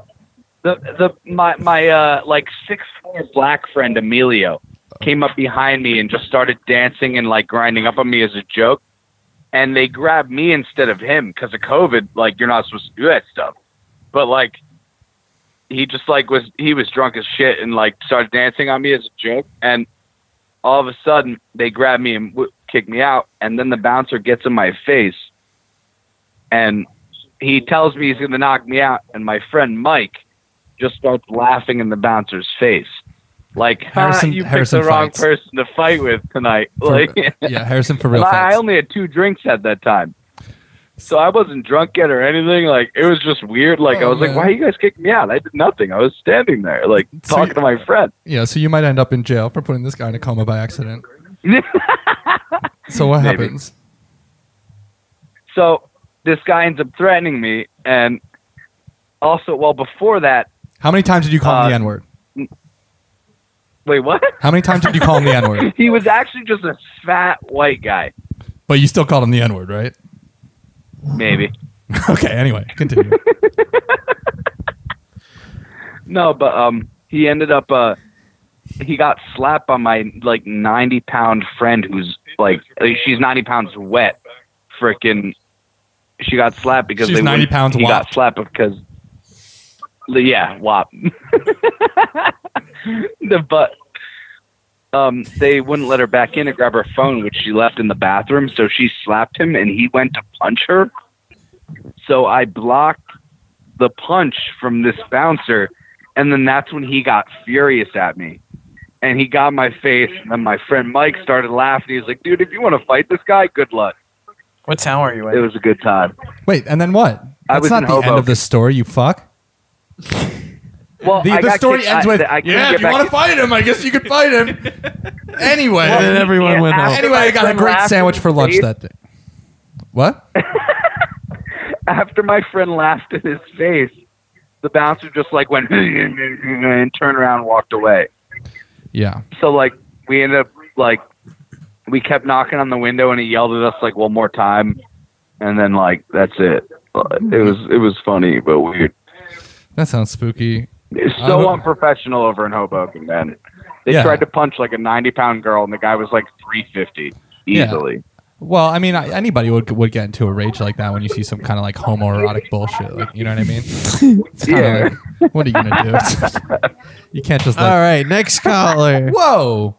[SPEAKER 9] the the my my uh like six four black friend Emilio came up behind me and just started dancing and like grinding up on me as a joke. And they grabbed me instead of him because of COVID. Like you're not supposed to do that stuff. But like he just like was he was drunk as shit and like started dancing on me as a joke. And all of a sudden they grab me and w- kick me out and then the bouncer gets in my face and he tells me he's going to knock me out and my friend mike just starts laughing in the bouncer's face like "Ha,
[SPEAKER 2] Harrison-
[SPEAKER 9] you
[SPEAKER 2] Harrison
[SPEAKER 9] picked the wrong
[SPEAKER 2] fights.
[SPEAKER 9] person to fight with tonight
[SPEAKER 2] For-
[SPEAKER 9] like
[SPEAKER 2] yeah, Harrison for real.
[SPEAKER 9] and I, I
[SPEAKER 2] facts.
[SPEAKER 9] only had two drinks at that time so i wasn't drunk yet or anything like it was just weird like i
[SPEAKER 2] Oh,
[SPEAKER 9] was
[SPEAKER 2] man.
[SPEAKER 9] like why are you guys kicking me out i did nothing i was standing there like
[SPEAKER 2] So
[SPEAKER 9] talking
[SPEAKER 2] you-
[SPEAKER 9] to my friend
[SPEAKER 2] yeah, so you might end up in jail for putting this guy in a coma by accident. So what
[SPEAKER 9] Maybe.
[SPEAKER 2] happens?
[SPEAKER 9] So this guy ends up threatening me, and also, well, before that,
[SPEAKER 2] How many times did you call him
[SPEAKER 9] Uh,
[SPEAKER 2] the N word?
[SPEAKER 9] wait, what?
[SPEAKER 2] How many times did you call him the N word?
[SPEAKER 9] he was actually just a fat white guy,
[SPEAKER 2] But you still called him the N word, right?
[SPEAKER 9] maybe.
[SPEAKER 2] okay, anyway, continue.
[SPEAKER 9] No, but um, he ended up uh, he got slapped by my like ninety pound friend who's like she's ninety pounds wet, frickin' She got slapped because
[SPEAKER 2] She's
[SPEAKER 9] they
[SPEAKER 2] 90
[SPEAKER 9] wouldn't-
[SPEAKER 2] pounds
[SPEAKER 9] He got
[SPEAKER 2] whopped.
[SPEAKER 9] slapped because. Yeah, wop. the butt. Um, they wouldn't let her back in to grab her phone, which she left in the bathroom. So she slapped him, and he went to punch her. So I blocked the punch from this bouncer, and then that's when he got furious at me. And he got in my face, and then my friend Mike started laughing. He was like, "Dude, if you want to fight this guy, good luck."
[SPEAKER 3] What town are you
[SPEAKER 9] It
[SPEAKER 3] in?
[SPEAKER 9] was a good time.
[SPEAKER 2] Wait, and then what?
[SPEAKER 9] I
[SPEAKER 2] That's
[SPEAKER 9] was
[SPEAKER 2] not
[SPEAKER 9] in
[SPEAKER 2] the end of
[SPEAKER 9] Hoboken.
[SPEAKER 2] the story, you fuck.
[SPEAKER 9] Well,
[SPEAKER 2] The,
[SPEAKER 9] I
[SPEAKER 2] the
[SPEAKER 9] got
[SPEAKER 2] story
[SPEAKER 9] kicked-
[SPEAKER 2] ends
[SPEAKER 9] I-
[SPEAKER 2] with,
[SPEAKER 9] I couldn't
[SPEAKER 2] yeah,
[SPEAKER 9] get
[SPEAKER 2] if you
[SPEAKER 9] back
[SPEAKER 2] want
[SPEAKER 9] in."
[SPEAKER 2] to fight him, I guess you could fight him. anyway.
[SPEAKER 1] And then everyone went
[SPEAKER 9] Yeah,
[SPEAKER 1] home.
[SPEAKER 9] after-
[SPEAKER 2] Anyway, I got a
[SPEAKER 9] friend
[SPEAKER 2] great
[SPEAKER 9] laughed
[SPEAKER 2] sandwich
[SPEAKER 9] in
[SPEAKER 2] for lunch
[SPEAKER 9] his face.
[SPEAKER 2] that day. What?
[SPEAKER 9] after my friend laughed in his face, the bouncer just like went and turned around and walked away.
[SPEAKER 2] Yeah.
[SPEAKER 9] So like we ended up like we kept knocking on the window and he yelled at us like one more time and then like that's it. It was it was funny but weird.
[SPEAKER 2] That sounds spooky.
[SPEAKER 9] It's
[SPEAKER 2] I'm
[SPEAKER 9] so
[SPEAKER 2] a-
[SPEAKER 9] unprofessional over in Hoboken, man. They
[SPEAKER 2] Yeah.
[SPEAKER 9] tried to punch like a ninety pound girl and the guy was like three fifty
[SPEAKER 2] Yeah.
[SPEAKER 9] easily.
[SPEAKER 2] Well, I mean, I, anybody would would get into a rage like that when you see some kind of like homoerotic bullshit. Like, you know what I mean? It's kinda
[SPEAKER 9] Yeah.
[SPEAKER 2] like, what are you gonna do? you can't just like.
[SPEAKER 1] All right, next caller.
[SPEAKER 2] Whoa.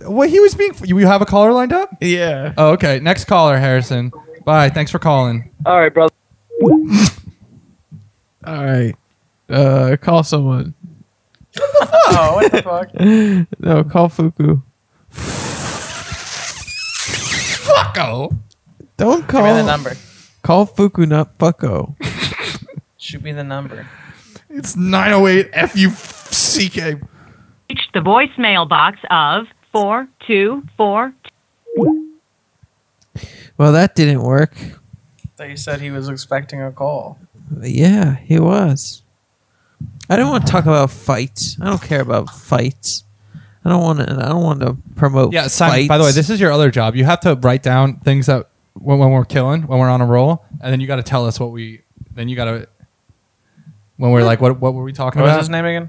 [SPEAKER 2] Well, he was being. You have a caller lined up?
[SPEAKER 1] Yeah.
[SPEAKER 2] Oh, okay. Next caller, Harrison. Bye. Thanks for calling.
[SPEAKER 9] All right, brother.
[SPEAKER 1] All right. Uh, call someone.
[SPEAKER 3] Oh, what the fuck?
[SPEAKER 1] no, call Fuku.
[SPEAKER 2] Fucko.
[SPEAKER 1] Don't
[SPEAKER 3] Give me the
[SPEAKER 1] call.
[SPEAKER 3] number.
[SPEAKER 1] Call Fuku, not Fucko.
[SPEAKER 3] Shoot me the number.
[SPEAKER 2] It's 908 FUCK.
[SPEAKER 8] Reach the voicemail box of 4242.
[SPEAKER 1] Well, that didn't work.
[SPEAKER 3] That you said he was expecting a call.
[SPEAKER 1] Yeah, he was. I don't want to talk about fights. I don't care about fights. I don't want to. I don't want to promote.
[SPEAKER 2] Yeah, Simon, by the way, this is your other job. You have to write down things that when, when we're killing, when we're on a roll, and then you got to tell us what we. Then you got to. When we're like, what, what were we talking
[SPEAKER 3] What was
[SPEAKER 2] about?
[SPEAKER 3] his name again?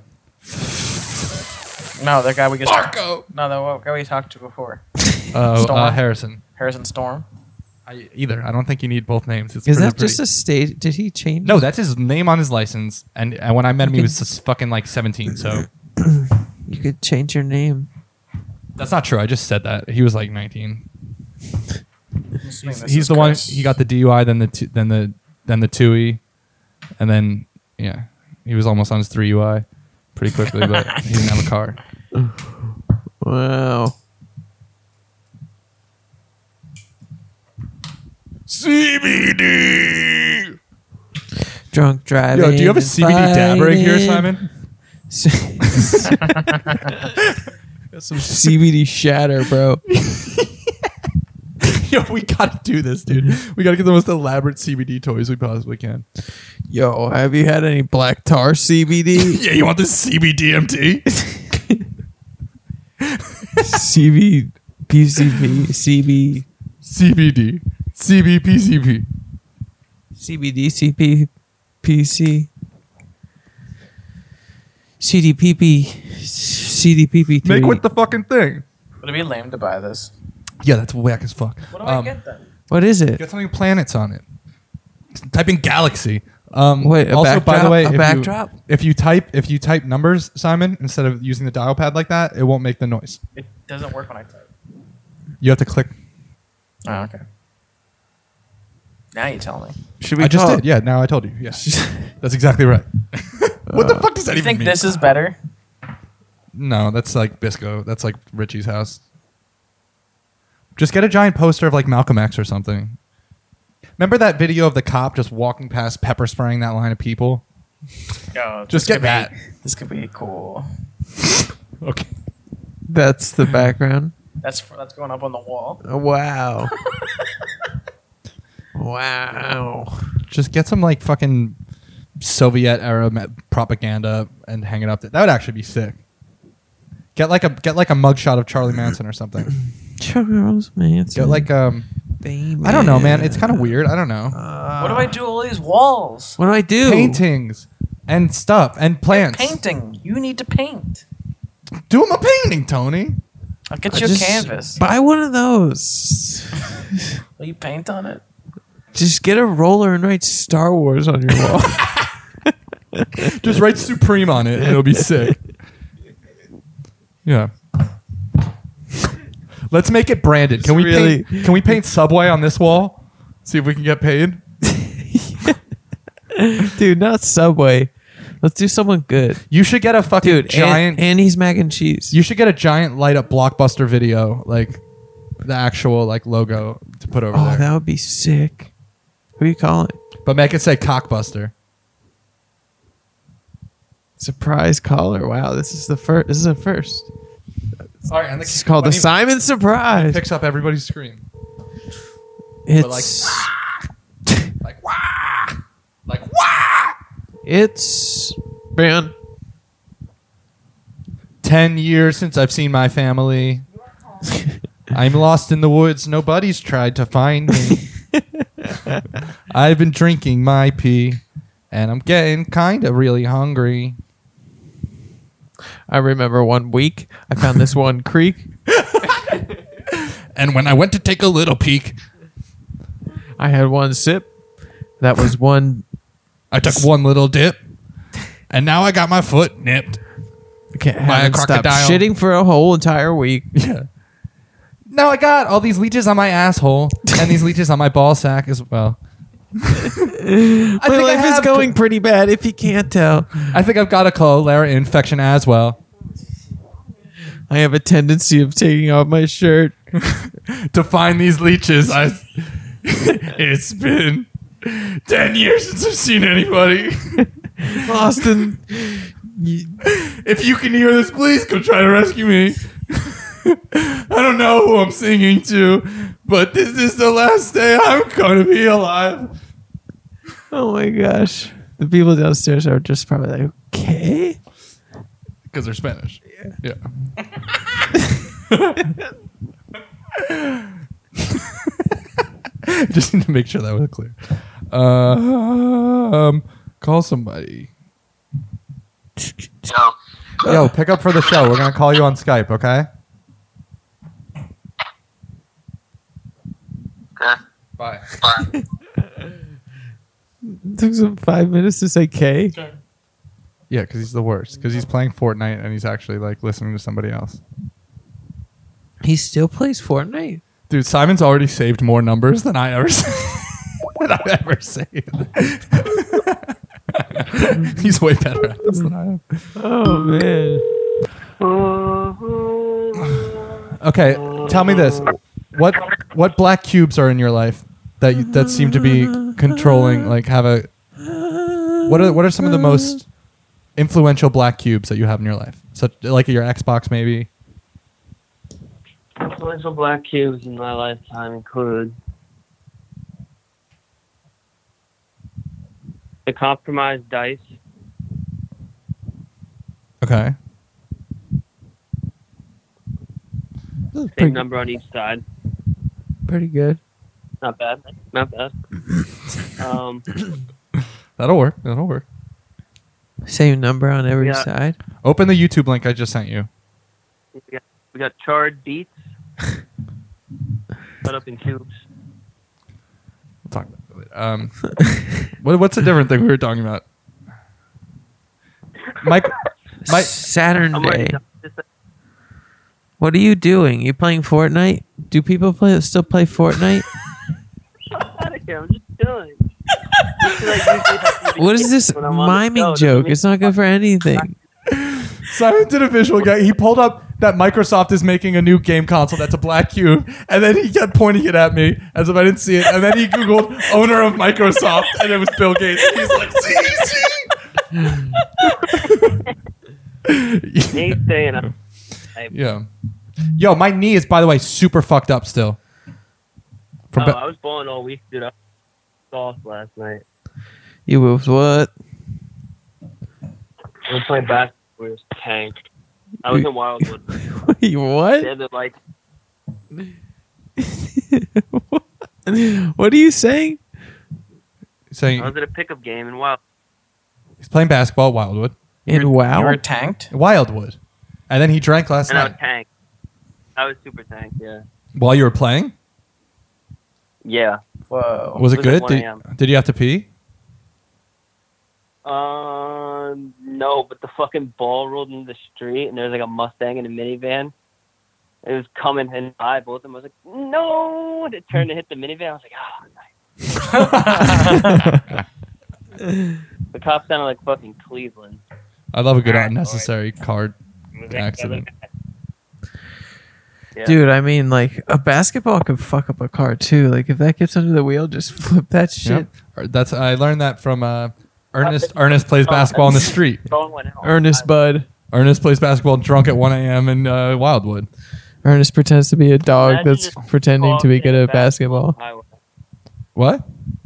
[SPEAKER 3] No, that guy we just
[SPEAKER 2] Marco.
[SPEAKER 3] no, the guy we talked to before,
[SPEAKER 2] Oh, uh,
[SPEAKER 3] Storm.
[SPEAKER 2] Harrison.
[SPEAKER 3] Harrison Storm.
[SPEAKER 2] I, either. I don't think you need both names. It's
[SPEAKER 1] is
[SPEAKER 2] pretty-
[SPEAKER 1] that just a
[SPEAKER 2] pretty-
[SPEAKER 1] stage? Did he change?
[SPEAKER 2] no, that's his name on his license. And, and when I met him, he was just fucking like 17. So
[SPEAKER 1] you could change your name.
[SPEAKER 2] that's not true. I just said that. He was like 19.
[SPEAKER 3] He's,
[SPEAKER 2] He's the one. He got the DUI, then the two, then the then the TUI, and then yeah, he was almost on his three UI pretty quickly, but he didn't have a car.
[SPEAKER 1] Wow.
[SPEAKER 2] CBD.
[SPEAKER 1] Drunk driving.
[SPEAKER 2] Yo, do you have a
[SPEAKER 1] and
[SPEAKER 2] CBD dab rig here,
[SPEAKER 1] fighting.
[SPEAKER 2] Simon?
[SPEAKER 1] Got some CBD shatter, bro.
[SPEAKER 2] Yo, we gotta do this, dude. We gotta get the most elaborate CBD toys we possibly can.
[SPEAKER 1] Yo, have you had any black tar CBD?
[SPEAKER 2] Yeah, you want this CBDMT?
[SPEAKER 1] CB, PCP, CB,
[SPEAKER 2] CBD, CBPCP.
[SPEAKER 1] CBD, CP, PC, CDPP, CDPP.
[SPEAKER 2] Make with the fucking thing.
[SPEAKER 3] Would it be lame to buy this?
[SPEAKER 2] Yeah, that's whack as fuck.
[SPEAKER 3] What do I
[SPEAKER 2] Um,
[SPEAKER 3] get then?
[SPEAKER 1] What is it?
[SPEAKER 2] Get something with planets on it. Type in galaxy. Um,
[SPEAKER 1] Wait, a
[SPEAKER 2] also, by
[SPEAKER 1] backdrop?
[SPEAKER 2] the way,
[SPEAKER 1] A
[SPEAKER 2] if you-
[SPEAKER 1] backdrop?
[SPEAKER 2] if you type if you type numbers, Simon, instead of using the dial pad like that, it won't make the noise.
[SPEAKER 3] It doesn't work when I type.
[SPEAKER 2] You have to click.
[SPEAKER 3] Oh, okay. Now you tell me.
[SPEAKER 1] Should
[SPEAKER 2] I just
[SPEAKER 1] call-
[SPEAKER 2] did. Yeah, now I told you. Yes, that's exactly right. what the fuck does that
[SPEAKER 3] Do you
[SPEAKER 2] even
[SPEAKER 3] think
[SPEAKER 2] mean?
[SPEAKER 3] this is better?
[SPEAKER 2] no, that's like Bisco. That's like Richie's house. Just get a giant poster of like Malcolm X or something. Remember that video of the cop just walking past, pepper spraying that line of people?
[SPEAKER 3] Yo,
[SPEAKER 2] Just
[SPEAKER 3] this
[SPEAKER 2] get
[SPEAKER 3] could be-
[SPEAKER 2] that.
[SPEAKER 3] This could be cool.
[SPEAKER 2] Okay.
[SPEAKER 1] That's the background.
[SPEAKER 3] That's that's going up on the wall.
[SPEAKER 1] Oh, Wow. wow.
[SPEAKER 2] Just get some like fucking Soviet era ma- propaganda and hang it up. There. That would actually be sick. Get like a get like a mugshot of
[SPEAKER 1] Mm-hmm.
[SPEAKER 2] Charlie Manson or something.
[SPEAKER 1] Charles Manson.
[SPEAKER 2] Get like um I don't know, man. It's kind of weird. I don't
[SPEAKER 1] Uh,
[SPEAKER 2] know.
[SPEAKER 3] what do
[SPEAKER 2] Uh,
[SPEAKER 3] I do with all these walls?
[SPEAKER 1] What do I do?
[SPEAKER 2] Paintings and stuff and plants.
[SPEAKER 3] Painting. You need to paint.
[SPEAKER 2] Do him a painting, Tony.
[SPEAKER 3] I'll get
[SPEAKER 1] I
[SPEAKER 3] you a
[SPEAKER 1] just-
[SPEAKER 3] canvas.
[SPEAKER 1] Buy one of those.
[SPEAKER 3] Will you paint on it?
[SPEAKER 1] Just get a roller and write Star Wars on your wall.
[SPEAKER 2] Just write Supreme on it. and It'll be sick. Yeah. Let's make it branded. Can we
[SPEAKER 1] Really-
[SPEAKER 2] paint, can we paint Subway on this wall? See if we can get paid.
[SPEAKER 1] Dude, not Subway. Let's do someone good.
[SPEAKER 2] You should get a fucking
[SPEAKER 1] Dude,
[SPEAKER 2] giant
[SPEAKER 1] An- Annie's mac and cheese.
[SPEAKER 2] You should get a giant light up blockbuster video, like the actual like logo to put over
[SPEAKER 1] oh,
[SPEAKER 2] there.
[SPEAKER 1] that would be sick. Who are you calling?
[SPEAKER 2] but make it say cockbuster.
[SPEAKER 1] Surprise caller. Wow, this is the first. This is a first.
[SPEAKER 2] All right, and
[SPEAKER 1] This is called the Simon Surprise.
[SPEAKER 2] Picks up everybody's scream.
[SPEAKER 1] It's
[SPEAKER 2] Like wah, like wah.
[SPEAKER 1] it's man.
[SPEAKER 2] Ten years since I've seen my family. I'm lost in the woods. Nobody's tried to find me. I've been drinking my pee, and I'm getting kind of really hungry.
[SPEAKER 1] I remember one week I found this one creek.
[SPEAKER 2] And when I went to take a little peek,
[SPEAKER 1] I had one sip. That was one.
[SPEAKER 2] I took one little dip, and now I got my foot nipped.
[SPEAKER 1] Okay,
[SPEAKER 2] By a
[SPEAKER 1] haven't stopped
[SPEAKER 2] crocodile.
[SPEAKER 1] Shitting for a whole entire week.
[SPEAKER 2] Yeah. now I got all these leeches on my asshole and these leeches on my ball sack as well. I
[SPEAKER 1] My
[SPEAKER 2] think I
[SPEAKER 1] life is
[SPEAKER 2] have-
[SPEAKER 1] going pretty bad if you can't tell.
[SPEAKER 2] I think I've got a cholera infection as well.
[SPEAKER 1] I have a tendency of taking off my shirt.
[SPEAKER 2] to find these leeches. I, it's been ten years since I've seen anybody.
[SPEAKER 1] Austin,
[SPEAKER 2] If you can hear this, please come try to rescue me. I don't know who I'm singing to, but this is the last day I'm going to be alive.
[SPEAKER 1] oh my gosh. The people downstairs are just probably like, okay.
[SPEAKER 2] Because they're Spanish. Yeah. Just need to make sure that was clear. Um, call somebody.
[SPEAKER 9] No.
[SPEAKER 2] Yo, pick up for the show. We're gonna call you on Skype, okay? Bye.
[SPEAKER 1] It took some five minutes to say K.
[SPEAKER 2] Yeah, because he's the worst. Because he's playing Fortnite and he's actually like listening to somebody else.
[SPEAKER 1] He still plays Fortnite.
[SPEAKER 2] Dude, Simon's already saved more numbers than I ever than I've ever saved. he's way better at this than I am.
[SPEAKER 1] Oh man.
[SPEAKER 2] Okay, tell me this: what what black cubes are in your life that you, that seem to be controlling? Like, have a what are what are some of the most influential black cubes that you have in your life? Such like your Xbox, maybe.
[SPEAKER 10] Influential black cubes in my lifetime include the compromised dice,
[SPEAKER 2] Okay.
[SPEAKER 1] That was
[SPEAKER 10] same
[SPEAKER 1] pretty,
[SPEAKER 10] number on each side.
[SPEAKER 1] pretty good.
[SPEAKER 10] Not bad. Not bad. Um,
[SPEAKER 2] That'll work. That'll work.
[SPEAKER 1] Same number on every
[SPEAKER 10] Yeah.
[SPEAKER 1] side.
[SPEAKER 2] Open the YouTube link I just sent you.
[SPEAKER 10] we, got, we got charred beets cut up in cubes.
[SPEAKER 2] We'll talk about it. later. Um, what, what's a different thing we were talking about? Mike, My-
[SPEAKER 1] Saturn
[SPEAKER 10] I'm
[SPEAKER 1] day.
[SPEAKER 10] already done with this.
[SPEAKER 1] What are you doing? You playing Fortnite? Do people play still play Fortnite?
[SPEAKER 10] Outta here, I'm just chilling. I feel like usually that's
[SPEAKER 1] what is this
[SPEAKER 10] when I'm on the show,
[SPEAKER 1] miming
[SPEAKER 10] doesn't
[SPEAKER 1] joke?
[SPEAKER 10] make
[SPEAKER 1] It's not good for anything.
[SPEAKER 2] Simon did a visual guy. He pulled up that Microsoft is making a new game console that's a black cube, and then he kept pointing it at me as if I didn't see it. And then he googled owner of Microsoft, and it was Bill Gates. And he's like, see, see.
[SPEAKER 10] Ain't saying I'm
[SPEAKER 2] yeah. Yo, my knee is by the way super fucked up still. From
[SPEAKER 10] oh,
[SPEAKER 2] ba-
[SPEAKER 10] I was bowling all week, dude. I was golf last night.
[SPEAKER 1] You was what?
[SPEAKER 10] We were playing basketball. We was tanked. I was in Wildwood.
[SPEAKER 1] You
[SPEAKER 10] They
[SPEAKER 1] what?
[SPEAKER 10] had the lights.
[SPEAKER 1] what are you saying?
[SPEAKER 10] I
[SPEAKER 2] saying
[SPEAKER 10] was at a pickup game in Wild.
[SPEAKER 2] he's playing basketball at Wildwood.
[SPEAKER 1] And wow.
[SPEAKER 3] You were tanked.
[SPEAKER 2] Wildwood. And then he drank last
[SPEAKER 10] And I
[SPEAKER 2] night
[SPEAKER 10] was tanked. I was super tanked. Yeah.
[SPEAKER 2] while you were playing.
[SPEAKER 10] Yeah.
[SPEAKER 3] Whoa.
[SPEAKER 2] Was it,
[SPEAKER 10] It Oh,
[SPEAKER 2] good?
[SPEAKER 10] was at 1 a.m..
[SPEAKER 2] Did, did you have to pee?
[SPEAKER 10] Um. No, but the fucking ball rolled into the street, and there was like a Mustang and a minivan. It was coming, and I both of them I was like, "No!" And it turned to hit the minivan. I was like, "Ah." The cop sounded like fucking Cleveland.
[SPEAKER 2] I love a good
[SPEAKER 10] Alright,
[SPEAKER 2] unnecessary card accident.
[SPEAKER 10] Yeah.
[SPEAKER 1] Dude, I mean, like a basketball could fuck up a car too. Like if that gets under the wheel, just flip that shit.
[SPEAKER 2] Yep. Or That's I learned that from uh, Ernest. Ernest plays basketball on the street.
[SPEAKER 10] Phone went out.
[SPEAKER 1] Ernest Bud.
[SPEAKER 2] Ernest plays basketball drunk at 1 a.m. in uh, Wildwood.
[SPEAKER 1] Ernest pretends to be a dog
[SPEAKER 10] Imagine
[SPEAKER 1] that's
[SPEAKER 10] just
[SPEAKER 1] pretending to be good at
[SPEAKER 10] tossing a basketball
[SPEAKER 1] basketball.
[SPEAKER 10] on the highway.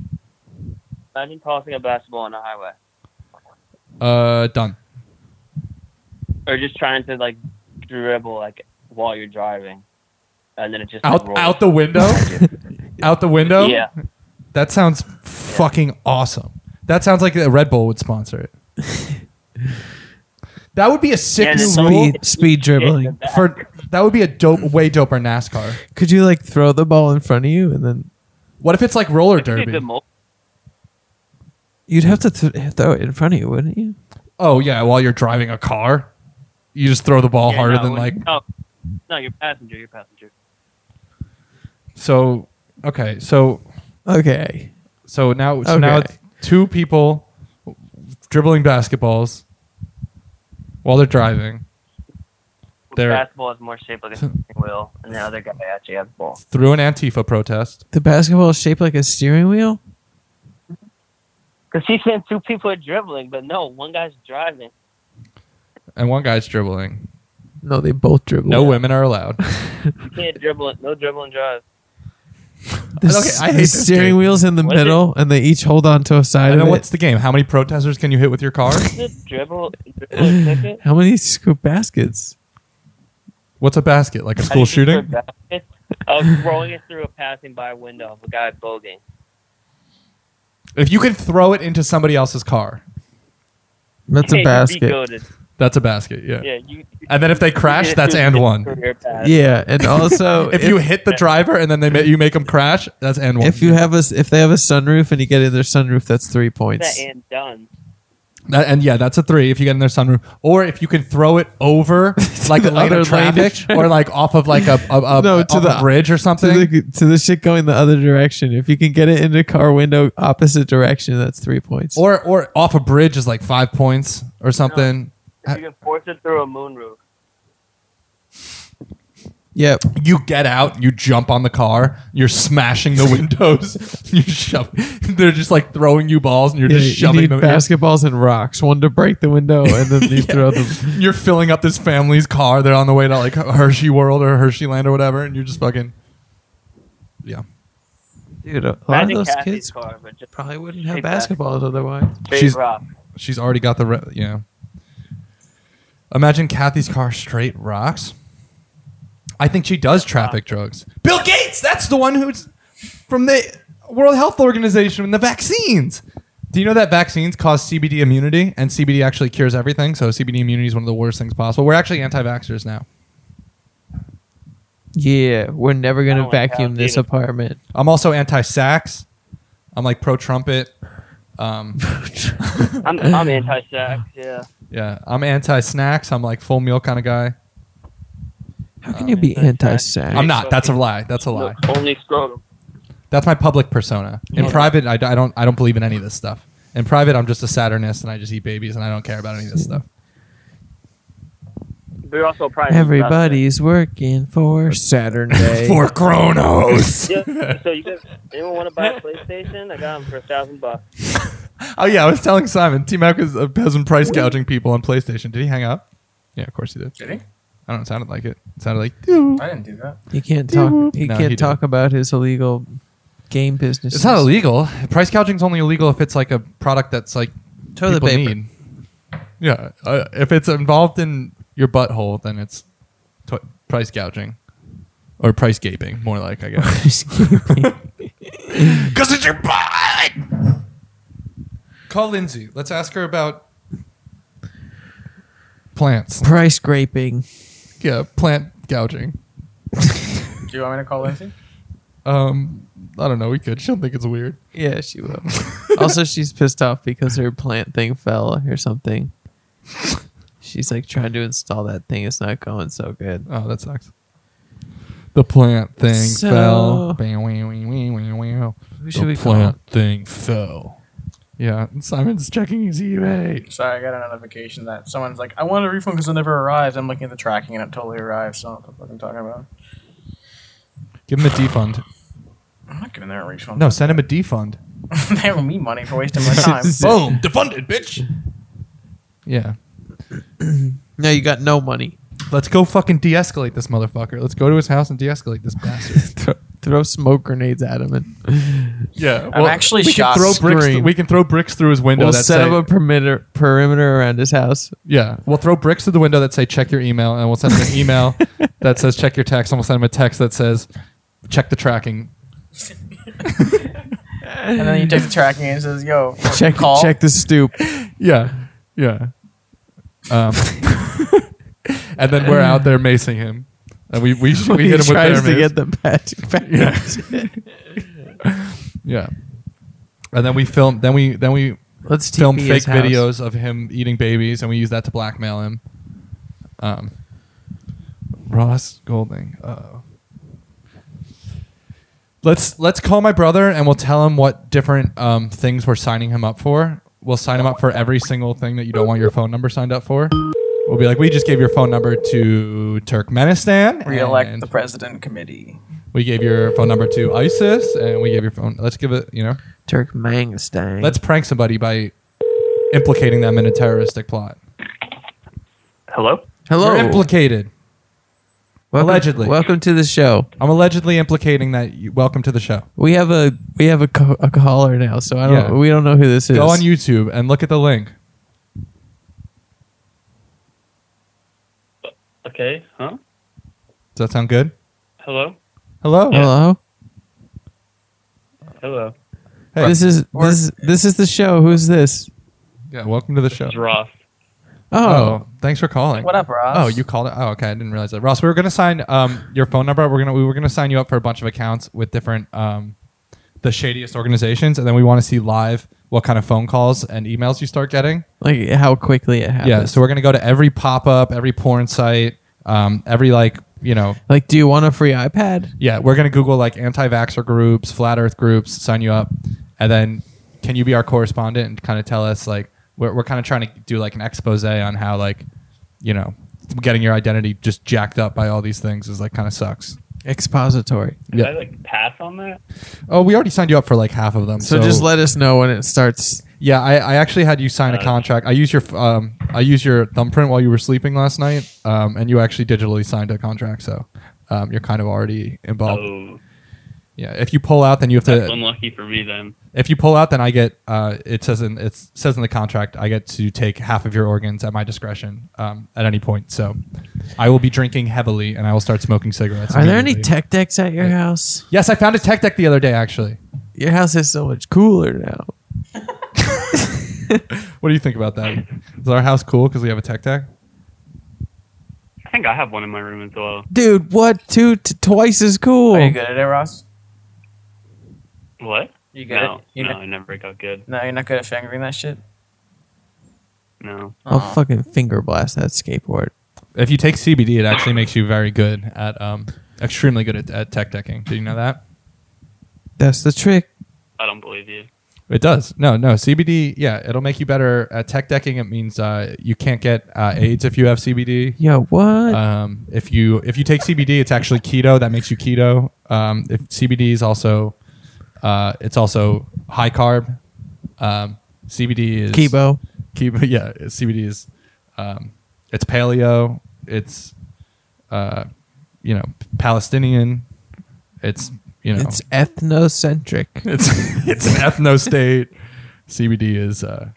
[SPEAKER 2] What?
[SPEAKER 10] Imagine tossing a basketball on a highway,
[SPEAKER 2] Uh, done.
[SPEAKER 10] or just trying to like dribble like while you're driving, and then it just like,
[SPEAKER 2] Out
[SPEAKER 10] rolls.
[SPEAKER 2] out the window. out the window.
[SPEAKER 10] Yeah,
[SPEAKER 2] That sounds fucking awesome. That sounds like a Red Bull would sponsor it. that would be a sick
[SPEAKER 10] Yeah,
[SPEAKER 2] new
[SPEAKER 10] that's
[SPEAKER 2] rule
[SPEAKER 1] Speed, speed dribbling.
[SPEAKER 10] It's a bat.
[SPEAKER 2] for. That would be a dope, way doper NASCAR.
[SPEAKER 1] Could you like throw the ball in front of you and then
[SPEAKER 2] What if it's like roller
[SPEAKER 10] It could be a
[SPEAKER 2] derby?
[SPEAKER 10] good mul-
[SPEAKER 1] you'd have to th- throw it in front of you, wouldn't you?
[SPEAKER 2] Oh yeah, while you're driving a car, you just throw the ball
[SPEAKER 10] Yeah,
[SPEAKER 2] harder
[SPEAKER 10] no,
[SPEAKER 2] than
[SPEAKER 10] it
[SPEAKER 2] like.
[SPEAKER 10] wouldn't- No, no, you're passenger. You're passenger.
[SPEAKER 2] So okay, so
[SPEAKER 1] okay,
[SPEAKER 2] so now so now
[SPEAKER 1] Okay.
[SPEAKER 2] it's two people dribbling basketballs while they're driving. They're
[SPEAKER 10] basketball is more shaped like a steering wheel, and the other guy actually has a ball.
[SPEAKER 2] through an Antifa protest.
[SPEAKER 1] The basketball is shaped like a steering wheel.
[SPEAKER 10] Because he's saying two people are dribbling, but no, one guy's driving.
[SPEAKER 2] and one guy's dribbling.
[SPEAKER 1] No, they both dribble.
[SPEAKER 2] No women are allowed.
[SPEAKER 10] You can't dribble it. No dribbling drive.
[SPEAKER 1] The,
[SPEAKER 2] Okay,
[SPEAKER 1] s-
[SPEAKER 2] I
[SPEAKER 1] the
[SPEAKER 2] hate this
[SPEAKER 1] steering
[SPEAKER 2] game.
[SPEAKER 1] wheel's in the
[SPEAKER 10] What is
[SPEAKER 1] middle, and they each hold on to a side
[SPEAKER 2] and
[SPEAKER 1] of
[SPEAKER 2] then
[SPEAKER 1] it.
[SPEAKER 2] what's the game? How many protesters can you hit with your car?
[SPEAKER 10] Is it dribble, dribble a ticket?
[SPEAKER 1] How many scoop baskets?
[SPEAKER 2] What's a basket? Like a
[SPEAKER 10] How do
[SPEAKER 2] school
[SPEAKER 10] you
[SPEAKER 2] shooting?
[SPEAKER 10] think they're baskets? Uh, throwing it through a passing by window of a guy bogeying.
[SPEAKER 2] If you can throw it into somebody else's car,
[SPEAKER 1] That's
[SPEAKER 10] Yeah,
[SPEAKER 1] a
[SPEAKER 10] you'd be
[SPEAKER 1] basket.
[SPEAKER 10] goaded.
[SPEAKER 2] that's a basket. Yeah.
[SPEAKER 10] Yeah, you,
[SPEAKER 2] And then if they crash,
[SPEAKER 10] you
[SPEAKER 2] that's
[SPEAKER 10] do
[SPEAKER 2] and
[SPEAKER 10] a
[SPEAKER 2] one.
[SPEAKER 10] career path.
[SPEAKER 1] Yeah, and also
[SPEAKER 2] If you hit the driver and then they ma- you make them crash, that's and one.
[SPEAKER 1] if you have a s- if they have a sunroof and you get in their sunroof, that's three
[SPEAKER 10] That
[SPEAKER 1] points.
[SPEAKER 10] and done.
[SPEAKER 2] That- and yeah, that's a three. If you get in their sunroof, or if you can throw it over like
[SPEAKER 1] the
[SPEAKER 2] a lane
[SPEAKER 1] other
[SPEAKER 2] of traffic,
[SPEAKER 1] lane.
[SPEAKER 2] or like off of like a, a, a,
[SPEAKER 1] No, to
[SPEAKER 2] off
[SPEAKER 1] the-
[SPEAKER 2] a bridge or
[SPEAKER 1] To
[SPEAKER 2] something.
[SPEAKER 1] the, to the shit going the other direction. If you can get it in the car window opposite direction, that's three points.
[SPEAKER 2] or or off a bridge is like five points or something.
[SPEAKER 10] If you can force it through a moonroof.
[SPEAKER 1] yep.
[SPEAKER 2] You get out, you jump on the car, you're smashing the windows, you shove. They're just like throwing you balls, and you're
[SPEAKER 1] Yeah,
[SPEAKER 2] just
[SPEAKER 1] you
[SPEAKER 2] shoving
[SPEAKER 1] need
[SPEAKER 2] them.
[SPEAKER 1] basketballs and rocks. One to break the window, and then you throw them.
[SPEAKER 2] You're filling up this family's car. They're on the way to like Hershey World or Hershey Land or whatever, and you're just fucking. Yeah,
[SPEAKER 1] Dude, a lot of
[SPEAKER 10] Imagine
[SPEAKER 1] those
[SPEAKER 10] Kathy's
[SPEAKER 1] kids
[SPEAKER 10] car, but just
[SPEAKER 1] probably wouldn't have
[SPEAKER 10] Hey,
[SPEAKER 1] basketballs otherwise.
[SPEAKER 10] big
[SPEAKER 2] She's-
[SPEAKER 10] rock.
[SPEAKER 2] she's already got the re- yeah. Imagine Kathy's car straight rocks. I think she does traffic drugs. Bill Gates, that's the one who's from the World Health Organization and the vaccines. Do you know that vaccines cause CBD immunity and CBD actually cures everything? So CBD immunity is one of the worst things possible. We're actually anti-vaxxers now.
[SPEAKER 1] Yeah, we're never
[SPEAKER 10] I
[SPEAKER 1] gonna
[SPEAKER 10] don't like
[SPEAKER 1] vacuum
[SPEAKER 10] how
[SPEAKER 1] this
[SPEAKER 10] Peter-
[SPEAKER 1] apartment.
[SPEAKER 2] I'm also anti-sax. I'm like pro-trumpet. Um,
[SPEAKER 10] I'm, I'm anti-sex, yeah.
[SPEAKER 2] yeah, I'm anti-snacks. I'm like full meal kind of guy.
[SPEAKER 1] How can you be anti-sex?
[SPEAKER 2] I'm not. That's a lie. That's a lie.
[SPEAKER 10] Only scrotum.
[SPEAKER 2] That's my public persona. In private, I, I don't. I don't believe in any of this stuff. In private, I'm just a Saturnist and I just eat babies and I don't care about any of this stuff.
[SPEAKER 10] But you're also probably
[SPEAKER 1] Everybody's working for Saturday.
[SPEAKER 2] For Kronos.
[SPEAKER 10] Yeah, so you guys, anyone want to buy a PlayStation? I got them for a thousand bucks.
[SPEAKER 2] Oh yeah, I was telling Simon, T Mac is uh, has been price gouging people on PlayStation. Did he hang up? Yeah, of course he did.
[SPEAKER 4] Did he?
[SPEAKER 2] I don't. It sounded like it. It sounded like.
[SPEAKER 4] I didn't do that.
[SPEAKER 1] he can't talk. He
[SPEAKER 2] No,
[SPEAKER 1] can't
[SPEAKER 2] he didn't.
[SPEAKER 1] talk about his illegal game business.
[SPEAKER 2] It's not illegal. Price gouging's only illegal if it's like a product that's like
[SPEAKER 1] Toilet
[SPEAKER 2] people
[SPEAKER 1] paper.
[SPEAKER 2] need. Yeah, uh, if it's involved in your butthole, then it's to- price gouging or price gaping, more like I guess.
[SPEAKER 5] Because it's your butt!
[SPEAKER 2] Call Lindsay. Let's ask her about plants.
[SPEAKER 1] Price graping.
[SPEAKER 2] Yeah, plant gouging.
[SPEAKER 4] Do you want me to call Lindsay?
[SPEAKER 2] Um, I don't know. We could. She'll think it's weird.
[SPEAKER 1] Yeah, she will. also, she's pissed off because her plant thing fell or something. She's like trying to install that thing. It's not going so good.
[SPEAKER 2] Oh, that sucks. The plant thing
[SPEAKER 1] So-
[SPEAKER 2] fell. Bam, wee, wee, wee, wee, wee.
[SPEAKER 1] Who should
[SPEAKER 2] The
[SPEAKER 1] we
[SPEAKER 2] plant thing fell. Yeah, and Simon's checking his eBay.
[SPEAKER 4] Sorry, I got a notification that someone's like, I want a refund because it never arrived. I'm looking at the tracking and it totally arrived, so I don't know what the fuck I'm talking about.
[SPEAKER 2] Give him a defund.
[SPEAKER 4] I'm not giving them a refund.
[SPEAKER 2] No, send him a defund.
[SPEAKER 4] they owe me money for wasting my time.
[SPEAKER 2] Boom, defunded, bitch. Yeah,
[SPEAKER 1] call? No, you got no money.
[SPEAKER 2] let's go fucking de-escalate this motherfucker. Let's go to his house and de-escalate this bastard.
[SPEAKER 1] throw, throw smoke grenades at him and
[SPEAKER 2] Yeah,
[SPEAKER 4] I'm actually
[SPEAKER 2] we
[SPEAKER 4] shocked.
[SPEAKER 2] Can throw bricks
[SPEAKER 1] Scream.
[SPEAKER 2] we can throw bricks through his window.
[SPEAKER 1] we'll
[SPEAKER 2] that
[SPEAKER 1] set
[SPEAKER 2] say-
[SPEAKER 1] up a perimeter perimeter around his house.
[SPEAKER 2] yeah, we'll throw bricks through the window that say check your email, and we'll send him an email that says check your text, and we'll send him a text that says check the tracking.
[SPEAKER 4] And then you take the tracking and it says, yo,
[SPEAKER 1] Check
[SPEAKER 4] call.
[SPEAKER 1] check the stoop.
[SPEAKER 2] Yeah, yeah. Um, and then we're out there macing him, and we we, we
[SPEAKER 1] he
[SPEAKER 2] hit him with
[SPEAKER 1] tries
[SPEAKER 2] bear
[SPEAKER 1] to
[SPEAKER 2] mace.
[SPEAKER 1] get the patch. patch.
[SPEAKER 2] yeah, and then we film. Then we then we
[SPEAKER 1] Let's
[SPEAKER 2] film
[SPEAKER 1] TP
[SPEAKER 2] fake
[SPEAKER 1] his house.
[SPEAKER 2] videos of him eating babies, and we use that to blackmail him. Um, Ross Golding. Uh, Let's let's call my brother and we'll tell him what different um, things we're signing him up for. We'll sign him up for every single thing that you don't want your phone number signed up for. We'll be like, we just gave your phone number to Turkmenistan.
[SPEAKER 3] Re-elect
[SPEAKER 2] and
[SPEAKER 3] the president committee.
[SPEAKER 2] We gave your phone number to ISIS, and we gave your phone. Let's give it, you know,
[SPEAKER 1] Turkmenistan.
[SPEAKER 2] Let's prank somebody by implicating them in a terroristic plot.
[SPEAKER 11] Hello?
[SPEAKER 1] Hello.
[SPEAKER 2] You're implicated.
[SPEAKER 1] Welcome-
[SPEAKER 2] allegedly.
[SPEAKER 1] Welcome to the show.
[SPEAKER 2] I'm allegedly implicating that. You, welcome to the show.
[SPEAKER 1] We have a we have a, co- a caller now, so I don't.
[SPEAKER 2] Yeah.
[SPEAKER 1] We don't know who this is.
[SPEAKER 2] Go on YouTube and look at the link.
[SPEAKER 11] Okay, huh?
[SPEAKER 2] Does that sound good?
[SPEAKER 11] Hello?
[SPEAKER 2] Hello.
[SPEAKER 1] Hello.
[SPEAKER 11] Hello.
[SPEAKER 1] This is this this is the show. Who's this?
[SPEAKER 2] Yeah, welcome to the show. It's
[SPEAKER 11] Ross.
[SPEAKER 1] Oh.
[SPEAKER 2] thanks for calling.
[SPEAKER 3] What up, Ross?
[SPEAKER 2] Oh, you called it. Oh, okay. I didn't realize that, Ross. We were gonna sign um your phone number. We're gonna we were gonna sign you up for a bunch of accounts with different um the shadiest organizations, and then we want to see live what kind of phone calls and emails you start getting.
[SPEAKER 1] Like how quickly it happens.
[SPEAKER 2] Yeah. So we're gonna go to every pop up, every porn site, um, every like you know
[SPEAKER 1] like, do you want a free iPad?
[SPEAKER 2] Yeah, we're gonna Google like anti-vaxxer groups, flat Earth groups, sign you up, and then can you be our correspondent and kind of tell us like we're we're kind of trying to do like an expose on how like you know getting your identity just jacked up by all these things is like kind of sucks.
[SPEAKER 1] Expository.
[SPEAKER 11] Did I like pass on that?
[SPEAKER 2] Oh, we already signed you up for like half of them.
[SPEAKER 1] So, just let us know when it starts.
[SPEAKER 2] Yeah, I, I actually had you sign a
[SPEAKER 1] Uh,
[SPEAKER 2] contract. I used your f- um I used your thumbprint while you were sleeping last night, um, and you actually digitally signed a contract. So um, you're kind of already involved.
[SPEAKER 11] Oh.
[SPEAKER 2] Yeah, if you pull out, then you have to
[SPEAKER 11] That's unlucky for me then.
[SPEAKER 2] If you pull out, then I get. Uh, it says in it says in the contract, I get to take half of your organs at my discretion um, at any point. So, I will be drinking heavily, and I will start smoking cigarettes.
[SPEAKER 1] Are there any
[SPEAKER 2] immediately.
[SPEAKER 1] tech decks at your house?
[SPEAKER 2] Yes, I found a tech deck the other day. Actually,
[SPEAKER 1] Your house is so much cooler now.
[SPEAKER 2] what do you think about that? Is our house cool because we have a tech deck?
[SPEAKER 11] I think I have one in my room as well.
[SPEAKER 1] Dude, what? Two t- twice as cool.
[SPEAKER 3] Are you good at it, Ross?
[SPEAKER 11] What?
[SPEAKER 3] You good?
[SPEAKER 11] No,
[SPEAKER 3] You
[SPEAKER 11] no,
[SPEAKER 3] not-
[SPEAKER 11] I never got good.
[SPEAKER 3] No, you're not good at fingering that shit.
[SPEAKER 11] No.
[SPEAKER 1] I'll
[SPEAKER 3] Aw.
[SPEAKER 1] fucking finger blast that skateboard.
[SPEAKER 2] If you take CBD, it actually makes you very good at um, extremely good at, at tech decking. Did you know that?
[SPEAKER 1] That's the trick.
[SPEAKER 11] I don't believe you.
[SPEAKER 2] It does. No, no. CBD, yeah, it'll make you better at tech decking. It means uh, you can't get uh, AIDS if you have CBD.
[SPEAKER 1] Yo, what?
[SPEAKER 2] Um, if you if you take CBD, it's actually keto. That makes you keto. Um, if CBD is also, uh, it's also high carb. Um, CBD is
[SPEAKER 1] Kibo.
[SPEAKER 2] Kibo, yeah. CBD is, um, it's paleo. It's, uh, you know, Palestinian. It's you know,
[SPEAKER 1] It's ethnocentric.
[SPEAKER 2] it's it's an ethno state. CBD is, uh,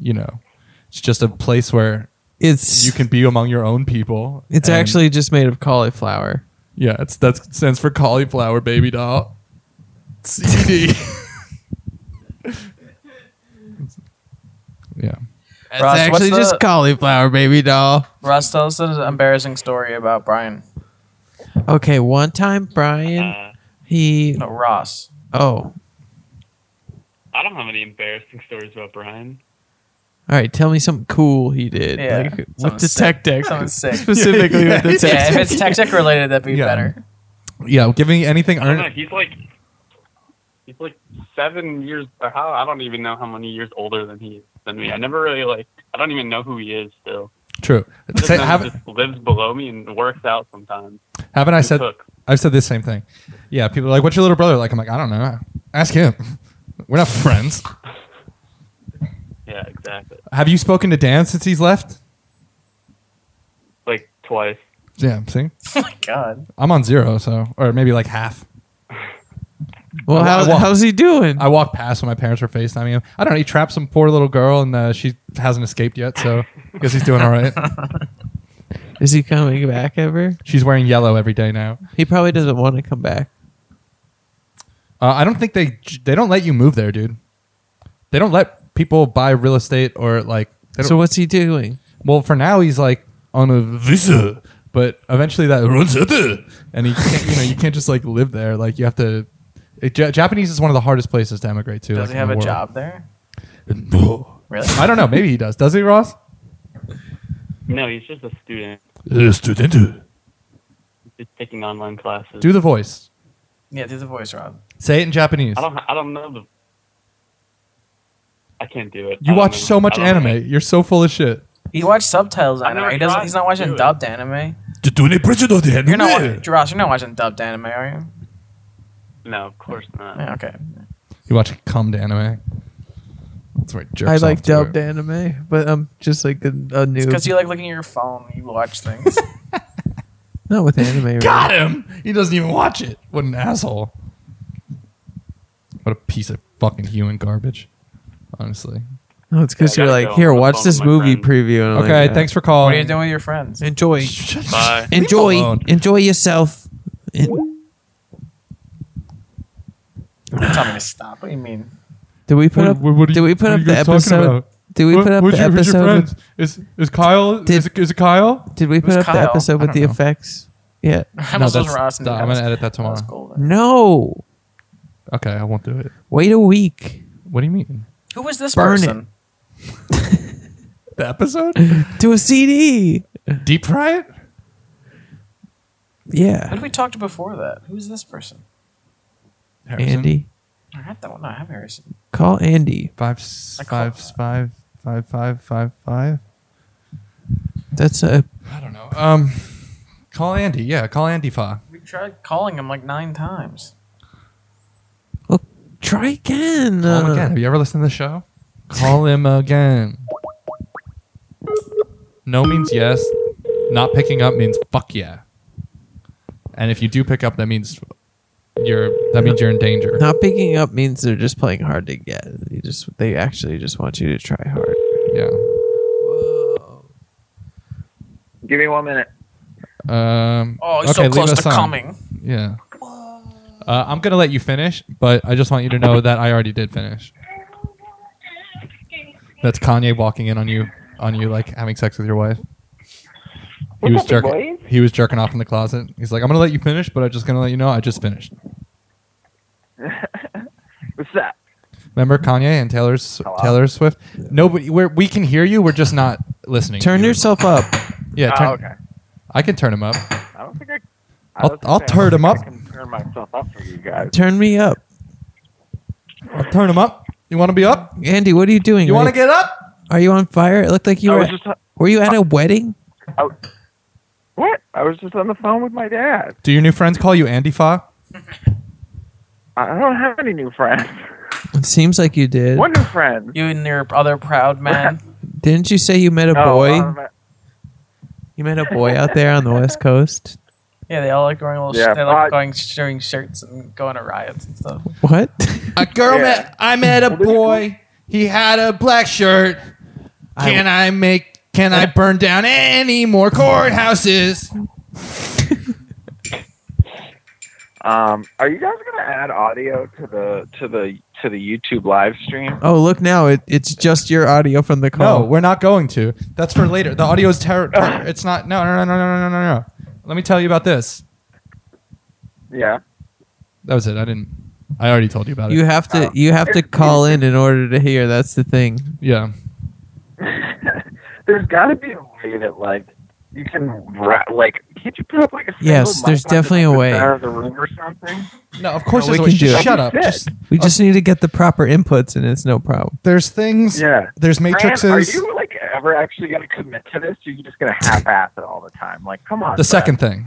[SPEAKER 2] you know, it's just a place where
[SPEAKER 1] it's
[SPEAKER 2] you can be among your own people.
[SPEAKER 1] It's
[SPEAKER 2] and-
[SPEAKER 1] actually just made of cauliflower.
[SPEAKER 2] yeah. It's that stands for cauliflower baby doll. CBD. yeah.
[SPEAKER 1] It's
[SPEAKER 3] Ross, what's
[SPEAKER 1] actually just
[SPEAKER 3] the-
[SPEAKER 1] cauliflower baby doll.
[SPEAKER 3] Ross, tell us an embarrassing story about Brian.
[SPEAKER 1] Okay, one time Brian,
[SPEAKER 11] Uh,
[SPEAKER 1] he
[SPEAKER 3] No, Ross.
[SPEAKER 1] oh, all
[SPEAKER 11] I don't have any embarrassing stories about Brian.
[SPEAKER 1] right, tell me something cool he did
[SPEAKER 3] Yeah,
[SPEAKER 1] like,
[SPEAKER 3] something
[SPEAKER 1] with the
[SPEAKER 3] sick.
[SPEAKER 1] tech deck
[SPEAKER 3] Something sick.
[SPEAKER 1] specifically
[SPEAKER 2] Yeah,
[SPEAKER 1] with the
[SPEAKER 3] yeah,
[SPEAKER 1] tech
[SPEAKER 3] if
[SPEAKER 1] deck.
[SPEAKER 3] it's tech deck related, that'd be
[SPEAKER 2] Yeah.
[SPEAKER 3] better.
[SPEAKER 2] Yeah. Giving anything.
[SPEAKER 11] I don't know.
[SPEAKER 2] Earn-
[SPEAKER 11] He's like he's like seven years or how I don't even know how many years older than he is than me. I never really like I don't even know who he is still.
[SPEAKER 2] true.
[SPEAKER 11] I just
[SPEAKER 2] Say-
[SPEAKER 11] know he
[SPEAKER 2] have-
[SPEAKER 11] just lives below me and works out sometimes.
[SPEAKER 2] Haven't I
[SPEAKER 11] And
[SPEAKER 2] said
[SPEAKER 11] cook.
[SPEAKER 2] I've said this same thing? Yeah, people are like, "What's your little brother like?" I'm like, "I don't know. Ask him. We're not friends."
[SPEAKER 11] Yeah, exactly.
[SPEAKER 2] Have you spoken to Dan since he's left?
[SPEAKER 11] Like twice.
[SPEAKER 2] Yeah, see,
[SPEAKER 3] oh my god.
[SPEAKER 2] I'm on zero, so or maybe like half.
[SPEAKER 1] Well,
[SPEAKER 2] I-
[SPEAKER 1] how,
[SPEAKER 2] I walk-
[SPEAKER 1] how's he doing?
[SPEAKER 2] I walked past when my parents were FaceTiming him. I don't know. He trapped some poor little girl, and uh, she hasn't escaped yet, so I guess he's doing all right.
[SPEAKER 1] Is he coming back ever?
[SPEAKER 2] She's wearing yellow every day now.
[SPEAKER 1] He probably doesn't want to come back.
[SPEAKER 2] Uh, I don't think they they don't let you move there, dude. They don't let people buy real estate or like. They don't,
[SPEAKER 1] So what's he doing?
[SPEAKER 2] Well, for now he's like on a visa, but eventually that runs out, and he can't, you know you can't just like live there. Like you have to. It, Ja- Japanese is one of the hardest places to emigrate to. like,
[SPEAKER 3] Does he
[SPEAKER 2] in
[SPEAKER 3] have
[SPEAKER 2] the
[SPEAKER 3] a
[SPEAKER 2] world.
[SPEAKER 3] job there? Really?
[SPEAKER 2] I don't know. Maybe he does. Does he, Ross?
[SPEAKER 11] No, he's just a student. He's just taking online classes.
[SPEAKER 2] Do the voice.
[SPEAKER 3] Yeah, do the voice, Rob.
[SPEAKER 2] Say it in Japanese.
[SPEAKER 11] I don't. I don't know the. I can't do it.
[SPEAKER 2] You
[SPEAKER 11] I don't
[SPEAKER 2] watch
[SPEAKER 11] know.
[SPEAKER 2] so much
[SPEAKER 11] I don't know.
[SPEAKER 2] anime. You're so full of shit.
[SPEAKER 3] He watched subtitles on
[SPEAKER 11] never
[SPEAKER 3] it. He doesn't.
[SPEAKER 11] tried
[SPEAKER 3] He's not watching
[SPEAKER 11] to do it.
[SPEAKER 3] dubbed anime. You're not. wa- Ross, you're not watching dubbed anime, are you?
[SPEAKER 11] No, of course not.
[SPEAKER 3] Yeah, okay.
[SPEAKER 2] You watch cummed anime. That's where it jerks
[SPEAKER 1] I like
[SPEAKER 2] off to
[SPEAKER 1] dubbed
[SPEAKER 2] it.
[SPEAKER 1] anime, but I'm just like a, a
[SPEAKER 3] It's
[SPEAKER 1] new.
[SPEAKER 3] because you like looking at your phone. You watch things.
[SPEAKER 1] Not with anime. really.
[SPEAKER 2] Got him. He doesn't even watch it. What an asshole. What a piece of fucking human garbage. Honestly.
[SPEAKER 1] No, Oh, it's because
[SPEAKER 11] Yeah, I
[SPEAKER 1] you're
[SPEAKER 11] gotta
[SPEAKER 1] like,
[SPEAKER 11] go.
[SPEAKER 1] here,
[SPEAKER 11] I'm
[SPEAKER 1] watch
[SPEAKER 11] calling
[SPEAKER 1] this
[SPEAKER 11] my
[SPEAKER 1] movie
[SPEAKER 11] friend.
[SPEAKER 1] preview. And I'm
[SPEAKER 2] Okay,
[SPEAKER 1] like, "Yeah."
[SPEAKER 2] thanks for
[SPEAKER 3] what are you
[SPEAKER 2] calling.
[SPEAKER 3] doing with your friends?
[SPEAKER 1] Enjoy.
[SPEAKER 11] Bye.
[SPEAKER 2] Leave him
[SPEAKER 1] Enjoy.
[SPEAKER 2] alone.
[SPEAKER 1] Enjoy yourself. En-
[SPEAKER 3] Tell me to stop. What do you mean?
[SPEAKER 1] Did we put
[SPEAKER 2] What-
[SPEAKER 1] up?
[SPEAKER 2] what- what are
[SPEAKER 1] Did we
[SPEAKER 2] you-
[SPEAKER 1] put
[SPEAKER 2] what are
[SPEAKER 1] up
[SPEAKER 2] you
[SPEAKER 1] the
[SPEAKER 2] guys talking
[SPEAKER 1] episode?
[SPEAKER 2] about?
[SPEAKER 1] Did we
[SPEAKER 2] What-
[SPEAKER 1] put up
[SPEAKER 2] what's
[SPEAKER 1] the
[SPEAKER 2] your- who's your
[SPEAKER 1] episode?
[SPEAKER 2] friends? Is is Kyle?
[SPEAKER 1] Did-
[SPEAKER 2] is, it- is it Kyle?
[SPEAKER 1] Did we put
[SPEAKER 3] Who's
[SPEAKER 1] up the
[SPEAKER 3] Kyle?
[SPEAKER 1] episode
[SPEAKER 2] I
[SPEAKER 1] with
[SPEAKER 2] don't
[SPEAKER 1] the
[SPEAKER 2] know.
[SPEAKER 1] effects? Yeah.
[SPEAKER 3] I almost
[SPEAKER 2] that's-
[SPEAKER 3] was Ross and
[SPEAKER 2] nah,
[SPEAKER 3] that
[SPEAKER 2] I'm
[SPEAKER 3] was-
[SPEAKER 2] gonna edit that tomorrow.
[SPEAKER 3] was cool.
[SPEAKER 1] No.
[SPEAKER 2] Okay, I won't do it.
[SPEAKER 1] Wait a week.
[SPEAKER 2] What do you mean?
[SPEAKER 3] Who was this
[SPEAKER 1] Burn it.
[SPEAKER 3] person?
[SPEAKER 2] The episode?
[SPEAKER 1] Do a CD.
[SPEAKER 2] Deep fry it?
[SPEAKER 3] Who
[SPEAKER 1] Yeah.
[SPEAKER 3] did we talk to before that? Who is this person?
[SPEAKER 2] Harrison.
[SPEAKER 1] Andy,
[SPEAKER 3] I had that one. No, I have Harrison.
[SPEAKER 1] call Andy.
[SPEAKER 2] Five, s-
[SPEAKER 3] I
[SPEAKER 2] five,
[SPEAKER 3] called
[SPEAKER 2] s- five, five, five, five, five.
[SPEAKER 1] That's a
[SPEAKER 2] I don't know. Um, call Andy. Yeah, call Andy Fa.
[SPEAKER 3] We tried calling him like nine times.
[SPEAKER 1] try again.
[SPEAKER 2] Call him
[SPEAKER 1] Uh,
[SPEAKER 2] again. Have you ever listened to the show? Call him again. No means yes. Not picking up means fuck yeah. And if you do pick up, that means you're that means you're in danger.
[SPEAKER 1] Uh, Not picking up means they're just playing hard to get. You just they actually just want you to try hard.
[SPEAKER 2] Yeah.
[SPEAKER 9] Give me one minute.
[SPEAKER 2] Um,
[SPEAKER 3] Oh, he's
[SPEAKER 2] okay,
[SPEAKER 3] so
[SPEAKER 2] leave
[SPEAKER 3] close
[SPEAKER 2] us
[SPEAKER 3] to
[SPEAKER 2] on.
[SPEAKER 3] coming.
[SPEAKER 2] Yeah. Uh, I'm gonna let you finish, but I just want you to know that I already did finish. That's Kanye walking in on you, on you like having sex with your wife. He was jerking. He was jerking off in the closet. He's like, "I'm gonna let you finish, but I'm just gonna let you know I just finished."
[SPEAKER 9] What's that?
[SPEAKER 2] Remember Kanye and Taylor S-
[SPEAKER 9] Hello?
[SPEAKER 2] Taylor Swift? Nobody, we're, we can hear you. We're just not listening. to
[SPEAKER 1] Turn
[SPEAKER 2] you.
[SPEAKER 1] yourself up.
[SPEAKER 2] Yeah,
[SPEAKER 9] Oh,
[SPEAKER 2] turn,
[SPEAKER 9] okay.
[SPEAKER 2] I can turn him up.
[SPEAKER 9] I don't think I. I
[SPEAKER 2] I'll-
[SPEAKER 9] was
[SPEAKER 2] I'll
[SPEAKER 9] gonna say,
[SPEAKER 2] turn
[SPEAKER 9] I don't
[SPEAKER 2] him
[SPEAKER 9] think
[SPEAKER 2] up.
[SPEAKER 9] I can turn myself up for you guys.
[SPEAKER 1] Turn me up.
[SPEAKER 2] I'll turn him up. You want to be up?
[SPEAKER 1] Andy, what are you doing?
[SPEAKER 2] You want to
[SPEAKER 1] Like,
[SPEAKER 2] get up?
[SPEAKER 1] Are you on fire? It looked like you
[SPEAKER 9] I
[SPEAKER 1] were.
[SPEAKER 9] was just
[SPEAKER 1] were you at a wedding?
[SPEAKER 9] what? I was just on the phone with my dad.
[SPEAKER 2] Do your new friends call you Andy Fa?
[SPEAKER 9] I don't have any new friends.
[SPEAKER 1] It seems like you did.
[SPEAKER 9] What new friends?
[SPEAKER 3] You and your other proud man.
[SPEAKER 1] Didn't you say you met a
[SPEAKER 9] Oh,
[SPEAKER 1] boy?
[SPEAKER 9] um,
[SPEAKER 1] you met a boy out there on the west coast.
[SPEAKER 3] yeah, they all like wearing little.
[SPEAKER 9] Yeah,
[SPEAKER 3] sh- they like
[SPEAKER 9] uh,
[SPEAKER 3] going sharing shirts and going to riots and stuff.
[SPEAKER 1] What?
[SPEAKER 5] A girl
[SPEAKER 9] Yeah.
[SPEAKER 5] met. I met a boy. He had a black shirt. Can I, make? Can I burn down any more courthouses?
[SPEAKER 9] um, are you guys gonna add audio to the to the to the YouTube live stream?
[SPEAKER 1] oh, look now. It, it's just your audio from the call.
[SPEAKER 9] Oh.
[SPEAKER 2] No, we're not going to. That's for later. The audio is terrible. it's not. No, no, no, no, no, no, no, no. Let me tell you about this.
[SPEAKER 9] Yeah.
[SPEAKER 2] That was it. I didn't. I already told you about
[SPEAKER 1] you
[SPEAKER 2] it.
[SPEAKER 1] have to. You have to call in in order to hear. That's the thing.
[SPEAKER 2] Yeah.
[SPEAKER 9] there's got to be a way that like you can ra- like can't you put up like a single
[SPEAKER 1] Yes, there's
[SPEAKER 9] mic on the
[SPEAKER 1] definitely a way.
[SPEAKER 9] center of the room or something?
[SPEAKER 2] No, of course
[SPEAKER 1] No,
[SPEAKER 2] there's
[SPEAKER 1] we
[SPEAKER 2] a way.
[SPEAKER 1] can do
[SPEAKER 2] Just
[SPEAKER 1] it.
[SPEAKER 2] Shut up.
[SPEAKER 9] Sick.
[SPEAKER 2] Just,
[SPEAKER 1] We just need to get the proper inputs, and it's no problem.
[SPEAKER 2] there's things.
[SPEAKER 9] Yeah.
[SPEAKER 2] There's
[SPEAKER 9] Fran, are
[SPEAKER 2] matrices.
[SPEAKER 9] you like ever actually gonna commit to this? Or are you just gonna half-ass it all the time? Like, come on.
[SPEAKER 2] The
[SPEAKER 9] Fran.
[SPEAKER 2] second thing.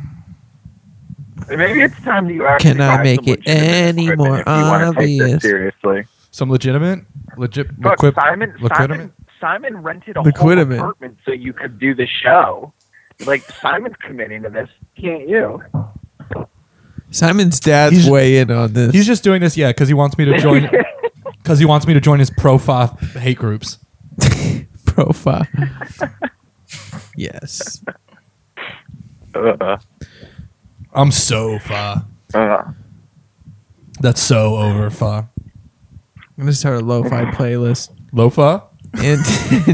[SPEAKER 9] Maybe it's time you actually.
[SPEAKER 1] Can I
[SPEAKER 9] buy
[SPEAKER 1] make
[SPEAKER 9] some
[SPEAKER 1] it
[SPEAKER 9] legitimate
[SPEAKER 1] any
[SPEAKER 9] equipment
[SPEAKER 1] more
[SPEAKER 9] if you wanna take this
[SPEAKER 1] obvious?
[SPEAKER 9] Seriously.
[SPEAKER 2] Some legitimate. Legit.
[SPEAKER 9] Look,
[SPEAKER 2] Liquid,
[SPEAKER 9] Simon,
[SPEAKER 2] liquidament?
[SPEAKER 9] Simon, Simon rented a whole
[SPEAKER 1] Liquidament.
[SPEAKER 9] apartment so you could do the show. Like Simon's committing to this, can't you?
[SPEAKER 1] Simon's dad's
[SPEAKER 2] He's-
[SPEAKER 1] way in on this.
[SPEAKER 2] He's just doing this, yeah, because he wants me to join. Because he wants me to join his pro Fa hate groups.
[SPEAKER 1] profile. yes.
[SPEAKER 9] Uh,
[SPEAKER 2] I'm so Fa.
[SPEAKER 12] Uh-huh.
[SPEAKER 9] uh.
[SPEAKER 2] That's so over Fa.
[SPEAKER 1] I'm gonna start a lo-fi playlist.
[SPEAKER 2] Lofa.
[SPEAKER 1] And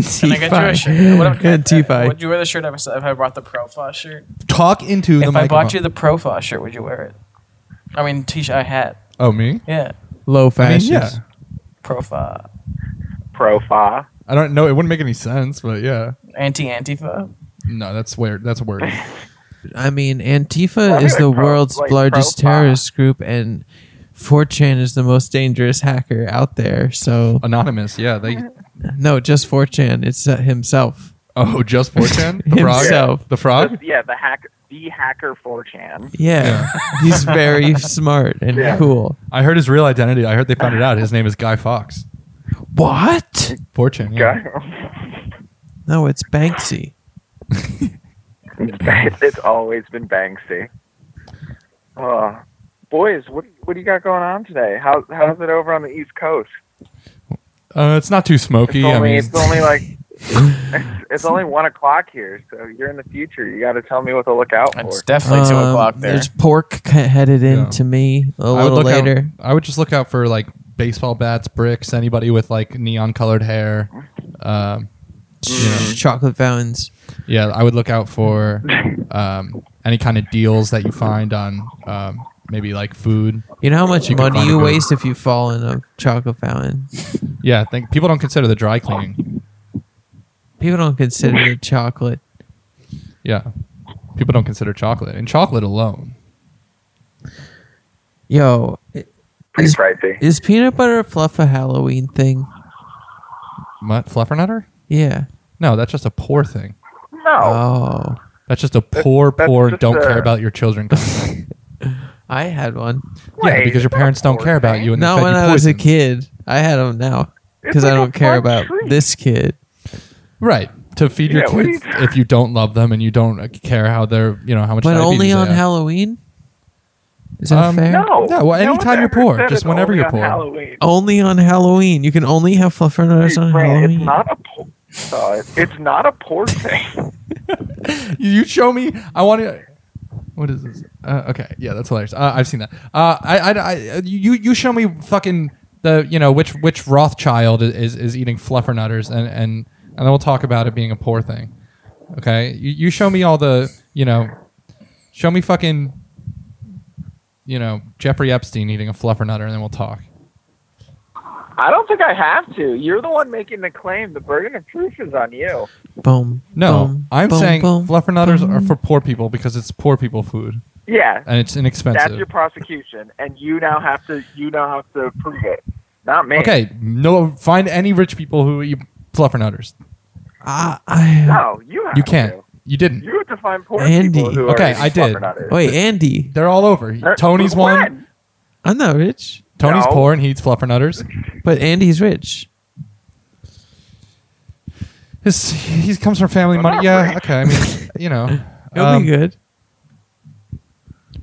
[SPEAKER 3] Can I get you a shirt? What if-
[SPEAKER 1] And
[SPEAKER 3] Would you wear the shirt if I s- if I brought the Profa shirt?
[SPEAKER 2] Talk into the
[SPEAKER 3] if I bought
[SPEAKER 2] microphone.
[SPEAKER 3] you the Profa shirt, would you wear it? I mean, t-shirt, a hat.
[SPEAKER 2] oh me.
[SPEAKER 3] Yeah,
[SPEAKER 1] Low
[SPEAKER 2] I mean,
[SPEAKER 1] fashion.
[SPEAKER 2] yeah.
[SPEAKER 3] Profa,
[SPEAKER 9] profile.
[SPEAKER 2] I don't know. It wouldn't make any sense, but yeah.
[SPEAKER 3] anti Antifa.
[SPEAKER 2] No, that's weird. That's a word.
[SPEAKER 1] I mean, Antifa
[SPEAKER 12] Well, I
[SPEAKER 1] is
[SPEAKER 12] mean,
[SPEAKER 1] the
[SPEAKER 12] like pro-
[SPEAKER 1] world's
[SPEAKER 12] like
[SPEAKER 1] largest
[SPEAKER 12] profile.
[SPEAKER 1] terrorist group, and 4chan is the most dangerous hacker out there. So
[SPEAKER 2] anonymous, yeah, they.
[SPEAKER 1] No, just 4chan. It's uh, himself.
[SPEAKER 2] Oh, just 4chan? The frog?
[SPEAKER 1] himself.
[SPEAKER 2] The frog?
[SPEAKER 12] yeah, the hacker, the hacker 4chan.
[SPEAKER 1] Yeah, he's very smart and
[SPEAKER 12] Yeah.
[SPEAKER 1] cool.
[SPEAKER 2] I heard his real identity. I heard they found it out. His name is Guy Fox.
[SPEAKER 1] What?
[SPEAKER 2] Fortune. Yeah.
[SPEAKER 1] No, it's Banksy.
[SPEAKER 12] it's always been Banksy. Oh, boys, what what do you got going on today? How how's it over on the East Coast?
[SPEAKER 2] Uh, it's not too smoky.
[SPEAKER 12] It's only,
[SPEAKER 2] I mean,
[SPEAKER 12] it's only like it's, it's only one o'clock here, so you're in the future. You got to tell me what to look out for.
[SPEAKER 3] Oh, It's definitely two
[SPEAKER 1] Um,
[SPEAKER 3] o'clock there.
[SPEAKER 1] There's pork c- headed in to me a
[SPEAKER 2] I would
[SPEAKER 1] little
[SPEAKER 2] look out-
[SPEAKER 1] later.
[SPEAKER 2] I would just look out for like baseball bats, bricks, anybody with like neon colored hair. Um, you know.
[SPEAKER 1] Chocolate fountains.
[SPEAKER 2] Yeah, I would look out for um, any kind of deals that you find on um, maybe like food.
[SPEAKER 1] You know how much
[SPEAKER 2] You can
[SPEAKER 1] money
[SPEAKER 2] find
[SPEAKER 1] you
[SPEAKER 2] a good-
[SPEAKER 1] waste if you fall in a chocolate fountain?
[SPEAKER 2] Yeah, I think people don't consider the dry cleaning.
[SPEAKER 1] People don't consider it chocolate.
[SPEAKER 2] Yeah, people don't consider chocolate and chocolate alone.
[SPEAKER 1] Yo, i-
[SPEAKER 12] Pretty pricey.
[SPEAKER 1] is peanut butter fluff a Halloween thing?
[SPEAKER 2] What fluffernutter?
[SPEAKER 1] Yeah.
[SPEAKER 2] No, that's just a poor thing.
[SPEAKER 12] No,
[SPEAKER 1] Oh,
[SPEAKER 2] That's just a poor,
[SPEAKER 12] that's
[SPEAKER 2] poor,
[SPEAKER 12] just
[SPEAKER 2] don't
[SPEAKER 12] a-
[SPEAKER 2] care about your children. yeah,
[SPEAKER 1] I had one.
[SPEAKER 12] Wait,
[SPEAKER 2] because your
[SPEAKER 12] that's
[SPEAKER 2] parents don't
[SPEAKER 12] poor
[SPEAKER 2] care about you and they
[SPEAKER 1] Not
[SPEAKER 2] fed
[SPEAKER 1] when
[SPEAKER 2] you
[SPEAKER 1] I was a
[SPEAKER 2] poison.
[SPEAKER 1] kid. I had them now
[SPEAKER 12] It's
[SPEAKER 1] because I
[SPEAKER 12] like a
[SPEAKER 1] don't care
[SPEAKER 12] fun
[SPEAKER 1] about
[SPEAKER 12] treat.
[SPEAKER 1] this kid.
[SPEAKER 2] Right. To feed your
[SPEAKER 12] Yeah, what do
[SPEAKER 2] kids if you don't love them and you don't uh, care how they're, you know, how much
[SPEAKER 1] But only
[SPEAKER 2] diabetes
[SPEAKER 1] on
[SPEAKER 2] they have.
[SPEAKER 1] Halloween? Is that
[SPEAKER 2] Um,
[SPEAKER 1] fair?
[SPEAKER 12] no,
[SPEAKER 2] No, well,
[SPEAKER 12] one's
[SPEAKER 2] anytime you're
[SPEAKER 12] ever
[SPEAKER 2] poor,
[SPEAKER 12] said
[SPEAKER 2] just
[SPEAKER 12] it's
[SPEAKER 2] whenever
[SPEAKER 12] only
[SPEAKER 2] you're
[SPEAKER 12] on
[SPEAKER 2] poor.
[SPEAKER 12] Halloween.
[SPEAKER 1] Only on Halloween. You can only have fluffernutters on
[SPEAKER 12] Fran,
[SPEAKER 1] Halloween.
[SPEAKER 12] it's not a poor. Uh, it's not a poor thing.
[SPEAKER 2] you show me. I want to. What is this? Uh, okay, yeah, that's hilarious. Uh, I've seen that. Uh, I, I, I, you, you show me fucking the, you know, which which Rothschild is is, is eating fluffernutters, and and and then we'll talk about it being a poor thing. Okay, you, you show me all the, you know, show me fucking, you know, Jeffrey Epstein eating a fluffernutter, and then we'll talk.
[SPEAKER 12] I don't think I have to. You're the one making the claim. The burden of proof is on you.
[SPEAKER 1] Boom.
[SPEAKER 2] No,
[SPEAKER 1] boom,
[SPEAKER 2] I'm
[SPEAKER 1] boom,
[SPEAKER 2] saying
[SPEAKER 1] boom,
[SPEAKER 2] fluffernutters
[SPEAKER 1] boom.
[SPEAKER 2] are for poor people because it's poor people food
[SPEAKER 12] Yeah,
[SPEAKER 2] and it's inexpensive.
[SPEAKER 12] that's your prosecution, and you now have to you now have to prove it. Not me.
[SPEAKER 2] Okay, no. Find any rich people who eat fluffernutters.
[SPEAKER 1] Ah, I, I,
[SPEAKER 12] No, you have
[SPEAKER 2] You can't.
[SPEAKER 12] to.
[SPEAKER 2] You didn't.
[SPEAKER 12] You have to find poor
[SPEAKER 1] Andy.
[SPEAKER 12] people who
[SPEAKER 2] Okay,
[SPEAKER 12] are
[SPEAKER 2] I did.
[SPEAKER 12] fluffernutters.
[SPEAKER 1] wait, Andy.
[SPEAKER 2] They're all over.
[SPEAKER 12] Uh,
[SPEAKER 2] Tony's
[SPEAKER 12] when?
[SPEAKER 2] one.
[SPEAKER 1] I'm not rich,
[SPEAKER 2] Tony's
[SPEAKER 12] No.
[SPEAKER 2] poor and he eats fluffernutters.
[SPEAKER 1] but Andy's rich.
[SPEAKER 2] His he comes from family
[SPEAKER 12] I'm
[SPEAKER 2] money.
[SPEAKER 12] not
[SPEAKER 2] Yeah.
[SPEAKER 12] rich.
[SPEAKER 2] Okay. I mean, you know,
[SPEAKER 1] It'll
[SPEAKER 2] um,
[SPEAKER 1] be good.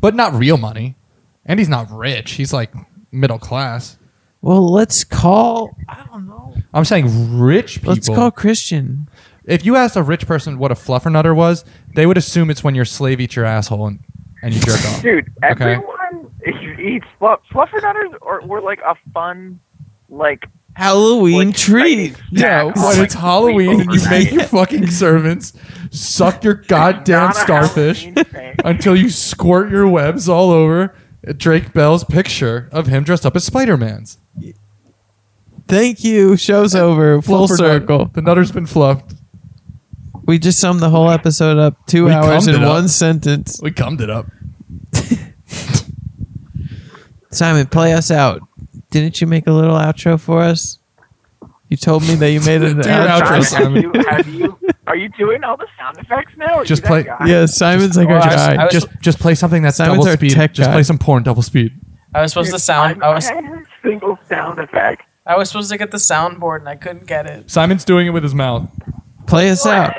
[SPEAKER 2] but not real money. And he's not rich. He's like middle class.
[SPEAKER 1] Well, let's call. I don't know.
[SPEAKER 2] I'm saying rich people.
[SPEAKER 1] Let's call Christian.
[SPEAKER 2] if you asked a rich person what a fluffernutter was, they would assume it's when your slave eats your asshole and, and you jerk off.
[SPEAKER 12] Dude,
[SPEAKER 2] Okay.
[SPEAKER 12] everyone eats fluff. Fluffernutters are, were like a fun, like
[SPEAKER 1] Halloween
[SPEAKER 12] Like,
[SPEAKER 1] treat.
[SPEAKER 2] Yeah,
[SPEAKER 12] Snack
[SPEAKER 2] when
[SPEAKER 12] on,
[SPEAKER 2] it's
[SPEAKER 12] like,
[SPEAKER 2] Halloween and you
[SPEAKER 12] sleepover
[SPEAKER 2] make your fucking servants suck your goddamn
[SPEAKER 12] not a
[SPEAKER 2] starfish
[SPEAKER 12] Halloween thing.
[SPEAKER 2] until you squirt your webs all over Drake Bell's picture of him dressed up as Spider Man's.
[SPEAKER 1] Thank you. Show's over. Full circle.
[SPEAKER 2] The nutter's been fluffed.
[SPEAKER 1] We just summed the whole episode up two
[SPEAKER 2] We
[SPEAKER 1] hours
[SPEAKER 2] cummed
[SPEAKER 1] in
[SPEAKER 2] it up.
[SPEAKER 1] one sentence.
[SPEAKER 2] We cummed it up.
[SPEAKER 1] Simon, play us out. Didn't you make a little outro for us? You told me that you made an
[SPEAKER 2] Do your outro,
[SPEAKER 12] Simon,
[SPEAKER 1] outro.
[SPEAKER 12] have
[SPEAKER 2] Simon.
[SPEAKER 12] you, have you, are you doing all the sound effects now? Are
[SPEAKER 2] Just
[SPEAKER 12] you that
[SPEAKER 2] play-
[SPEAKER 12] guy?
[SPEAKER 1] Yeah, Simon's like
[SPEAKER 3] Well,
[SPEAKER 1] our
[SPEAKER 3] I was-
[SPEAKER 1] guy.
[SPEAKER 3] I was-
[SPEAKER 2] Just just play something that's
[SPEAKER 1] Simon's
[SPEAKER 2] double
[SPEAKER 1] our
[SPEAKER 2] speed.
[SPEAKER 1] tech
[SPEAKER 2] Just
[SPEAKER 1] guy.
[SPEAKER 2] play some porn double speed.
[SPEAKER 3] I was supposed to sound.
[SPEAKER 12] I,
[SPEAKER 3] I was.
[SPEAKER 12] have single sound effect.
[SPEAKER 3] I was supposed to get the soundboard and I couldn't get it.
[SPEAKER 2] Simon's doing it with his mouth.
[SPEAKER 1] Play us out.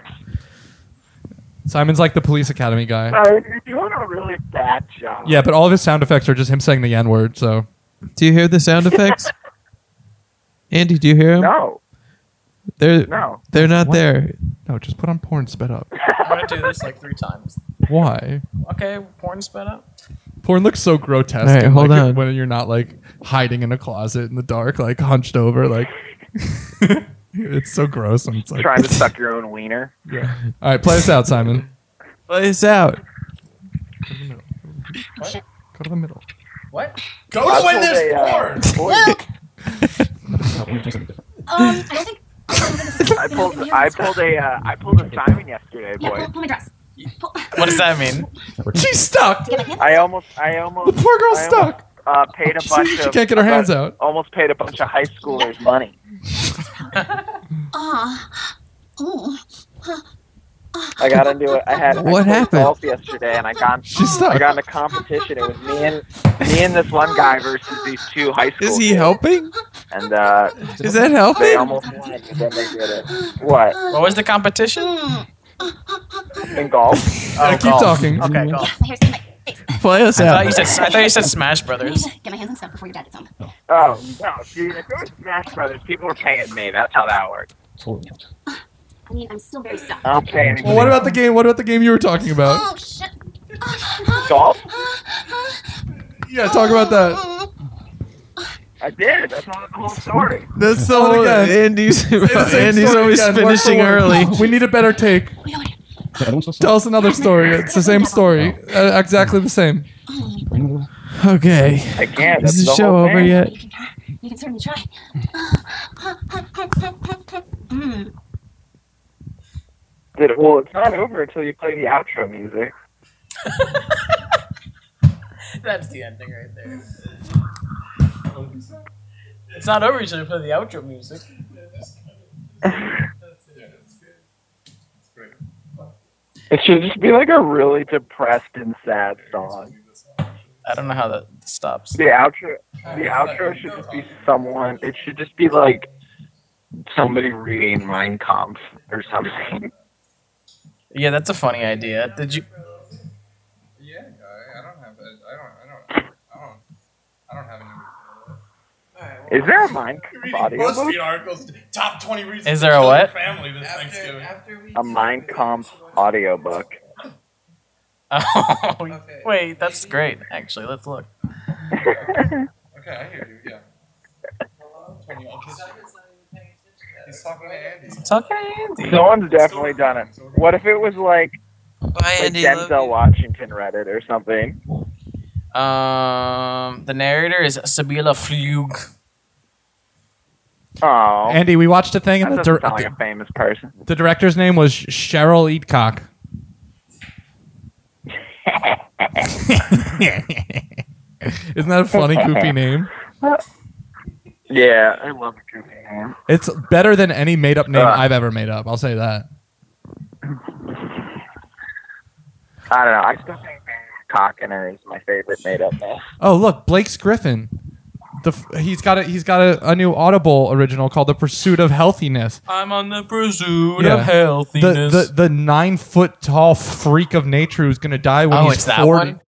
[SPEAKER 2] Simon's like the police academy guy.
[SPEAKER 12] Sorry, Uh, you're doing a really bad job.
[SPEAKER 2] Yeah, but all of his sound effects are just him saying the N word, so
[SPEAKER 1] Do you hear the sound effects? Andy, do you hear them?
[SPEAKER 12] No,
[SPEAKER 1] They're
[SPEAKER 12] no.
[SPEAKER 1] they're not
[SPEAKER 2] What?
[SPEAKER 1] there.
[SPEAKER 2] no, just put on porn sped up.
[SPEAKER 3] I'm gonna do this like three times.
[SPEAKER 2] Why?
[SPEAKER 3] Okay, porn sped up.
[SPEAKER 2] Porn looks so grotesque.
[SPEAKER 1] All right,
[SPEAKER 2] and,
[SPEAKER 1] hold
[SPEAKER 2] like,
[SPEAKER 1] on.
[SPEAKER 2] When you're not like hiding in a closet in the dark, like hunched over, like it's so gross. And it's like,
[SPEAKER 12] Trying to suck your own wiener.
[SPEAKER 2] yeah. All right, play us out, Simon.
[SPEAKER 1] Play us out.
[SPEAKER 2] Go to the middle. Go to the middle.
[SPEAKER 3] What?
[SPEAKER 2] Go
[SPEAKER 12] I pulled a, uh, boy-
[SPEAKER 13] Luke, um, I don't think.
[SPEAKER 12] I pulled. I pulled a. Uh, I pulled a Simon yesterday,
[SPEAKER 13] Yeah,
[SPEAKER 12] boy.
[SPEAKER 13] pull, pull my dress.
[SPEAKER 3] You, What does that mean?
[SPEAKER 2] She's stuck.
[SPEAKER 9] I almost, I almost.
[SPEAKER 2] The poor girl's
[SPEAKER 9] I
[SPEAKER 2] stuck.
[SPEAKER 9] Almost, uh, paid a bunch
[SPEAKER 2] she
[SPEAKER 9] of.
[SPEAKER 2] can't get her hands
[SPEAKER 9] uh,
[SPEAKER 2] out.
[SPEAKER 9] Almost paid a bunch of high schoolers money.
[SPEAKER 8] Ah. Oh.
[SPEAKER 9] I got into it. I had I
[SPEAKER 1] What
[SPEAKER 9] played
[SPEAKER 1] happened?
[SPEAKER 9] golf yesterday, and I got
[SPEAKER 2] stuck.
[SPEAKER 9] I got in a competition. It was me and me and this one guy versus these two high school.
[SPEAKER 1] Is he
[SPEAKER 9] kids.
[SPEAKER 1] helping?
[SPEAKER 9] And uh,
[SPEAKER 1] Is that helping?
[SPEAKER 9] They almost won, but then they did it. What?
[SPEAKER 3] What was the competition?
[SPEAKER 9] In golf?
[SPEAKER 2] Yeah, keep talking.
[SPEAKER 9] Okay, golf.
[SPEAKER 8] Here's my face.
[SPEAKER 1] Play us
[SPEAKER 3] I
[SPEAKER 1] out.
[SPEAKER 3] thought, you said, I thought you said Smash Brothers.
[SPEAKER 8] Get my hands on stuff before your dad gets home.
[SPEAKER 9] Oh, no, dude, if it was Smash Brothers, people were paying me. That's how that worked.
[SPEAKER 8] I mean, I'm still very stuck.
[SPEAKER 2] Um,
[SPEAKER 9] I'm paying
[SPEAKER 2] Well, what about the game? What about the game you were talking about?
[SPEAKER 8] Oh shit.
[SPEAKER 9] golf?
[SPEAKER 2] Yeah, talk about that.
[SPEAKER 8] Oh,
[SPEAKER 9] I did. That's not the whole story.
[SPEAKER 1] That's the
[SPEAKER 2] Oh,
[SPEAKER 1] whole Andy's, Andy's always finishing early.
[SPEAKER 2] We need a better take. Tell us another story. It's the same story, uh, exactly the same.
[SPEAKER 1] Okay.
[SPEAKER 9] Again,
[SPEAKER 1] Is
[SPEAKER 9] that's
[SPEAKER 1] the
[SPEAKER 9] the
[SPEAKER 1] show
[SPEAKER 9] whole
[SPEAKER 1] over
[SPEAKER 9] thing.
[SPEAKER 1] yet?
[SPEAKER 8] You can certainly try. Mm.
[SPEAKER 9] Did, well, it's not over until you play the outro music.
[SPEAKER 3] That's the ending right there. It's not over. You should have put the outro music.
[SPEAKER 9] It should just be like a really depressed and sad song.
[SPEAKER 3] I don't know how that stops.
[SPEAKER 9] The outro, the outro should just be someone. It should just be like somebody reading Mein Kampf or something.
[SPEAKER 3] Yeah, that's a funny idea. Did you?
[SPEAKER 2] Yeah, I don't have. I don't. I don't. I don't. I don't have any.
[SPEAKER 9] Is there a Mein Kampf audiobook?
[SPEAKER 2] articles. Top twenty reasons.
[SPEAKER 3] Is there a what?
[SPEAKER 2] Family this Thanksgiving.
[SPEAKER 9] A Mein Kampf audiobook.
[SPEAKER 3] Oh, wait, that's great. Actually, let's look.
[SPEAKER 2] Okay, I hear you. Yeah. He's talking to Andy.
[SPEAKER 3] Talking to Andy.
[SPEAKER 9] Someone's definitely done it. What if it was like, like
[SPEAKER 3] Andy, love
[SPEAKER 9] Denzel Washington Reddit or something?
[SPEAKER 3] Um, the narrator is Sabila Flug.
[SPEAKER 9] Oh,
[SPEAKER 2] Andy, we watched a thing,
[SPEAKER 9] that
[SPEAKER 2] and the,
[SPEAKER 9] doesn't
[SPEAKER 2] dir-
[SPEAKER 9] sound like a famous person.
[SPEAKER 2] the director's name was Cheryl Eatcock. Isn't that a funny, goofy name?
[SPEAKER 9] Yeah, I love a goofy name.
[SPEAKER 2] It's better than any made up name
[SPEAKER 9] Uh.
[SPEAKER 2] I've ever made up. I'll say that.
[SPEAKER 9] I don't know. I still think Cockiner is my favorite made up name.
[SPEAKER 2] Oh, look, Blake's Griffin. The f- he's got a he's got a, a new Audible original called "The Pursuit of Healthiness."
[SPEAKER 3] I'm on the pursuit
[SPEAKER 2] Yeah.
[SPEAKER 3] of healthiness.
[SPEAKER 2] The, the the nine foot tall freak of nature who's gonna die when
[SPEAKER 3] oh,
[SPEAKER 2] he's
[SPEAKER 3] it's that
[SPEAKER 2] forty.
[SPEAKER 3] one.